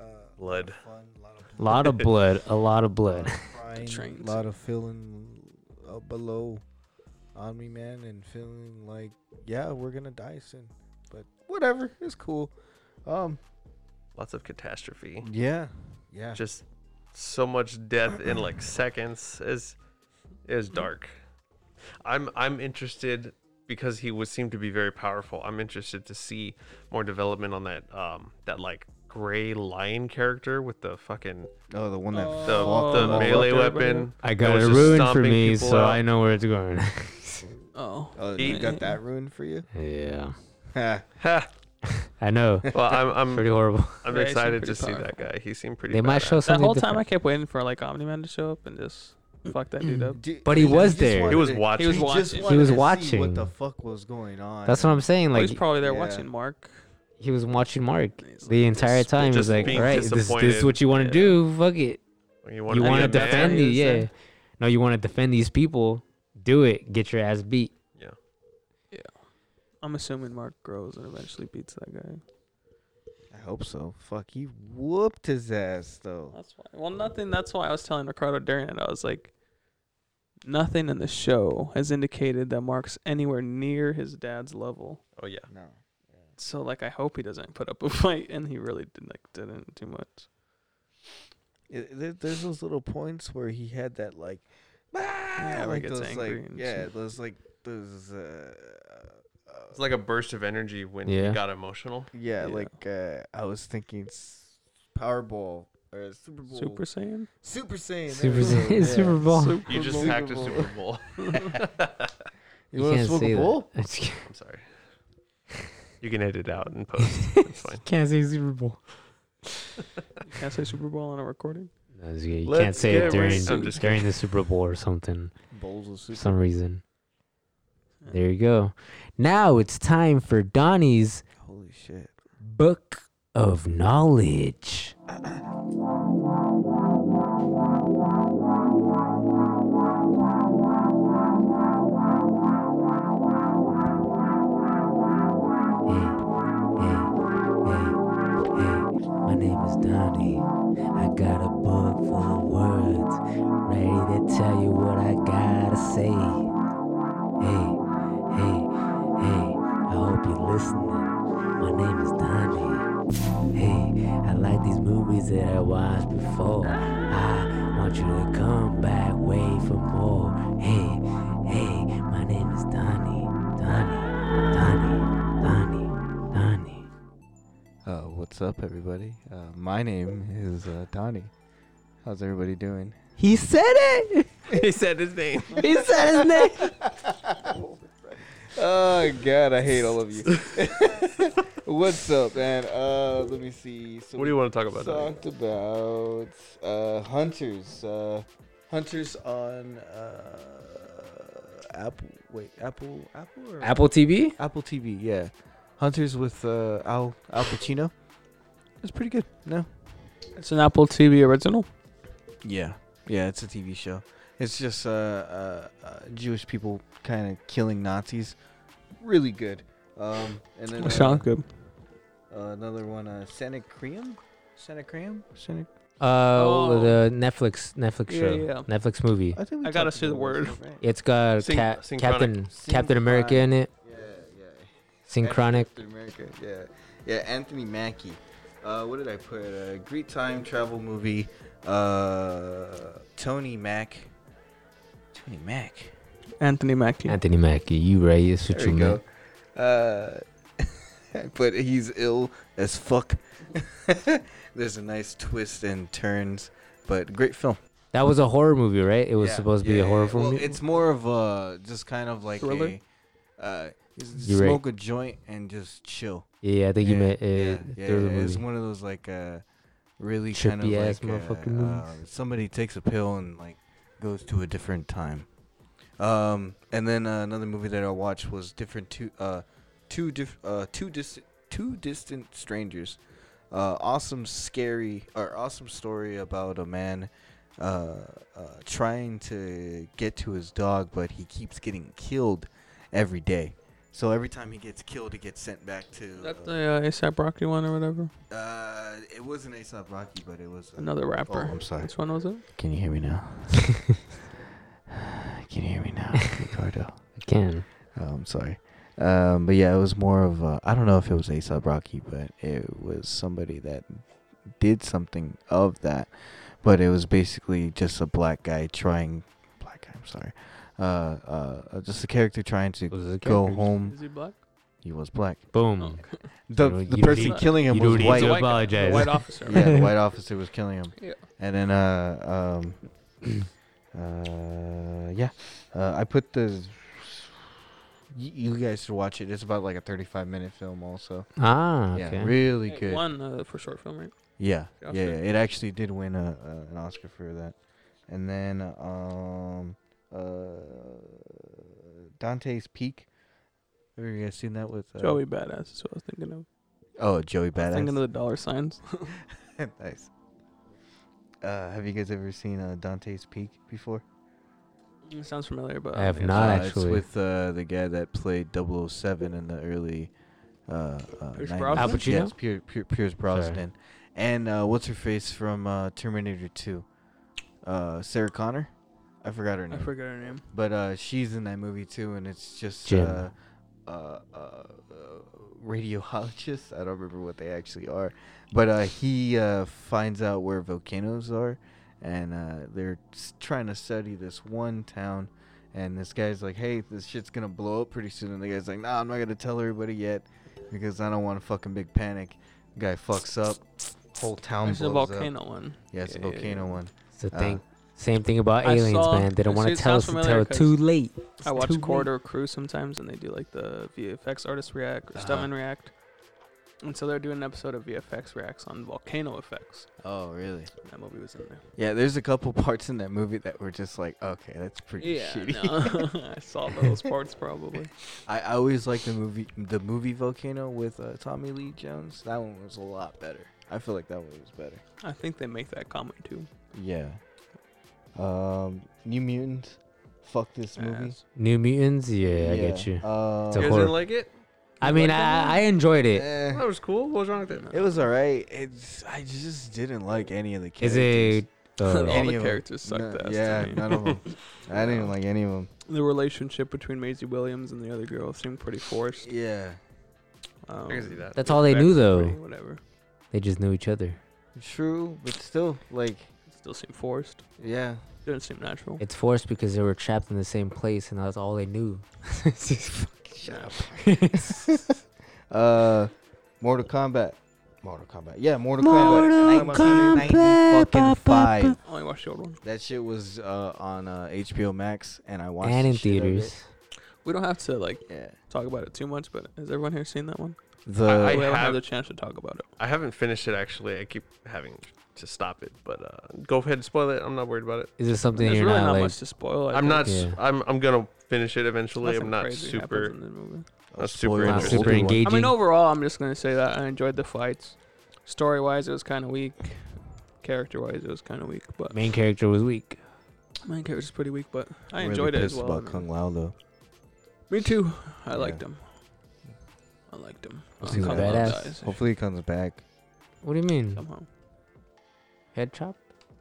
[SPEAKER 3] uh,
[SPEAKER 2] Blood.
[SPEAKER 3] fun, a lot of
[SPEAKER 1] a lot of blood. A lot of
[SPEAKER 3] lot
[SPEAKER 1] blood.
[SPEAKER 3] of crying,
[SPEAKER 4] trains.
[SPEAKER 3] lot of feeling uh, below on me, man, and feeling like, yeah, we're gonna die soon, but whatever, it's cool. Um,
[SPEAKER 2] Lots of catastrophe.
[SPEAKER 3] yeah, yeah,
[SPEAKER 2] Just so much death in like seconds. Is is dark. I'm I'm interested because he would seem to be very powerful. I'm interested to see more development on that um that like gray lion character with the fucking
[SPEAKER 3] oh the one
[SPEAKER 2] the,
[SPEAKER 3] that fought
[SPEAKER 2] the
[SPEAKER 1] Oh.
[SPEAKER 3] them all
[SPEAKER 2] melee
[SPEAKER 3] up there,
[SPEAKER 2] weapon.
[SPEAKER 1] I
[SPEAKER 2] that
[SPEAKER 1] got
[SPEAKER 2] was
[SPEAKER 1] it
[SPEAKER 2] just
[SPEAKER 1] ruined for
[SPEAKER 2] stomping
[SPEAKER 1] me,
[SPEAKER 2] people
[SPEAKER 1] so
[SPEAKER 2] out.
[SPEAKER 1] I know where it's going.
[SPEAKER 4] Oh,
[SPEAKER 3] Oh, you got that ruined for you?
[SPEAKER 1] yeah,
[SPEAKER 3] Ha.
[SPEAKER 1] I know.
[SPEAKER 2] Well, I'm I'm
[SPEAKER 1] pretty horrible.
[SPEAKER 2] I'm
[SPEAKER 4] Yeah, he seemed
[SPEAKER 2] excited to
[SPEAKER 4] pretty
[SPEAKER 2] see that
[SPEAKER 4] powerful.
[SPEAKER 2] guy. He seemed pretty.
[SPEAKER 1] They might
[SPEAKER 2] badass.
[SPEAKER 1] show
[SPEAKER 4] That
[SPEAKER 1] something
[SPEAKER 4] whole time I kept waiting for like Omni Man to show up and just fuck that dude up.
[SPEAKER 1] But he was
[SPEAKER 3] just
[SPEAKER 1] there. He
[SPEAKER 3] wanted
[SPEAKER 2] was
[SPEAKER 3] to-
[SPEAKER 2] watching.
[SPEAKER 4] He was
[SPEAKER 3] just
[SPEAKER 4] watching.
[SPEAKER 3] wanted
[SPEAKER 1] was
[SPEAKER 3] to see
[SPEAKER 1] watching.
[SPEAKER 3] what the fuck was going on.
[SPEAKER 1] That's what I'm saying.
[SPEAKER 4] Well, he's
[SPEAKER 1] Like
[SPEAKER 4] probably there
[SPEAKER 3] yeah.
[SPEAKER 4] watching Mark.
[SPEAKER 1] he was watching Mark the entire time. He's
[SPEAKER 2] just
[SPEAKER 1] like,
[SPEAKER 2] being
[SPEAKER 1] all right, this, this
[SPEAKER 2] disappointed."
[SPEAKER 1] is what you want to
[SPEAKER 2] Yeah.
[SPEAKER 1] do. Fuck it.
[SPEAKER 2] You
[SPEAKER 1] you
[SPEAKER 4] be
[SPEAKER 1] want to
[SPEAKER 4] a man?
[SPEAKER 1] defend
[SPEAKER 4] He
[SPEAKER 1] the
[SPEAKER 4] was
[SPEAKER 1] yeah.
[SPEAKER 4] saying.
[SPEAKER 1] No, you want to defend these people. Do it. Get your ass beat.
[SPEAKER 4] I'm assuming Mark grows and eventually beats that guy.
[SPEAKER 3] I hope so. Fuck, he whooped his ass though.
[SPEAKER 4] That's why. Well, nothing. That's why I was telling Ricardo during it. I was like, nothing in the show has indicated that Mark's anywhere near his dad's level.
[SPEAKER 2] Oh yeah.
[SPEAKER 3] No.
[SPEAKER 4] So like, I hope he doesn't put up a fight, and he really did like didn't do much.
[SPEAKER 3] It- there- there's those little points where he had that like,
[SPEAKER 4] where
[SPEAKER 2] Ah,
[SPEAKER 3] yeah,
[SPEAKER 4] he
[SPEAKER 3] like
[SPEAKER 4] gets
[SPEAKER 3] those
[SPEAKER 4] angry
[SPEAKER 3] like
[SPEAKER 4] and
[SPEAKER 3] yeah,
[SPEAKER 4] shit.
[SPEAKER 3] those like those uh,
[SPEAKER 2] It's like a burst of energy when
[SPEAKER 1] Yeah.
[SPEAKER 2] he got emotional.
[SPEAKER 3] yeah,
[SPEAKER 4] Yeah.
[SPEAKER 3] like uh, I was thinking s- Powerball or Super Bowl,
[SPEAKER 4] Super Saiyan.
[SPEAKER 3] Super Saiyan, there
[SPEAKER 1] Super
[SPEAKER 3] we go, yeah.
[SPEAKER 1] Bowl. Super Bowl.
[SPEAKER 2] You just
[SPEAKER 3] Bowl.
[SPEAKER 2] hacked a
[SPEAKER 3] Super
[SPEAKER 2] Super Bowl.
[SPEAKER 3] You want to smoke a
[SPEAKER 1] say
[SPEAKER 3] bowl?
[SPEAKER 1] that.
[SPEAKER 2] I'm sorry. You can edit out and post. It's fine.
[SPEAKER 1] can't say Super Bowl.
[SPEAKER 4] Can I say Super Bowl on a recording?
[SPEAKER 1] No, it's good. you can't
[SPEAKER 3] Let's
[SPEAKER 1] say it
[SPEAKER 3] get
[SPEAKER 1] during
[SPEAKER 2] ready- I'm just
[SPEAKER 1] during the Super Bowl or something
[SPEAKER 3] Bowls of
[SPEAKER 1] for
[SPEAKER 3] Super.
[SPEAKER 1] some reason. There you go. Now it's time for Donnie's
[SPEAKER 3] Holy shit!
[SPEAKER 1] book of knowledge. My name is Donnie. I got a book full of words, ready to tell you what I gotta say. Hey, hey, hey, I hope you're listening. My name is Donnie. Hey, I like these movies that I watched before. I want you to come back way for more. Hey, hey, my name is Donnie. Donnie, Donnie, Donnie, Donnie.
[SPEAKER 3] Uh, what's up, everybody? Uh, my name is uh, Donnie. How's everybody doing?
[SPEAKER 1] He said it!
[SPEAKER 2] he said his name.
[SPEAKER 1] He said his name!
[SPEAKER 3] Oh God, I hate all of you. What's up, man? Uh, let me see. So
[SPEAKER 2] What do you want to talk about? Donnie?
[SPEAKER 3] talked about? Uh, hunters. Uh, hunters on uh, Apple. Wait, Apple, Apple, or
[SPEAKER 1] Apple TV?
[SPEAKER 3] Apple TV. Yeah, Hunters with uh, Al Al Pacino. It's pretty good. No.
[SPEAKER 4] It's an Apple TV original.
[SPEAKER 3] Yeah, yeah, it's a TV show. It's just uh, uh, uh Jewish people kind of killing Nazis. Really good. Um, and then uh,
[SPEAKER 4] Sounds good.
[SPEAKER 3] uh, another one, uh, Santa Cream. Santa Cream. Santa.
[SPEAKER 1] Uh,
[SPEAKER 4] Oh.
[SPEAKER 1] the Netflix Netflix
[SPEAKER 4] Yeah,
[SPEAKER 1] show,
[SPEAKER 4] yeah.
[SPEAKER 1] Netflix movie.
[SPEAKER 3] I, think
[SPEAKER 4] I gotta
[SPEAKER 3] talked
[SPEAKER 4] say the
[SPEAKER 3] about this,
[SPEAKER 4] word.
[SPEAKER 3] right?
[SPEAKER 1] It's got
[SPEAKER 2] Syn-
[SPEAKER 1] Cap-
[SPEAKER 2] synchronic.
[SPEAKER 1] Captain Captain America in it.
[SPEAKER 3] Yeah, yeah.
[SPEAKER 1] Synchronic.
[SPEAKER 3] Captain America, yeah. Yeah, Anthony Mackie. Uh, what did I put? Uh, great time travel movie. Uh, Tony Mack. Tony Mack.
[SPEAKER 4] Anthony Mackie.
[SPEAKER 1] Anthony Mackie, you right? That's what
[SPEAKER 3] There
[SPEAKER 1] you
[SPEAKER 3] we
[SPEAKER 1] meant.
[SPEAKER 3] go. Uh, but he's ill as fuck. There's a nice twist and turns, but great film.
[SPEAKER 1] That was a horror movie, right? It was
[SPEAKER 3] Yeah,
[SPEAKER 1] supposed to be
[SPEAKER 3] yeah,
[SPEAKER 1] a
[SPEAKER 3] yeah,
[SPEAKER 1] horror
[SPEAKER 3] yeah. Well,
[SPEAKER 1] movie.
[SPEAKER 3] it's more of a just kind of like
[SPEAKER 4] Thriller?
[SPEAKER 3] a uh, just
[SPEAKER 1] You're right.
[SPEAKER 3] smoke a joint and just chill.
[SPEAKER 1] yeah, I think you
[SPEAKER 3] Yeah,
[SPEAKER 1] meant uh,
[SPEAKER 3] yeah, yeah,
[SPEAKER 1] thriller
[SPEAKER 3] yeah, It's
[SPEAKER 1] movie.
[SPEAKER 3] one of those like uh, really kind
[SPEAKER 1] Trippy
[SPEAKER 3] of
[SPEAKER 1] ass
[SPEAKER 3] like uh,
[SPEAKER 1] motherfucking movies.
[SPEAKER 3] uh, somebody takes a pill and like goes to a different time. Um, and then uh, another movie that I watched was different two uh, two diff- uh, two distant two distant strangers. Uh, awesome scary or awesome story about a man uh, uh, trying to get to his dog, but he keeps getting killed every day. So every time he gets killed, he gets sent back to.
[SPEAKER 4] Is that
[SPEAKER 3] uh,
[SPEAKER 4] the uh, ASAP Rocky one or whatever?
[SPEAKER 3] uh, it wasn't Aesop Rocky, but it was uh,
[SPEAKER 4] Another rapper.
[SPEAKER 3] Oh, I'm sorry.
[SPEAKER 4] Which one was it?
[SPEAKER 3] Can you hear me now? Can you hear me now, Ricardo?
[SPEAKER 1] Again,
[SPEAKER 3] Oh, I'm sorry. Um, but yeah, it was more of I I don't know if it was Aesop Rocky, but it was somebody that did something of that. but it was basically just a black guy trying, black guy. I'm sorry, uh, uh, uh, just a character trying to go
[SPEAKER 4] character?
[SPEAKER 3] home.
[SPEAKER 4] Is he black?
[SPEAKER 3] He was black.
[SPEAKER 1] Boom.
[SPEAKER 3] The,
[SPEAKER 1] You don't-
[SPEAKER 3] the
[SPEAKER 1] you
[SPEAKER 3] person
[SPEAKER 1] need-
[SPEAKER 3] killing him
[SPEAKER 1] you
[SPEAKER 3] was
[SPEAKER 1] don't need
[SPEAKER 3] white.
[SPEAKER 1] to The white guy. apologize.
[SPEAKER 4] The white officer,
[SPEAKER 3] yeah, the
[SPEAKER 4] right?
[SPEAKER 3] white officer was killing him.
[SPEAKER 4] Yeah.
[SPEAKER 3] And then uh um uh yeah, uh, I put the. y- You guys should watch it. It's about like a 35 minute film, also.
[SPEAKER 1] Ah,
[SPEAKER 3] yeah,
[SPEAKER 1] okay.
[SPEAKER 3] really
[SPEAKER 4] It
[SPEAKER 3] good.
[SPEAKER 4] Won uh, for short film, right?
[SPEAKER 3] Yeah, yeah,
[SPEAKER 4] Oscar.
[SPEAKER 3] yeah, it actually did win a, a an Oscar for that. And then um uh Dante's Peak. Have you guys seen that with uh,
[SPEAKER 4] Joey Badass is what I was thinking of.
[SPEAKER 3] Oh, Joey
[SPEAKER 4] I was
[SPEAKER 3] Badass.
[SPEAKER 4] thinking of the dollar signs.
[SPEAKER 3] nice. Uh, have you guys ever seen uh, Dante's Peak before?
[SPEAKER 4] It sounds familiar, but
[SPEAKER 1] I have
[SPEAKER 4] think
[SPEAKER 1] not
[SPEAKER 3] Uh,
[SPEAKER 1] actually.
[SPEAKER 3] It's with uh, the guy that played 007 in the early. Uh, uh,
[SPEAKER 4] Pierce
[SPEAKER 3] 90s.
[SPEAKER 4] Brosnan?
[SPEAKER 1] Al Pacino?
[SPEAKER 3] Yes, Pier, Pier, Pierce Brosnan. And uh, what's her face from uh, Terminator 2? Uh, Sarah Connor? I forgot her
[SPEAKER 4] I
[SPEAKER 3] name.
[SPEAKER 4] forgot her name.
[SPEAKER 3] but uh, she's in that movie too, and it's just
[SPEAKER 1] Jim.
[SPEAKER 3] uh, uh, uh, uh, radiologists. I don't remember what they actually are, but uh, he uh, finds out where volcanoes are, and uh, they're s- trying to study this one town. And this guy's like, "Hey, this shit's gonna blow up pretty soon." And the guy's like, "Nah, I'm not gonna tell everybody yet, because I don't want a fucking big panic." Guy fucks up, whole town
[SPEAKER 4] It's a
[SPEAKER 3] blows up.
[SPEAKER 4] volcano one.
[SPEAKER 3] Yeah, it's a
[SPEAKER 4] Yeah, yeah, yeah.
[SPEAKER 3] volcano one.
[SPEAKER 1] It's the
[SPEAKER 3] uh,
[SPEAKER 1] thing. Same thing about
[SPEAKER 4] I
[SPEAKER 1] aliens,
[SPEAKER 4] saw-
[SPEAKER 1] man. They don't
[SPEAKER 4] it
[SPEAKER 1] want to
[SPEAKER 4] sounds
[SPEAKER 1] tell us until
[SPEAKER 4] familiar 'cause
[SPEAKER 1] too late. It's
[SPEAKER 4] I
[SPEAKER 1] too
[SPEAKER 4] watch
[SPEAKER 1] late.
[SPEAKER 4] Corridor Crew sometimes, and they do like the VFX artists react or
[SPEAKER 3] Uh-huh.
[SPEAKER 4] stuntmen react. And so they're doing an episode of VFX reacts on volcano effects.
[SPEAKER 3] Oh, really?
[SPEAKER 4] That movie was in there.
[SPEAKER 3] Yeah, there's a couple parts in that movie that were just like, okay, that's pretty
[SPEAKER 4] Yeah,
[SPEAKER 3] shitty.
[SPEAKER 4] no. I saw those parts probably.
[SPEAKER 3] I, I always like the movie, the movie Volcano with uh, Tommy Lee Jones. That one was a lot better. I feel like that one was better.
[SPEAKER 4] I think they make that comment too.
[SPEAKER 3] Yeah. Um, New Mutants. Fuck this movie.
[SPEAKER 4] Ass.
[SPEAKER 1] New Mutants. Yeah, I get you.
[SPEAKER 3] Uh,
[SPEAKER 1] It's a
[SPEAKER 2] You guys
[SPEAKER 1] horror.
[SPEAKER 2] didn't like it?
[SPEAKER 1] I mean,
[SPEAKER 2] like that
[SPEAKER 1] I, I enjoyed it.
[SPEAKER 3] eh,
[SPEAKER 2] That was cool. What was wrong with it?
[SPEAKER 3] it was alright. It's I just didn't like any of the
[SPEAKER 1] Is
[SPEAKER 3] characters.
[SPEAKER 1] it?
[SPEAKER 4] All
[SPEAKER 1] Uh,
[SPEAKER 3] Any
[SPEAKER 4] the
[SPEAKER 3] of 'em.
[SPEAKER 4] characters sucked
[SPEAKER 3] No,
[SPEAKER 4] ass. to
[SPEAKER 3] yeah,
[SPEAKER 4] me.
[SPEAKER 3] none of them. I didn't like any of them.
[SPEAKER 4] the relationship between Maisie Williams and the other girl seemed pretty forced.
[SPEAKER 3] Yeah,
[SPEAKER 4] Um,
[SPEAKER 2] I can see that.
[SPEAKER 1] that's all they knew,
[SPEAKER 4] effects were
[SPEAKER 1] though.
[SPEAKER 4] pretty Whatever.
[SPEAKER 1] They just knew each other.
[SPEAKER 3] true, but still, like,
[SPEAKER 4] Still seemed forced.
[SPEAKER 3] yeah.
[SPEAKER 4] Didn't seem natural.
[SPEAKER 1] It's forced because they were trapped in the same place, and that's all they knew. It's just fucking-
[SPEAKER 3] Shut up. uh, Mortal Kombat. Mortal Kombat. Yeah, Mortal, Kombat.
[SPEAKER 1] Mortal
[SPEAKER 3] 1995.
[SPEAKER 4] I only watched the old one.
[SPEAKER 3] That shit was uh, on uh, HBO Max, and I watched
[SPEAKER 1] and
[SPEAKER 3] the
[SPEAKER 1] in
[SPEAKER 3] shit out of it.
[SPEAKER 1] theaters.
[SPEAKER 4] We don't have to like
[SPEAKER 3] Yeah.
[SPEAKER 4] talk about it too much, but has everyone here seen that one?
[SPEAKER 3] The
[SPEAKER 2] I-
[SPEAKER 4] we haven't had
[SPEAKER 2] have-
[SPEAKER 4] the chance to talk about it.
[SPEAKER 2] I haven't finished it actually. I keep having to stop it, but uh, go ahead and spoil it. I'm not worried about it.
[SPEAKER 1] Is there something
[SPEAKER 4] There's
[SPEAKER 1] you're
[SPEAKER 4] really
[SPEAKER 1] not,
[SPEAKER 4] not
[SPEAKER 1] like?
[SPEAKER 4] much to spoil. I
[SPEAKER 2] I'm
[SPEAKER 4] think.
[SPEAKER 2] not. s
[SPEAKER 1] Yeah.
[SPEAKER 2] I'm. I'm gonna finish it eventually.
[SPEAKER 4] Nothing
[SPEAKER 2] I'm not
[SPEAKER 4] crazy happens
[SPEAKER 2] super.
[SPEAKER 4] in the movie.
[SPEAKER 2] Not super
[SPEAKER 1] not
[SPEAKER 3] Spoiler
[SPEAKER 2] interested.
[SPEAKER 1] super
[SPEAKER 3] Older one.
[SPEAKER 1] engaging.
[SPEAKER 4] I mean, overall, I'm just gonna say that I enjoyed the fights. Story wise, it was kind of weak. Character wise, it was kind of weak, but
[SPEAKER 1] Main character was weak.
[SPEAKER 4] main character's pretty weak. But I
[SPEAKER 3] Really
[SPEAKER 4] enjoyed it as
[SPEAKER 3] pissed
[SPEAKER 4] well. I
[SPEAKER 3] About
[SPEAKER 4] mean.
[SPEAKER 3] Kung Lao though.
[SPEAKER 4] Me too. I liked
[SPEAKER 3] Yeah.
[SPEAKER 4] him. I liked him.
[SPEAKER 3] Was
[SPEAKER 4] Uh,
[SPEAKER 3] he a
[SPEAKER 4] Kung Lao
[SPEAKER 1] badass?
[SPEAKER 4] dies.
[SPEAKER 3] Hopefully he comes back.
[SPEAKER 1] What do you mean?
[SPEAKER 4] Somehow.
[SPEAKER 1] Head chop?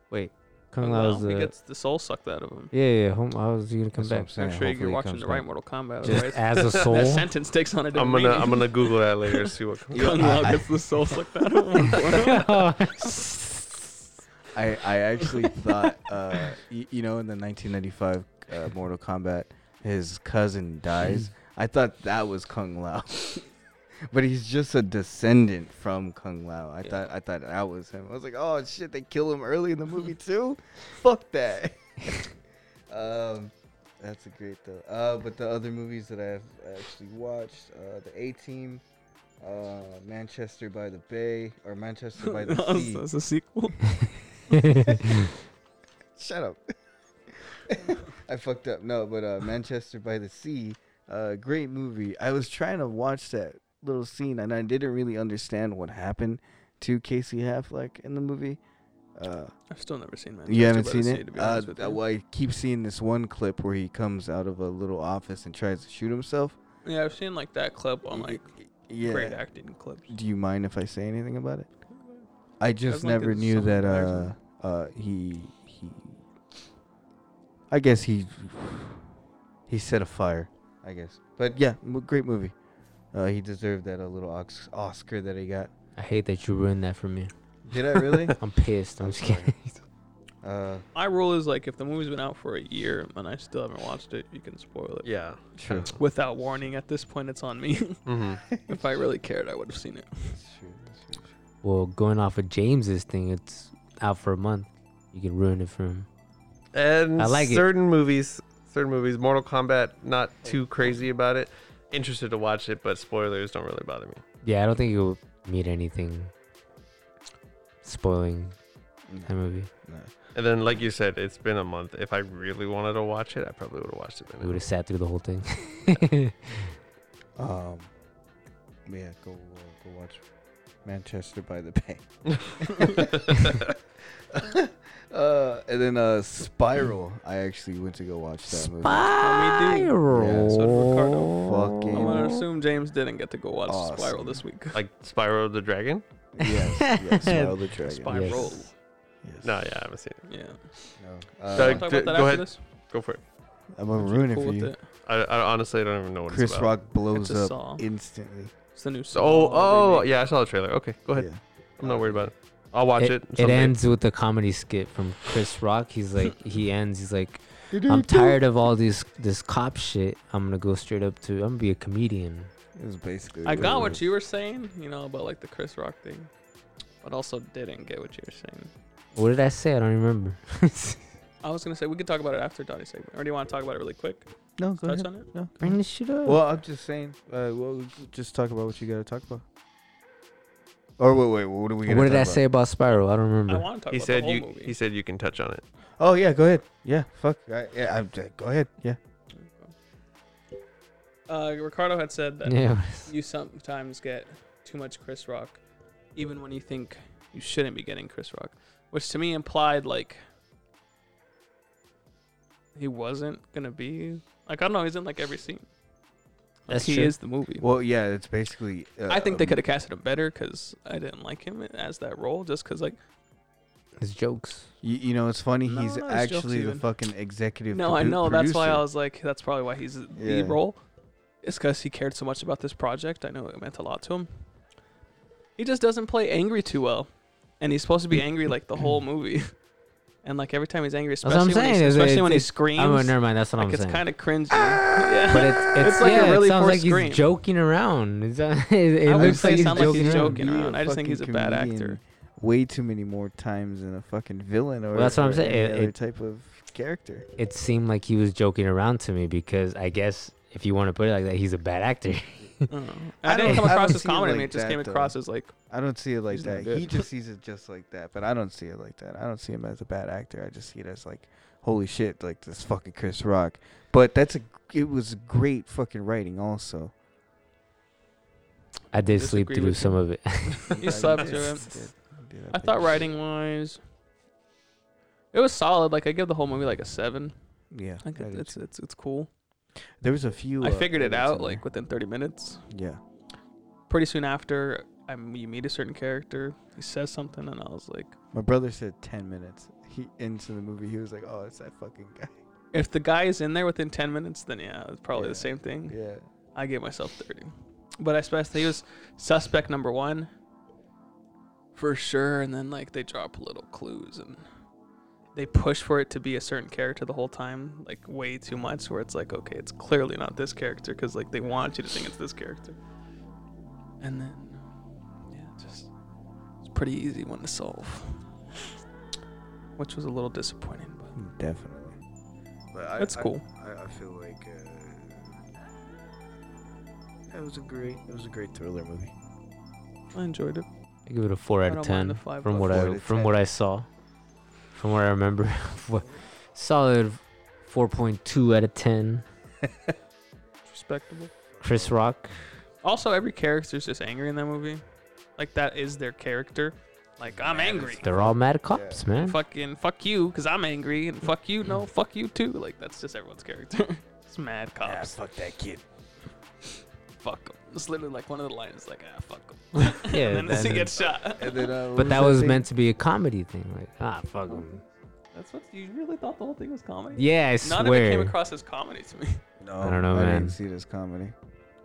[SPEAKER 1] Wait, Kung
[SPEAKER 4] Kung
[SPEAKER 1] Lao was
[SPEAKER 4] Lao, he
[SPEAKER 1] the.
[SPEAKER 4] gets the soul sucked out of him.
[SPEAKER 1] Yeah, yeah. Home, I was gonna come
[SPEAKER 3] That's what I'm
[SPEAKER 1] back.
[SPEAKER 3] saying.
[SPEAKER 4] Make sure
[SPEAKER 3] Hopefully
[SPEAKER 4] you're
[SPEAKER 3] he
[SPEAKER 4] watching
[SPEAKER 3] comes
[SPEAKER 4] the right
[SPEAKER 3] back.
[SPEAKER 4] Mortal Kombat.
[SPEAKER 1] Just
[SPEAKER 4] Otherwise,
[SPEAKER 1] as a soul.
[SPEAKER 4] that sentence takes on a different
[SPEAKER 2] I'm gonna.
[SPEAKER 4] meaning.
[SPEAKER 2] I'm gonna Google that later. See what. comes
[SPEAKER 4] Kung
[SPEAKER 2] up.
[SPEAKER 4] Lao gets the soul sucked out of him.
[SPEAKER 3] Oh. I, I actually thought, uh, y- you know, in the 1995 uh, Mortal Kombat, his cousin dies. I thought that was Kung Lao, but he's just a descendant from Kung Lao. I
[SPEAKER 4] Yeah.
[SPEAKER 3] thought I thought that was him. I was like, oh shit, they kill him early in the movie too. Fuck that. um, that's a great though. Uh, but the other movies that I've actually watched, uh, the A Team. Uh, Manchester by the Bay or Manchester by the Sea.
[SPEAKER 4] That's a sequel.
[SPEAKER 3] Shut up. I fucked up. No, but uh, Manchester by the Sea, uh, great movie. I was trying to watch that little scene and I didn't really understand what happened to Casey Affleck in the movie. Uh,
[SPEAKER 4] I've still never seen Manchester
[SPEAKER 3] you haven't
[SPEAKER 4] by the
[SPEAKER 3] seen
[SPEAKER 4] Sea,
[SPEAKER 3] it?
[SPEAKER 4] to be
[SPEAKER 3] Uh,
[SPEAKER 4] honest with
[SPEAKER 3] uh,
[SPEAKER 4] you.
[SPEAKER 3] well, I keep seeing this one clip where he comes out of a little office and tries to shoot himself.
[SPEAKER 4] Yeah, I've seen like that clip on like
[SPEAKER 3] Yeah.
[SPEAKER 4] great acting clips.
[SPEAKER 3] Do you mind if I say anything about it? I just
[SPEAKER 4] As long as
[SPEAKER 3] never
[SPEAKER 4] it's
[SPEAKER 3] knew
[SPEAKER 4] something
[SPEAKER 3] that uh
[SPEAKER 4] embarrassing.
[SPEAKER 3] uh he he I guess he he set a fire, I guess. But yeah, m- great movie. Uh, he deserved that a little ox- Oscar that he got.
[SPEAKER 1] I hate that you ruined that for me.
[SPEAKER 3] Did I really?
[SPEAKER 1] I'm pissed. I'm just kidding.
[SPEAKER 3] Uh,
[SPEAKER 4] My rule is like if the movie's been out for a year and I still haven't watched it, you can spoil it.
[SPEAKER 2] Yeah, Mm-hmm.
[SPEAKER 3] True.
[SPEAKER 4] Without warning, at this point, it's on me. if I really cared, I would have seen it.
[SPEAKER 1] Well, going off of James's thing, it's out for a month. You can ruin it for him.
[SPEAKER 2] and
[SPEAKER 1] I like it.
[SPEAKER 2] certain movies, certain movies, Mortal Kombat, not too crazy about it. Interested to watch it, but spoilers don't really bother me.
[SPEAKER 1] Yeah, I don't think you'll meet anything spoiling
[SPEAKER 4] Mm.
[SPEAKER 1] that movie.
[SPEAKER 2] And then, like you said, it's been a month. If I really wanted to watch it, I probably would have watched it. By
[SPEAKER 1] We
[SPEAKER 2] now.
[SPEAKER 1] would have sat through the whole thing.
[SPEAKER 3] um, yeah, go uh, go watch Manchester by the Bay. uh, and then uh, Spiral. I actually went to go watch that movie.
[SPEAKER 4] Yeah, so did Ricardo.
[SPEAKER 3] Fucking
[SPEAKER 4] I'm gonna assume James didn't get to go watch
[SPEAKER 3] Awesome.
[SPEAKER 4] Spiral this week.
[SPEAKER 2] Like Spyro the Dragon.
[SPEAKER 3] yes, yes, Spiral the Dragon.
[SPEAKER 4] Spiral.
[SPEAKER 2] No, yeah, I haven't seen it.
[SPEAKER 4] Yeah.
[SPEAKER 3] No. Uh,
[SPEAKER 2] Doug,
[SPEAKER 4] Wanna talk
[SPEAKER 2] d-
[SPEAKER 4] about that
[SPEAKER 2] go
[SPEAKER 4] after
[SPEAKER 2] ahead.
[SPEAKER 4] this?
[SPEAKER 2] Go for it.
[SPEAKER 3] I'm gonna ruin it
[SPEAKER 4] cool
[SPEAKER 3] for
[SPEAKER 4] with
[SPEAKER 3] you.
[SPEAKER 4] it?
[SPEAKER 2] I, I honestly don't even know what
[SPEAKER 3] Chris
[SPEAKER 2] it's about.
[SPEAKER 3] Rock blows
[SPEAKER 4] It's a
[SPEAKER 3] up
[SPEAKER 4] song.
[SPEAKER 3] instantly.
[SPEAKER 4] It's the new
[SPEAKER 2] So- oh,
[SPEAKER 4] Saw
[SPEAKER 2] oh, yeah, I saw the trailer. Okay, go ahead.
[SPEAKER 3] Yeah.
[SPEAKER 2] I'm not worried about it. I'll watch it.
[SPEAKER 1] It, it
[SPEAKER 2] someday.
[SPEAKER 1] ends with a comedy skit from Chris Rock. He's like, he ends. He's like,
[SPEAKER 3] Um,
[SPEAKER 1] I'm tired of all this this cop shit. I'm gonna go straight up to. I'm gonna be a comedian.
[SPEAKER 3] It's basically.
[SPEAKER 4] I got what you were saying, you know, about like the Chris Rock thing, but also didn't get what you were saying.
[SPEAKER 1] What did I say? I don't remember.
[SPEAKER 4] I was gonna say we could talk about it after Donnie's segment. Or do you want to talk about it really quick?
[SPEAKER 3] No, go
[SPEAKER 4] Touch
[SPEAKER 3] ahead.
[SPEAKER 4] on it.
[SPEAKER 3] No.
[SPEAKER 1] Bring this shit up.
[SPEAKER 3] Well, I'm just saying. Uh, well, just talk about what you gotta talk about. Or wait, wait, what are we?
[SPEAKER 1] what did
[SPEAKER 3] Gonna talk
[SPEAKER 1] I
[SPEAKER 3] about?
[SPEAKER 1] say about Spiral? I don't
[SPEAKER 4] I
[SPEAKER 1] remember.
[SPEAKER 4] want to talk
[SPEAKER 2] He
[SPEAKER 4] about
[SPEAKER 2] said
[SPEAKER 4] the whole
[SPEAKER 2] you.
[SPEAKER 4] movie.
[SPEAKER 2] He said you can touch on it.
[SPEAKER 3] Oh yeah, go ahead. Yeah, fuck. I, yeah, I'm, uh, go ahead. Yeah.
[SPEAKER 4] Uh, Ricardo had said that
[SPEAKER 1] Yeah.
[SPEAKER 4] you sometimes get too much Chris Rock, even when you think you shouldn't be getting Chris Rock, which to me implied like he wasn't gonna be like I don't know he's in like every scene. Like,
[SPEAKER 1] That's
[SPEAKER 4] he
[SPEAKER 1] true.
[SPEAKER 4] is the movie.
[SPEAKER 3] Well, yeah, it's basically. Uh,
[SPEAKER 4] I think they
[SPEAKER 3] um,
[SPEAKER 4] could have casted him better because I didn't like him as that role, just because like
[SPEAKER 1] His jokes.
[SPEAKER 3] You, you know, it's funny.
[SPEAKER 4] No,
[SPEAKER 3] he's
[SPEAKER 4] no, it's jokes
[SPEAKER 3] actually the
[SPEAKER 4] even.
[SPEAKER 3] fucking executive.
[SPEAKER 4] no, I
[SPEAKER 3] produ-
[SPEAKER 4] know that's why I
[SPEAKER 3] producer.
[SPEAKER 4] was like that's probably why he's
[SPEAKER 3] Yeah.
[SPEAKER 4] the role. It's because he cared so much about this project. I know it meant a lot to him. He just doesn't play angry too well, and he's supposed to be angry like the whole movie, and like every time he's angry,
[SPEAKER 1] That's what I'm
[SPEAKER 4] especially when,
[SPEAKER 1] saying.
[SPEAKER 4] he,
[SPEAKER 1] is
[SPEAKER 4] especially
[SPEAKER 1] it's-
[SPEAKER 4] when he
[SPEAKER 1] it's-
[SPEAKER 4] screams,
[SPEAKER 1] Oh, never mind. That's what
[SPEAKER 4] like
[SPEAKER 1] I'm
[SPEAKER 4] it's
[SPEAKER 1] saying.
[SPEAKER 4] kind of cringy. yeah.
[SPEAKER 1] but it's, it's,
[SPEAKER 4] like
[SPEAKER 1] yeah,
[SPEAKER 4] a really
[SPEAKER 1] it sounds
[SPEAKER 4] forced
[SPEAKER 1] like
[SPEAKER 4] scream.
[SPEAKER 1] he's joking around. It's, it it
[SPEAKER 4] I wouldn't
[SPEAKER 1] looks
[SPEAKER 4] say
[SPEAKER 1] like
[SPEAKER 4] it
[SPEAKER 1] he's,
[SPEAKER 4] sound like
[SPEAKER 1] joking
[SPEAKER 4] he's
[SPEAKER 1] around.
[SPEAKER 4] joking
[SPEAKER 3] Be a
[SPEAKER 4] around. I just think he's a
[SPEAKER 3] fucking
[SPEAKER 4] bad
[SPEAKER 3] comedian
[SPEAKER 4] actor.
[SPEAKER 3] Way too many more times than a fucking villain or.
[SPEAKER 1] Well, that's what I'm
[SPEAKER 3] or
[SPEAKER 1] saying.
[SPEAKER 3] any
[SPEAKER 1] It-
[SPEAKER 3] other
[SPEAKER 1] it-
[SPEAKER 3] type of character.
[SPEAKER 1] It seemed like he was joking around to me because I guess if you want to put it like that, he's a bad actor.
[SPEAKER 4] I, don't know.
[SPEAKER 3] I
[SPEAKER 4] I didn't
[SPEAKER 3] don't-
[SPEAKER 4] come
[SPEAKER 3] I
[SPEAKER 4] across
[SPEAKER 3] don't
[SPEAKER 4] as
[SPEAKER 3] see him
[SPEAKER 4] comedy. to
[SPEAKER 3] like
[SPEAKER 4] me. it just
[SPEAKER 3] that,
[SPEAKER 4] came
[SPEAKER 3] though.
[SPEAKER 4] across as like
[SPEAKER 3] I don't see it like
[SPEAKER 4] He's not
[SPEAKER 3] that. He
[SPEAKER 4] good.
[SPEAKER 3] just sees it just like that, but I don't see it like that. I don't see him as a bad actor. I just see it as like, holy shit, like this fucking Chris Rock. But that's a. It was great fucking writing, also.
[SPEAKER 1] I did sleep
[SPEAKER 4] Disagree
[SPEAKER 1] through
[SPEAKER 4] with
[SPEAKER 1] some of it.
[SPEAKER 4] You slept through it. I thought writing wise, it was solid. Like I give the whole movie like a seven.
[SPEAKER 3] Yeah,
[SPEAKER 4] Like
[SPEAKER 3] I did
[SPEAKER 4] it, it's it's it's cool.
[SPEAKER 3] There was a few.
[SPEAKER 4] I
[SPEAKER 3] uh,
[SPEAKER 4] figured it
[SPEAKER 3] edits in
[SPEAKER 4] out
[SPEAKER 3] there.
[SPEAKER 4] like within 30 minutes.
[SPEAKER 3] Yeah.
[SPEAKER 4] Pretty soon after, I m- you meet a certain character. He says something, and I was like,
[SPEAKER 3] My brother said ten minutes. He into the movie. He was like, "Oh, it's that fucking guy."
[SPEAKER 4] if the guy is in there within 10 minutes, then yeah, it's probably
[SPEAKER 3] Yeah.
[SPEAKER 4] the same thing.
[SPEAKER 3] Yeah.
[SPEAKER 4] I gave myself 30. But I especially he was suspect number one for sure. And then like they drop little clues and they push for it to be a certain character the whole time, like way too much. Where it's like, okay, it's clearly not this character because like they want you to think it's this character. And then yeah, just it's a pretty easy one to solve, which was a little disappointing. But
[SPEAKER 3] Definitely. But I,
[SPEAKER 4] That's
[SPEAKER 3] I-
[SPEAKER 4] cool.
[SPEAKER 3] I, I feel like uh, it was a great, it was a great thriller movie.
[SPEAKER 4] I enjoyed it.
[SPEAKER 1] I give it a four
[SPEAKER 4] I
[SPEAKER 1] out of
[SPEAKER 4] don't mind
[SPEAKER 1] ten
[SPEAKER 4] the five
[SPEAKER 1] from
[SPEAKER 4] bucks.
[SPEAKER 1] what
[SPEAKER 3] Four out
[SPEAKER 1] I
[SPEAKER 3] of
[SPEAKER 1] from
[SPEAKER 3] 10.
[SPEAKER 1] what I saw, from what I remember. Four- Solid four point two out of ten.
[SPEAKER 4] It's respectable.
[SPEAKER 1] Chris Rock.
[SPEAKER 4] Also, every character's just angry in that movie. Like that is their character. Like I'm angry.
[SPEAKER 1] They're all mad cops, man.
[SPEAKER 4] Fucking fuck you, cause I'm angry, and fuck you, no, fuck you too. Like that's just everyone's character. it's mad cops.
[SPEAKER 3] fuck that kid.
[SPEAKER 4] Fuck 'em. It's literally like one of the lines, like ah, fuck 'em.
[SPEAKER 1] Yeah,
[SPEAKER 4] and then he
[SPEAKER 1] that-
[SPEAKER 4] gets shot.
[SPEAKER 3] And then, uh, what
[SPEAKER 1] but that was
[SPEAKER 3] thing?
[SPEAKER 1] meant to be a comedy thing. Like ah, fuck 'em.
[SPEAKER 4] That's what you really thought the whole thing was comedy.
[SPEAKER 1] Yeah, I
[SPEAKER 4] None of it
[SPEAKER 1] swear.
[SPEAKER 4] came across as comedy to me.
[SPEAKER 3] No,
[SPEAKER 1] I don't know,
[SPEAKER 3] I
[SPEAKER 1] man.
[SPEAKER 3] didn't see this comedy.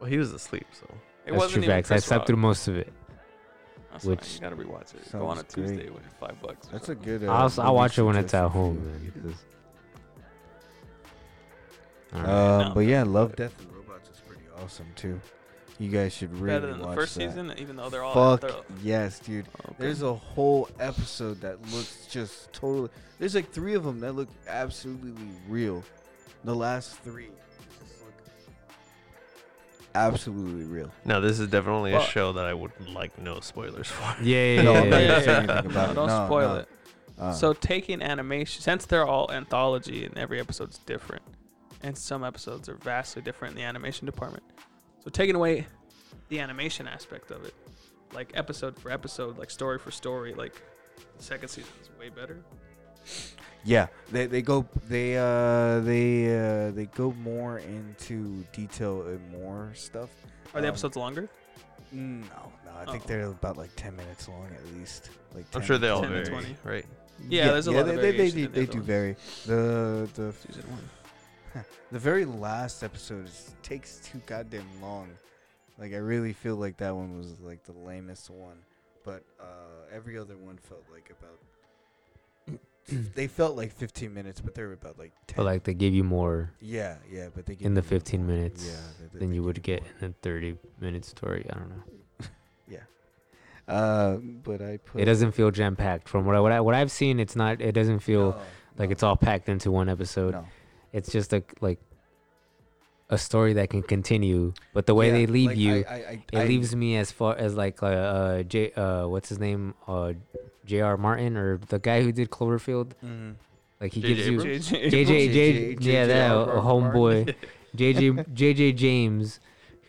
[SPEAKER 2] Well, he was asleep, so
[SPEAKER 4] It
[SPEAKER 1] That's
[SPEAKER 4] wasn't
[SPEAKER 1] true
[SPEAKER 4] even
[SPEAKER 1] facts. I
[SPEAKER 4] Chris
[SPEAKER 1] slept
[SPEAKER 4] Rock.
[SPEAKER 1] through most of it.
[SPEAKER 4] I
[SPEAKER 2] That's
[SPEAKER 1] which
[SPEAKER 2] fine, you gotta rewatch it. Go on a
[SPEAKER 3] Sounds great.
[SPEAKER 2] Tuesday with five bucks. or
[SPEAKER 3] That's a
[SPEAKER 2] something.
[SPEAKER 3] good. uh,
[SPEAKER 1] I'll, s- I'll watch it when it's at home. Man. It's- All right.
[SPEAKER 3] Um, but yeah, Love, Death, and Robots is pretty awesome too. You guys should really
[SPEAKER 4] Better than the
[SPEAKER 3] watch
[SPEAKER 4] first
[SPEAKER 3] that.
[SPEAKER 4] season, even though they're all- Oh,
[SPEAKER 3] Fuck
[SPEAKER 4] they're-
[SPEAKER 3] yes, dude. There's a whole episode that looks just totally. There's like three of them that look absolutely real. The last three just look absolutely real.
[SPEAKER 2] No, this is definitely a
[SPEAKER 3] Fuck.
[SPEAKER 2] show that I would like no spoilers for.
[SPEAKER 3] no, I'm not
[SPEAKER 4] Yeah,
[SPEAKER 3] gonna
[SPEAKER 4] yeah,
[SPEAKER 3] say
[SPEAKER 4] yeah.
[SPEAKER 3] anything about
[SPEAKER 4] No,
[SPEAKER 3] it.
[SPEAKER 4] Don't
[SPEAKER 3] No,
[SPEAKER 4] spoil
[SPEAKER 3] no.
[SPEAKER 4] it.
[SPEAKER 3] Uh,
[SPEAKER 4] so taking animation, since they're all anthology and every episode's different, and some episodes are vastly different in the animation department. So taking away the animation aspect of it, like episode for episode, like story for story, like the second season is way better.
[SPEAKER 3] Yeah, they they go they uh they uh they go more into detail and more stuff.
[SPEAKER 4] Are the
[SPEAKER 3] Um,
[SPEAKER 4] episodes longer?
[SPEAKER 3] No, no, I think they're about like ten minutes long at least. Like 10,
[SPEAKER 2] I'm sure they all
[SPEAKER 3] 10
[SPEAKER 2] vary,
[SPEAKER 3] minutes.
[SPEAKER 2] right?
[SPEAKER 4] Yeah, there's a lot
[SPEAKER 3] they,
[SPEAKER 4] of
[SPEAKER 3] they, they,
[SPEAKER 4] variation
[SPEAKER 3] do-
[SPEAKER 4] in the
[SPEAKER 3] they
[SPEAKER 4] other
[SPEAKER 3] do
[SPEAKER 4] ones.
[SPEAKER 3] vary. The the
[SPEAKER 4] season
[SPEAKER 3] one, the very last episode is, takes too goddamn long. Like I really feel like that one was like the lamest one, but uh, every other one felt like about. they felt like 15 minutes, but they were about like 10.
[SPEAKER 1] But like they give you more.
[SPEAKER 3] Yeah, yeah, but they give
[SPEAKER 1] in the
[SPEAKER 3] you more.
[SPEAKER 1] 15 minutes
[SPEAKER 3] Yeah, they-
[SPEAKER 1] than you would get in a 30 minute story. I don't know.
[SPEAKER 3] yeah. Uh, but I put
[SPEAKER 1] It doesn't feel jam packed. From what I, what I what I've seen, it's not. It doesn't feel like it's all packed into one episode.
[SPEAKER 3] Oh, No.
[SPEAKER 1] It's just a like a story that can continue. But the way
[SPEAKER 3] Yeah,
[SPEAKER 1] they leave
[SPEAKER 3] like,
[SPEAKER 1] you,
[SPEAKER 3] I- I- I-
[SPEAKER 1] it
[SPEAKER 3] I-
[SPEAKER 1] leaves me as far as like uh, uh J uh what's his name uh J.R. Martin or the guy who did Cloverfield.
[SPEAKER 3] Mhm.
[SPEAKER 1] Like he
[SPEAKER 3] J.J.
[SPEAKER 1] gives you
[SPEAKER 3] Abrams?
[SPEAKER 1] JJ
[SPEAKER 3] J.J.
[SPEAKER 1] JJ
[SPEAKER 3] J.J.
[SPEAKER 1] yeah that
[SPEAKER 3] J.R.
[SPEAKER 1] a
[SPEAKER 3] Martin.
[SPEAKER 1] homeboy JJ JJ James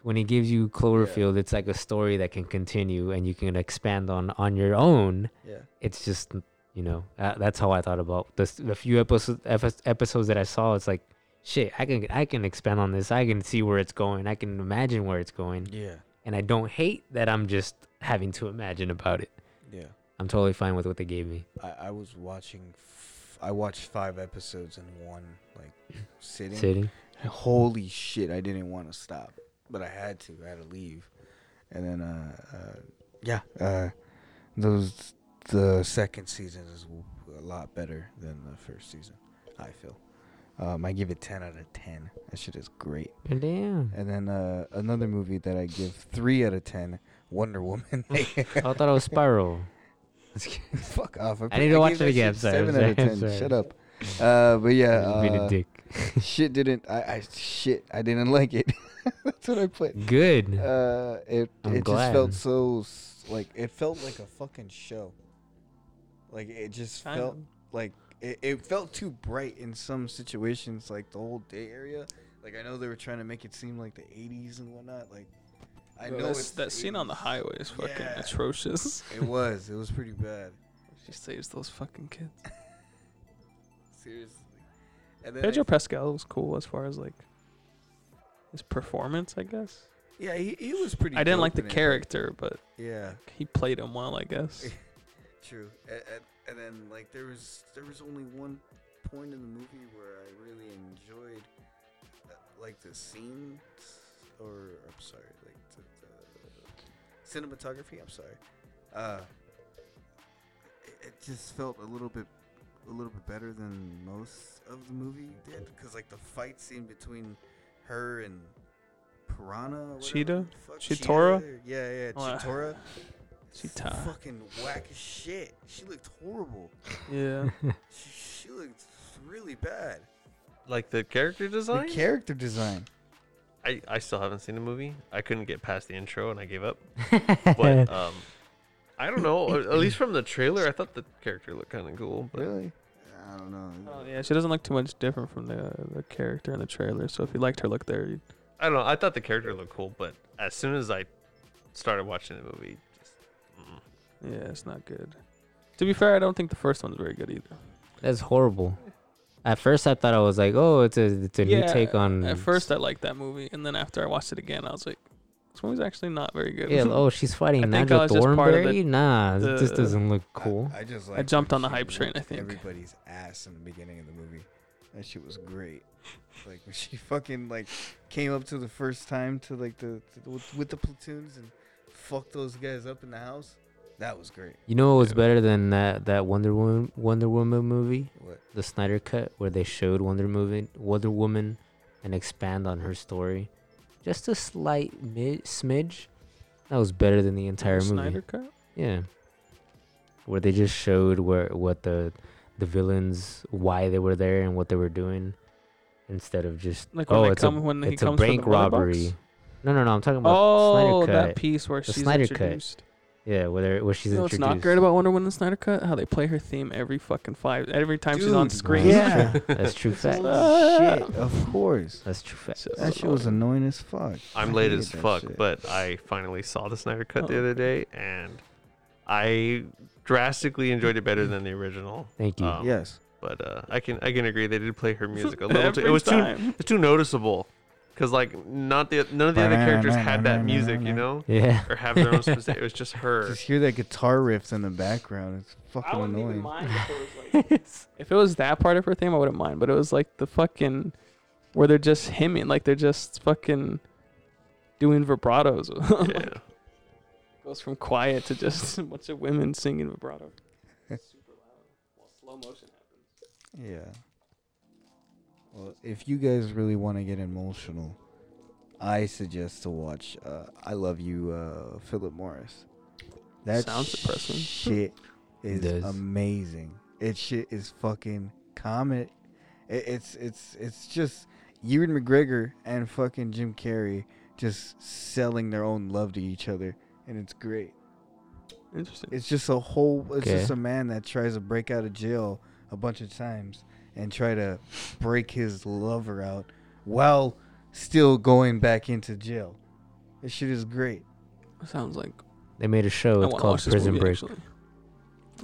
[SPEAKER 1] when he gives you Cloverfield it's like a story that can continue and you can expand on on your own.
[SPEAKER 3] Yeah.
[SPEAKER 1] It's just you know uh, that's how I thought about this the few episodes episodes that I saw it's like shit I can I can expand on this I can see where it's going I can imagine where it's going.
[SPEAKER 3] Yeah.
[SPEAKER 1] And I don't hate that I'm just having to imagine about it.
[SPEAKER 3] Yeah.
[SPEAKER 1] I'm totally fine with what they gave me.
[SPEAKER 3] I, I was watching. F- I watched five episodes in one like sitting.
[SPEAKER 1] Sitting.
[SPEAKER 3] Holy shit! I didn't want to stop, but I had to. I had to leave, and then uh, uh yeah, uh, those the second season is w- a lot better than the first season. I feel. Um, I give it ten out of ten. That shit is great.
[SPEAKER 1] Damn.
[SPEAKER 3] And then uh, another movie that I give three out of ten, Wonder Woman. I
[SPEAKER 1] thought it was Spiral.
[SPEAKER 3] Fuck off!
[SPEAKER 1] I need
[SPEAKER 3] put-
[SPEAKER 1] to watch
[SPEAKER 3] gave
[SPEAKER 1] it
[SPEAKER 3] that
[SPEAKER 1] again,
[SPEAKER 3] shit
[SPEAKER 1] sorry,
[SPEAKER 3] Seven
[SPEAKER 1] sorry,
[SPEAKER 3] out of ten.
[SPEAKER 1] sorry.
[SPEAKER 3] Shut up. Uh, but yeah,
[SPEAKER 1] I just being a
[SPEAKER 3] uh,
[SPEAKER 1] dick.
[SPEAKER 3] shit didn't. I, I shit. I didn't like it. That's what I put.
[SPEAKER 1] Good.
[SPEAKER 3] Uh, it
[SPEAKER 1] I'm
[SPEAKER 3] it just
[SPEAKER 1] glad.
[SPEAKER 3] felt so s- like it felt like a fucking show. Like it just
[SPEAKER 4] Kind
[SPEAKER 3] felt
[SPEAKER 4] of.
[SPEAKER 3] like it, it felt too bright in some situations, like the whole day area. Like I know they were trying to make it seem like the '80s and whatnot. Like I
[SPEAKER 4] Bro,
[SPEAKER 3] know
[SPEAKER 4] that's-
[SPEAKER 3] it's
[SPEAKER 4] that scene on the highway is fucking
[SPEAKER 3] Yeah.
[SPEAKER 4] atrocious.
[SPEAKER 3] It was. It was pretty bad.
[SPEAKER 4] She saves those fucking kids.
[SPEAKER 3] Seriously. And then
[SPEAKER 4] Pedro
[SPEAKER 3] I-
[SPEAKER 4] Pascal was cool as far as like his performance, I guess.
[SPEAKER 3] yeah, he, he was pretty.
[SPEAKER 4] I didn't like the
[SPEAKER 3] dope in it.
[SPEAKER 4] character, but
[SPEAKER 3] Yeah.
[SPEAKER 4] he played him well, I guess.
[SPEAKER 3] True. And, and, and then like there was there was only one point in the movie where I really enjoyed uh, like the scenes or I'm sorry, like the, the cinematography. I'm sorry. Uh, it- it just felt a little bit a little bit better than most of the movie did because like the fight scene between her and Piranha, or whatever
[SPEAKER 4] Cheetah?
[SPEAKER 3] the fuck,
[SPEAKER 4] Cheetora?
[SPEAKER 3] Cheetah? yeah, yeah,
[SPEAKER 4] Oh, I-
[SPEAKER 3] Cheetora.
[SPEAKER 4] Cheetah.
[SPEAKER 3] Fucking whack as shit. She looked horrible.
[SPEAKER 4] Yeah.
[SPEAKER 3] She, she looked really bad.
[SPEAKER 2] Like the character design.
[SPEAKER 3] character design.
[SPEAKER 2] I, I still haven't seen the movie. I couldn't get past the intro and I gave up. but um, I don't know. At at least from the trailer, I thought the character looked kind of cool. But
[SPEAKER 3] really? I don't know.
[SPEAKER 4] Oh, yeah, she doesn't look too much different from the the character in the trailer. So if you liked her look there, you'd,
[SPEAKER 2] I don't know. I thought the character looked cool, but as soon as I started watching the movie, just, mm.
[SPEAKER 4] yeah, it's not good. To be fair, I don't think the first one's very good either.
[SPEAKER 1] That's horrible. At first, I thought I was like, oh, it's a it's a new take on.
[SPEAKER 4] At first, I liked that movie, and then after I watched it again, I was like, this movie's actually not very good.
[SPEAKER 1] yeah, oh, she's fighting
[SPEAKER 4] I think I
[SPEAKER 1] Nigel
[SPEAKER 4] was just part of the-
[SPEAKER 1] Thornberry. Nah, this
[SPEAKER 4] the-
[SPEAKER 1] doesn't look cool.
[SPEAKER 3] I just
[SPEAKER 4] I
[SPEAKER 3] like
[SPEAKER 4] jumped
[SPEAKER 3] when
[SPEAKER 4] on the
[SPEAKER 3] she
[SPEAKER 4] hype train,
[SPEAKER 3] whooped
[SPEAKER 4] I think.
[SPEAKER 3] Everybody's ass in the beginning of the movie. That shit was great. Like when she fucking like came up to the first time to like the, to the with, with the platoons and fucked those guys up in the house. That was great.
[SPEAKER 1] You know what was better than that that Wonder Woman Wonder Woman movie?
[SPEAKER 3] What?
[SPEAKER 1] The Snyder cut where they showed Wonder Woman Wonder Woman and expand on her story. Just a slight mid, smidge. That was better than the entire movie.
[SPEAKER 4] Snyder cut?
[SPEAKER 1] Yeah. Where they just showed where what the the villains why they were there and what they were doing instead of just
[SPEAKER 4] Like when
[SPEAKER 1] oh
[SPEAKER 4] they
[SPEAKER 1] it's
[SPEAKER 4] come-
[SPEAKER 1] a
[SPEAKER 4] when he
[SPEAKER 1] it's a
[SPEAKER 4] comes for the
[SPEAKER 1] bank
[SPEAKER 4] mother box?
[SPEAKER 1] robbery. No, no, no. I'm talking about
[SPEAKER 4] Oh,
[SPEAKER 1] Snyder cut.
[SPEAKER 4] that piece where
[SPEAKER 1] the
[SPEAKER 4] she's
[SPEAKER 1] Snyder
[SPEAKER 4] introduced.
[SPEAKER 1] cut. Yeah, where they're- where she's
[SPEAKER 4] you know what's
[SPEAKER 1] introduced.
[SPEAKER 4] not great about Wonder Woman and Snyder Cut? How they play her theme every fucking five, every time she's on
[SPEAKER 3] Dude,
[SPEAKER 4] screen.
[SPEAKER 3] yeah.
[SPEAKER 1] That's true fact.
[SPEAKER 3] Shit, of course.
[SPEAKER 1] That's true fact.
[SPEAKER 3] That shit was annoying as fuck.
[SPEAKER 2] I'm
[SPEAKER 3] I
[SPEAKER 2] late
[SPEAKER 3] hated
[SPEAKER 2] as
[SPEAKER 3] that
[SPEAKER 2] fuck,
[SPEAKER 3] shit.
[SPEAKER 2] but I finally saw the Snyder Cut the other day, and I drastically enjoyed it better than the original.
[SPEAKER 1] Thank you.
[SPEAKER 3] Yes.
[SPEAKER 2] but uh, I can I can agree they did play her music a little too.
[SPEAKER 4] Every
[SPEAKER 2] It was too
[SPEAKER 4] time.
[SPEAKER 2] it's too noticeable because like not the none of the other characters had that music, you know,
[SPEAKER 1] Yeah.
[SPEAKER 2] or have their own specific. It was just her.
[SPEAKER 3] Just hear that guitar riffs in the background. It's fucking annoying.
[SPEAKER 4] If it was that part of her theme, I wouldn't mind. But it was like the fucking where they're just hemming, like they're just fucking doing vibratos.
[SPEAKER 2] yeah.
[SPEAKER 4] Goes from quiet to just a bunch of women singing vibrato. Slow motion.
[SPEAKER 3] Yeah. Well, if you guys really want to get emotional, I suggest to watch uh, "I Love You," uh, Philip Morris. That
[SPEAKER 4] Sounds depressing.
[SPEAKER 3] Shit is
[SPEAKER 1] does.
[SPEAKER 3] amazing. It shit is fucking comic. It, it's it's it's just Ewan McGregor and fucking Jim Carrey just selling their own love to each other, and it's great.
[SPEAKER 4] Interesting.
[SPEAKER 3] It's just a whole. It's
[SPEAKER 1] Okay.
[SPEAKER 3] just a man that tries to break out of jail a bunch of times and try to break his lover out while still going back into jail. This shit is great.
[SPEAKER 4] Sounds like
[SPEAKER 1] They made a show.
[SPEAKER 4] I
[SPEAKER 1] It's
[SPEAKER 4] wanna
[SPEAKER 1] called
[SPEAKER 4] watch this
[SPEAKER 1] Prison
[SPEAKER 4] movie,
[SPEAKER 1] Break.
[SPEAKER 4] actually.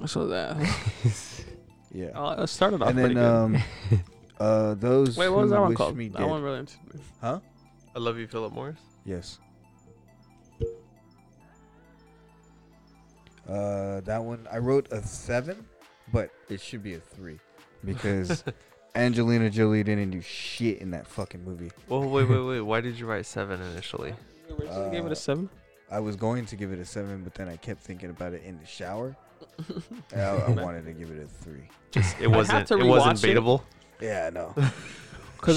[SPEAKER 4] I saw that.
[SPEAKER 3] Yeah.
[SPEAKER 4] Uh, it started off
[SPEAKER 3] and
[SPEAKER 4] pretty good.
[SPEAKER 3] then um, uh, those
[SPEAKER 4] Wait,
[SPEAKER 3] who
[SPEAKER 4] what was that one
[SPEAKER 3] wish
[SPEAKER 4] called?
[SPEAKER 3] me
[SPEAKER 4] That
[SPEAKER 3] dead.
[SPEAKER 4] one really interested me.
[SPEAKER 3] Huh?
[SPEAKER 2] I love you, Philip Morris.
[SPEAKER 3] Yes. Uh, that one I wrote a seven, but it should be a three because Angelina Jolie didn't do shit in that fucking movie.
[SPEAKER 2] Well, wait, wait, wait. Why did you write seven initially?
[SPEAKER 4] You originally gave it a
[SPEAKER 3] Uh,
[SPEAKER 4] seven.
[SPEAKER 3] I was going to give it a seven, but then I kept thinking about it in the shower. and I, I wanted to give it a three.
[SPEAKER 2] Just it
[SPEAKER 4] I have
[SPEAKER 2] wasn't
[SPEAKER 4] to
[SPEAKER 2] it wasn't
[SPEAKER 4] rewatch it.
[SPEAKER 2] baitable.
[SPEAKER 3] Yeah, I know. Cause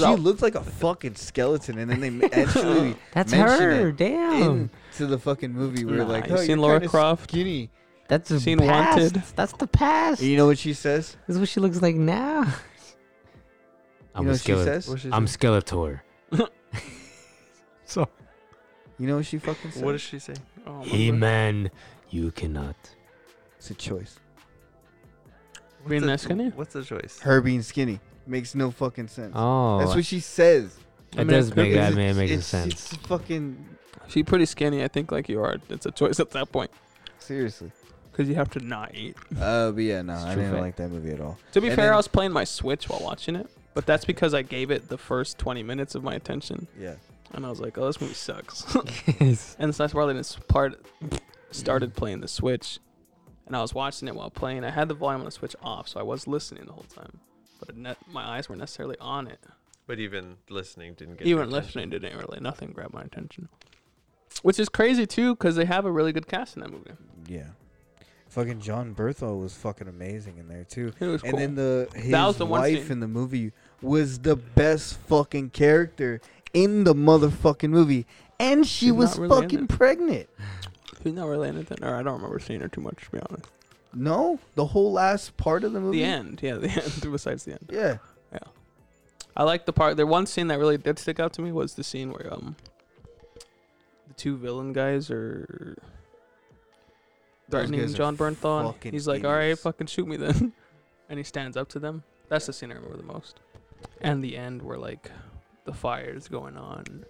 [SPEAKER 4] Cause
[SPEAKER 3] she
[SPEAKER 4] I'll-
[SPEAKER 3] looked like a fucking skeleton, and then they m- actually
[SPEAKER 1] That's
[SPEAKER 3] mention
[SPEAKER 1] her.
[SPEAKER 3] it
[SPEAKER 1] Damn.
[SPEAKER 3] into the fucking movie. We were
[SPEAKER 4] Nah,
[SPEAKER 3] like,
[SPEAKER 4] you
[SPEAKER 3] oh,
[SPEAKER 4] seen
[SPEAKER 3] you're
[SPEAKER 4] Laura
[SPEAKER 3] kinda
[SPEAKER 4] Croft?
[SPEAKER 3] Skinny.
[SPEAKER 1] That's the
[SPEAKER 4] Seen
[SPEAKER 1] past.
[SPEAKER 4] Wanted?
[SPEAKER 1] That's the past.
[SPEAKER 3] And you know what she says?
[SPEAKER 1] This is what she looks like now. I'm
[SPEAKER 3] know
[SPEAKER 1] a
[SPEAKER 3] what she says?
[SPEAKER 2] What
[SPEAKER 1] skeletor.
[SPEAKER 2] she
[SPEAKER 1] I'm Skeletor. so
[SPEAKER 3] You know what she fucking says?
[SPEAKER 2] What does she say?
[SPEAKER 4] Oh,
[SPEAKER 1] He
[SPEAKER 4] my
[SPEAKER 1] man, you cannot.
[SPEAKER 3] it's a choice.
[SPEAKER 2] What's
[SPEAKER 4] Being
[SPEAKER 2] the-
[SPEAKER 4] nice, can you?
[SPEAKER 2] What's the choice?
[SPEAKER 3] Her being skinny makes no fucking sense.
[SPEAKER 1] Oh,
[SPEAKER 3] That's what she says.
[SPEAKER 1] It does make
[SPEAKER 3] It's-
[SPEAKER 1] that man make
[SPEAKER 3] it's-
[SPEAKER 1] sense.
[SPEAKER 3] It's fucking
[SPEAKER 4] God. She's pretty skinny. I think like you are. It's a choice at that point
[SPEAKER 3] seriously.
[SPEAKER 4] because you have to not eat.
[SPEAKER 3] Uh, but yeah, no, I
[SPEAKER 4] true
[SPEAKER 3] didn't
[SPEAKER 4] fact.
[SPEAKER 3] like that movie at all.
[SPEAKER 4] To be
[SPEAKER 3] And
[SPEAKER 4] fair,
[SPEAKER 3] then-
[SPEAKER 4] I was playing my Switch while watching it, but that's because I gave it the first 20 minutes of my attention,
[SPEAKER 3] Yeah.
[SPEAKER 4] and I was like, "Oh, this movie sucks,"
[SPEAKER 1] Yes.
[SPEAKER 4] and so that's why I didn't s- part started playing the Switch, and I was watching it while playing. I had the volume on the Switch off, so I was listening the whole time, but ne- my eyes weren't necessarily on it.
[SPEAKER 2] But even listening didn't get your
[SPEAKER 4] Even
[SPEAKER 2] attention.
[SPEAKER 4] listening didn't really nothing grabbed my attention, which is crazy too because they have a really good cast in that movie.
[SPEAKER 3] Yeah. Fucking John Berthold was fucking amazing in there too.
[SPEAKER 4] It was
[SPEAKER 3] and
[SPEAKER 4] cool.
[SPEAKER 3] then the his
[SPEAKER 4] was the one
[SPEAKER 3] wife
[SPEAKER 4] scene.
[SPEAKER 3] in the movie was the best fucking character in the motherfucking movie, and she
[SPEAKER 4] She's
[SPEAKER 3] was
[SPEAKER 4] not really in
[SPEAKER 3] fucking
[SPEAKER 4] it.
[SPEAKER 3] pregnant.
[SPEAKER 4] She's not really anything, or I don't remember seeing her too much to be honest.
[SPEAKER 3] No, the whole last part of the movie.
[SPEAKER 4] The end, yeah, the end. Besides the end.
[SPEAKER 3] Yeah.
[SPEAKER 4] I like the part. The one scene that really did stick out to me was the scene where um the two villain guys are
[SPEAKER 3] Those
[SPEAKER 4] threatening
[SPEAKER 3] guys are
[SPEAKER 4] John Bernthal.
[SPEAKER 3] fucking
[SPEAKER 4] He's like, "All right,
[SPEAKER 3] idiots."
[SPEAKER 4] fucking shoot me then," and he stands up to them. That's the scene I remember the most. And the end where like the fire's going on.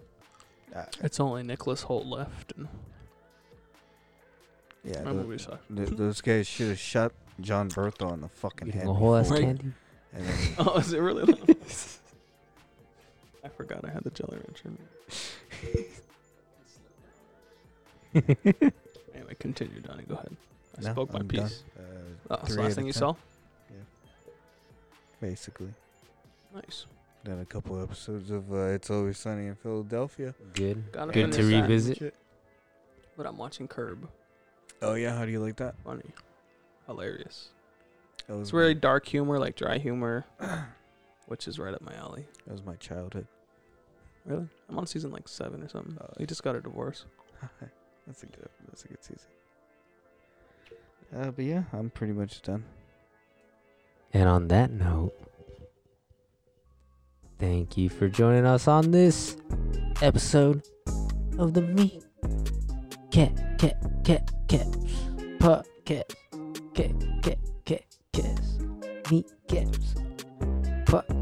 [SPEAKER 3] Uh,
[SPEAKER 4] It's only Nicholas Holt left, and
[SPEAKER 3] yeah.
[SPEAKER 4] my
[SPEAKER 3] tho-
[SPEAKER 4] movie sucked.
[SPEAKER 3] th- those guys should have shot John Berthold in the fucking
[SPEAKER 1] Eating
[SPEAKER 3] head.
[SPEAKER 1] a whole ass
[SPEAKER 3] before-
[SPEAKER 1] candy.
[SPEAKER 3] and then-
[SPEAKER 4] Oh, is it really? loud? I forgot I had the Jelly Rancher. anyway, continue, Donnie. Go ahead. I
[SPEAKER 3] No,
[SPEAKER 4] spoke my
[SPEAKER 3] I'm done.
[SPEAKER 4] piece.
[SPEAKER 3] Uh,
[SPEAKER 4] Oh, that's the
[SPEAKER 3] three out
[SPEAKER 4] last thing
[SPEAKER 3] of
[SPEAKER 4] you
[SPEAKER 3] 10,
[SPEAKER 4] saw.
[SPEAKER 3] Basically.
[SPEAKER 4] Nice.
[SPEAKER 3] Done a couple episodes of uh, It's Always Sunny in Philadelphia.
[SPEAKER 1] Good.
[SPEAKER 4] Gotta
[SPEAKER 1] Good to
[SPEAKER 4] finish that.
[SPEAKER 1] revisit.
[SPEAKER 4] But I'm watching Curb.
[SPEAKER 3] Oh yeah, how do you like that?
[SPEAKER 4] Funny, hilarious.
[SPEAKER 3] That was
[SPEAKER 4] it's very dark humor, like dry humor, which is right up my alley.
[SPEAKER 3] That was my childhood.
[SPEAKER 4] Really, I'm on season like seven or something. he just got a divorce.
[SPEAKER 3] that's a good. That's a good season. Uh, but yeah, I'm pretty much done.
[SPEAKER 1] And on that note, thank you for joining us on this episode of the Me Cat Cat Cat Cat Podcast Cat Cat Cat Cast Me Cats Podcast.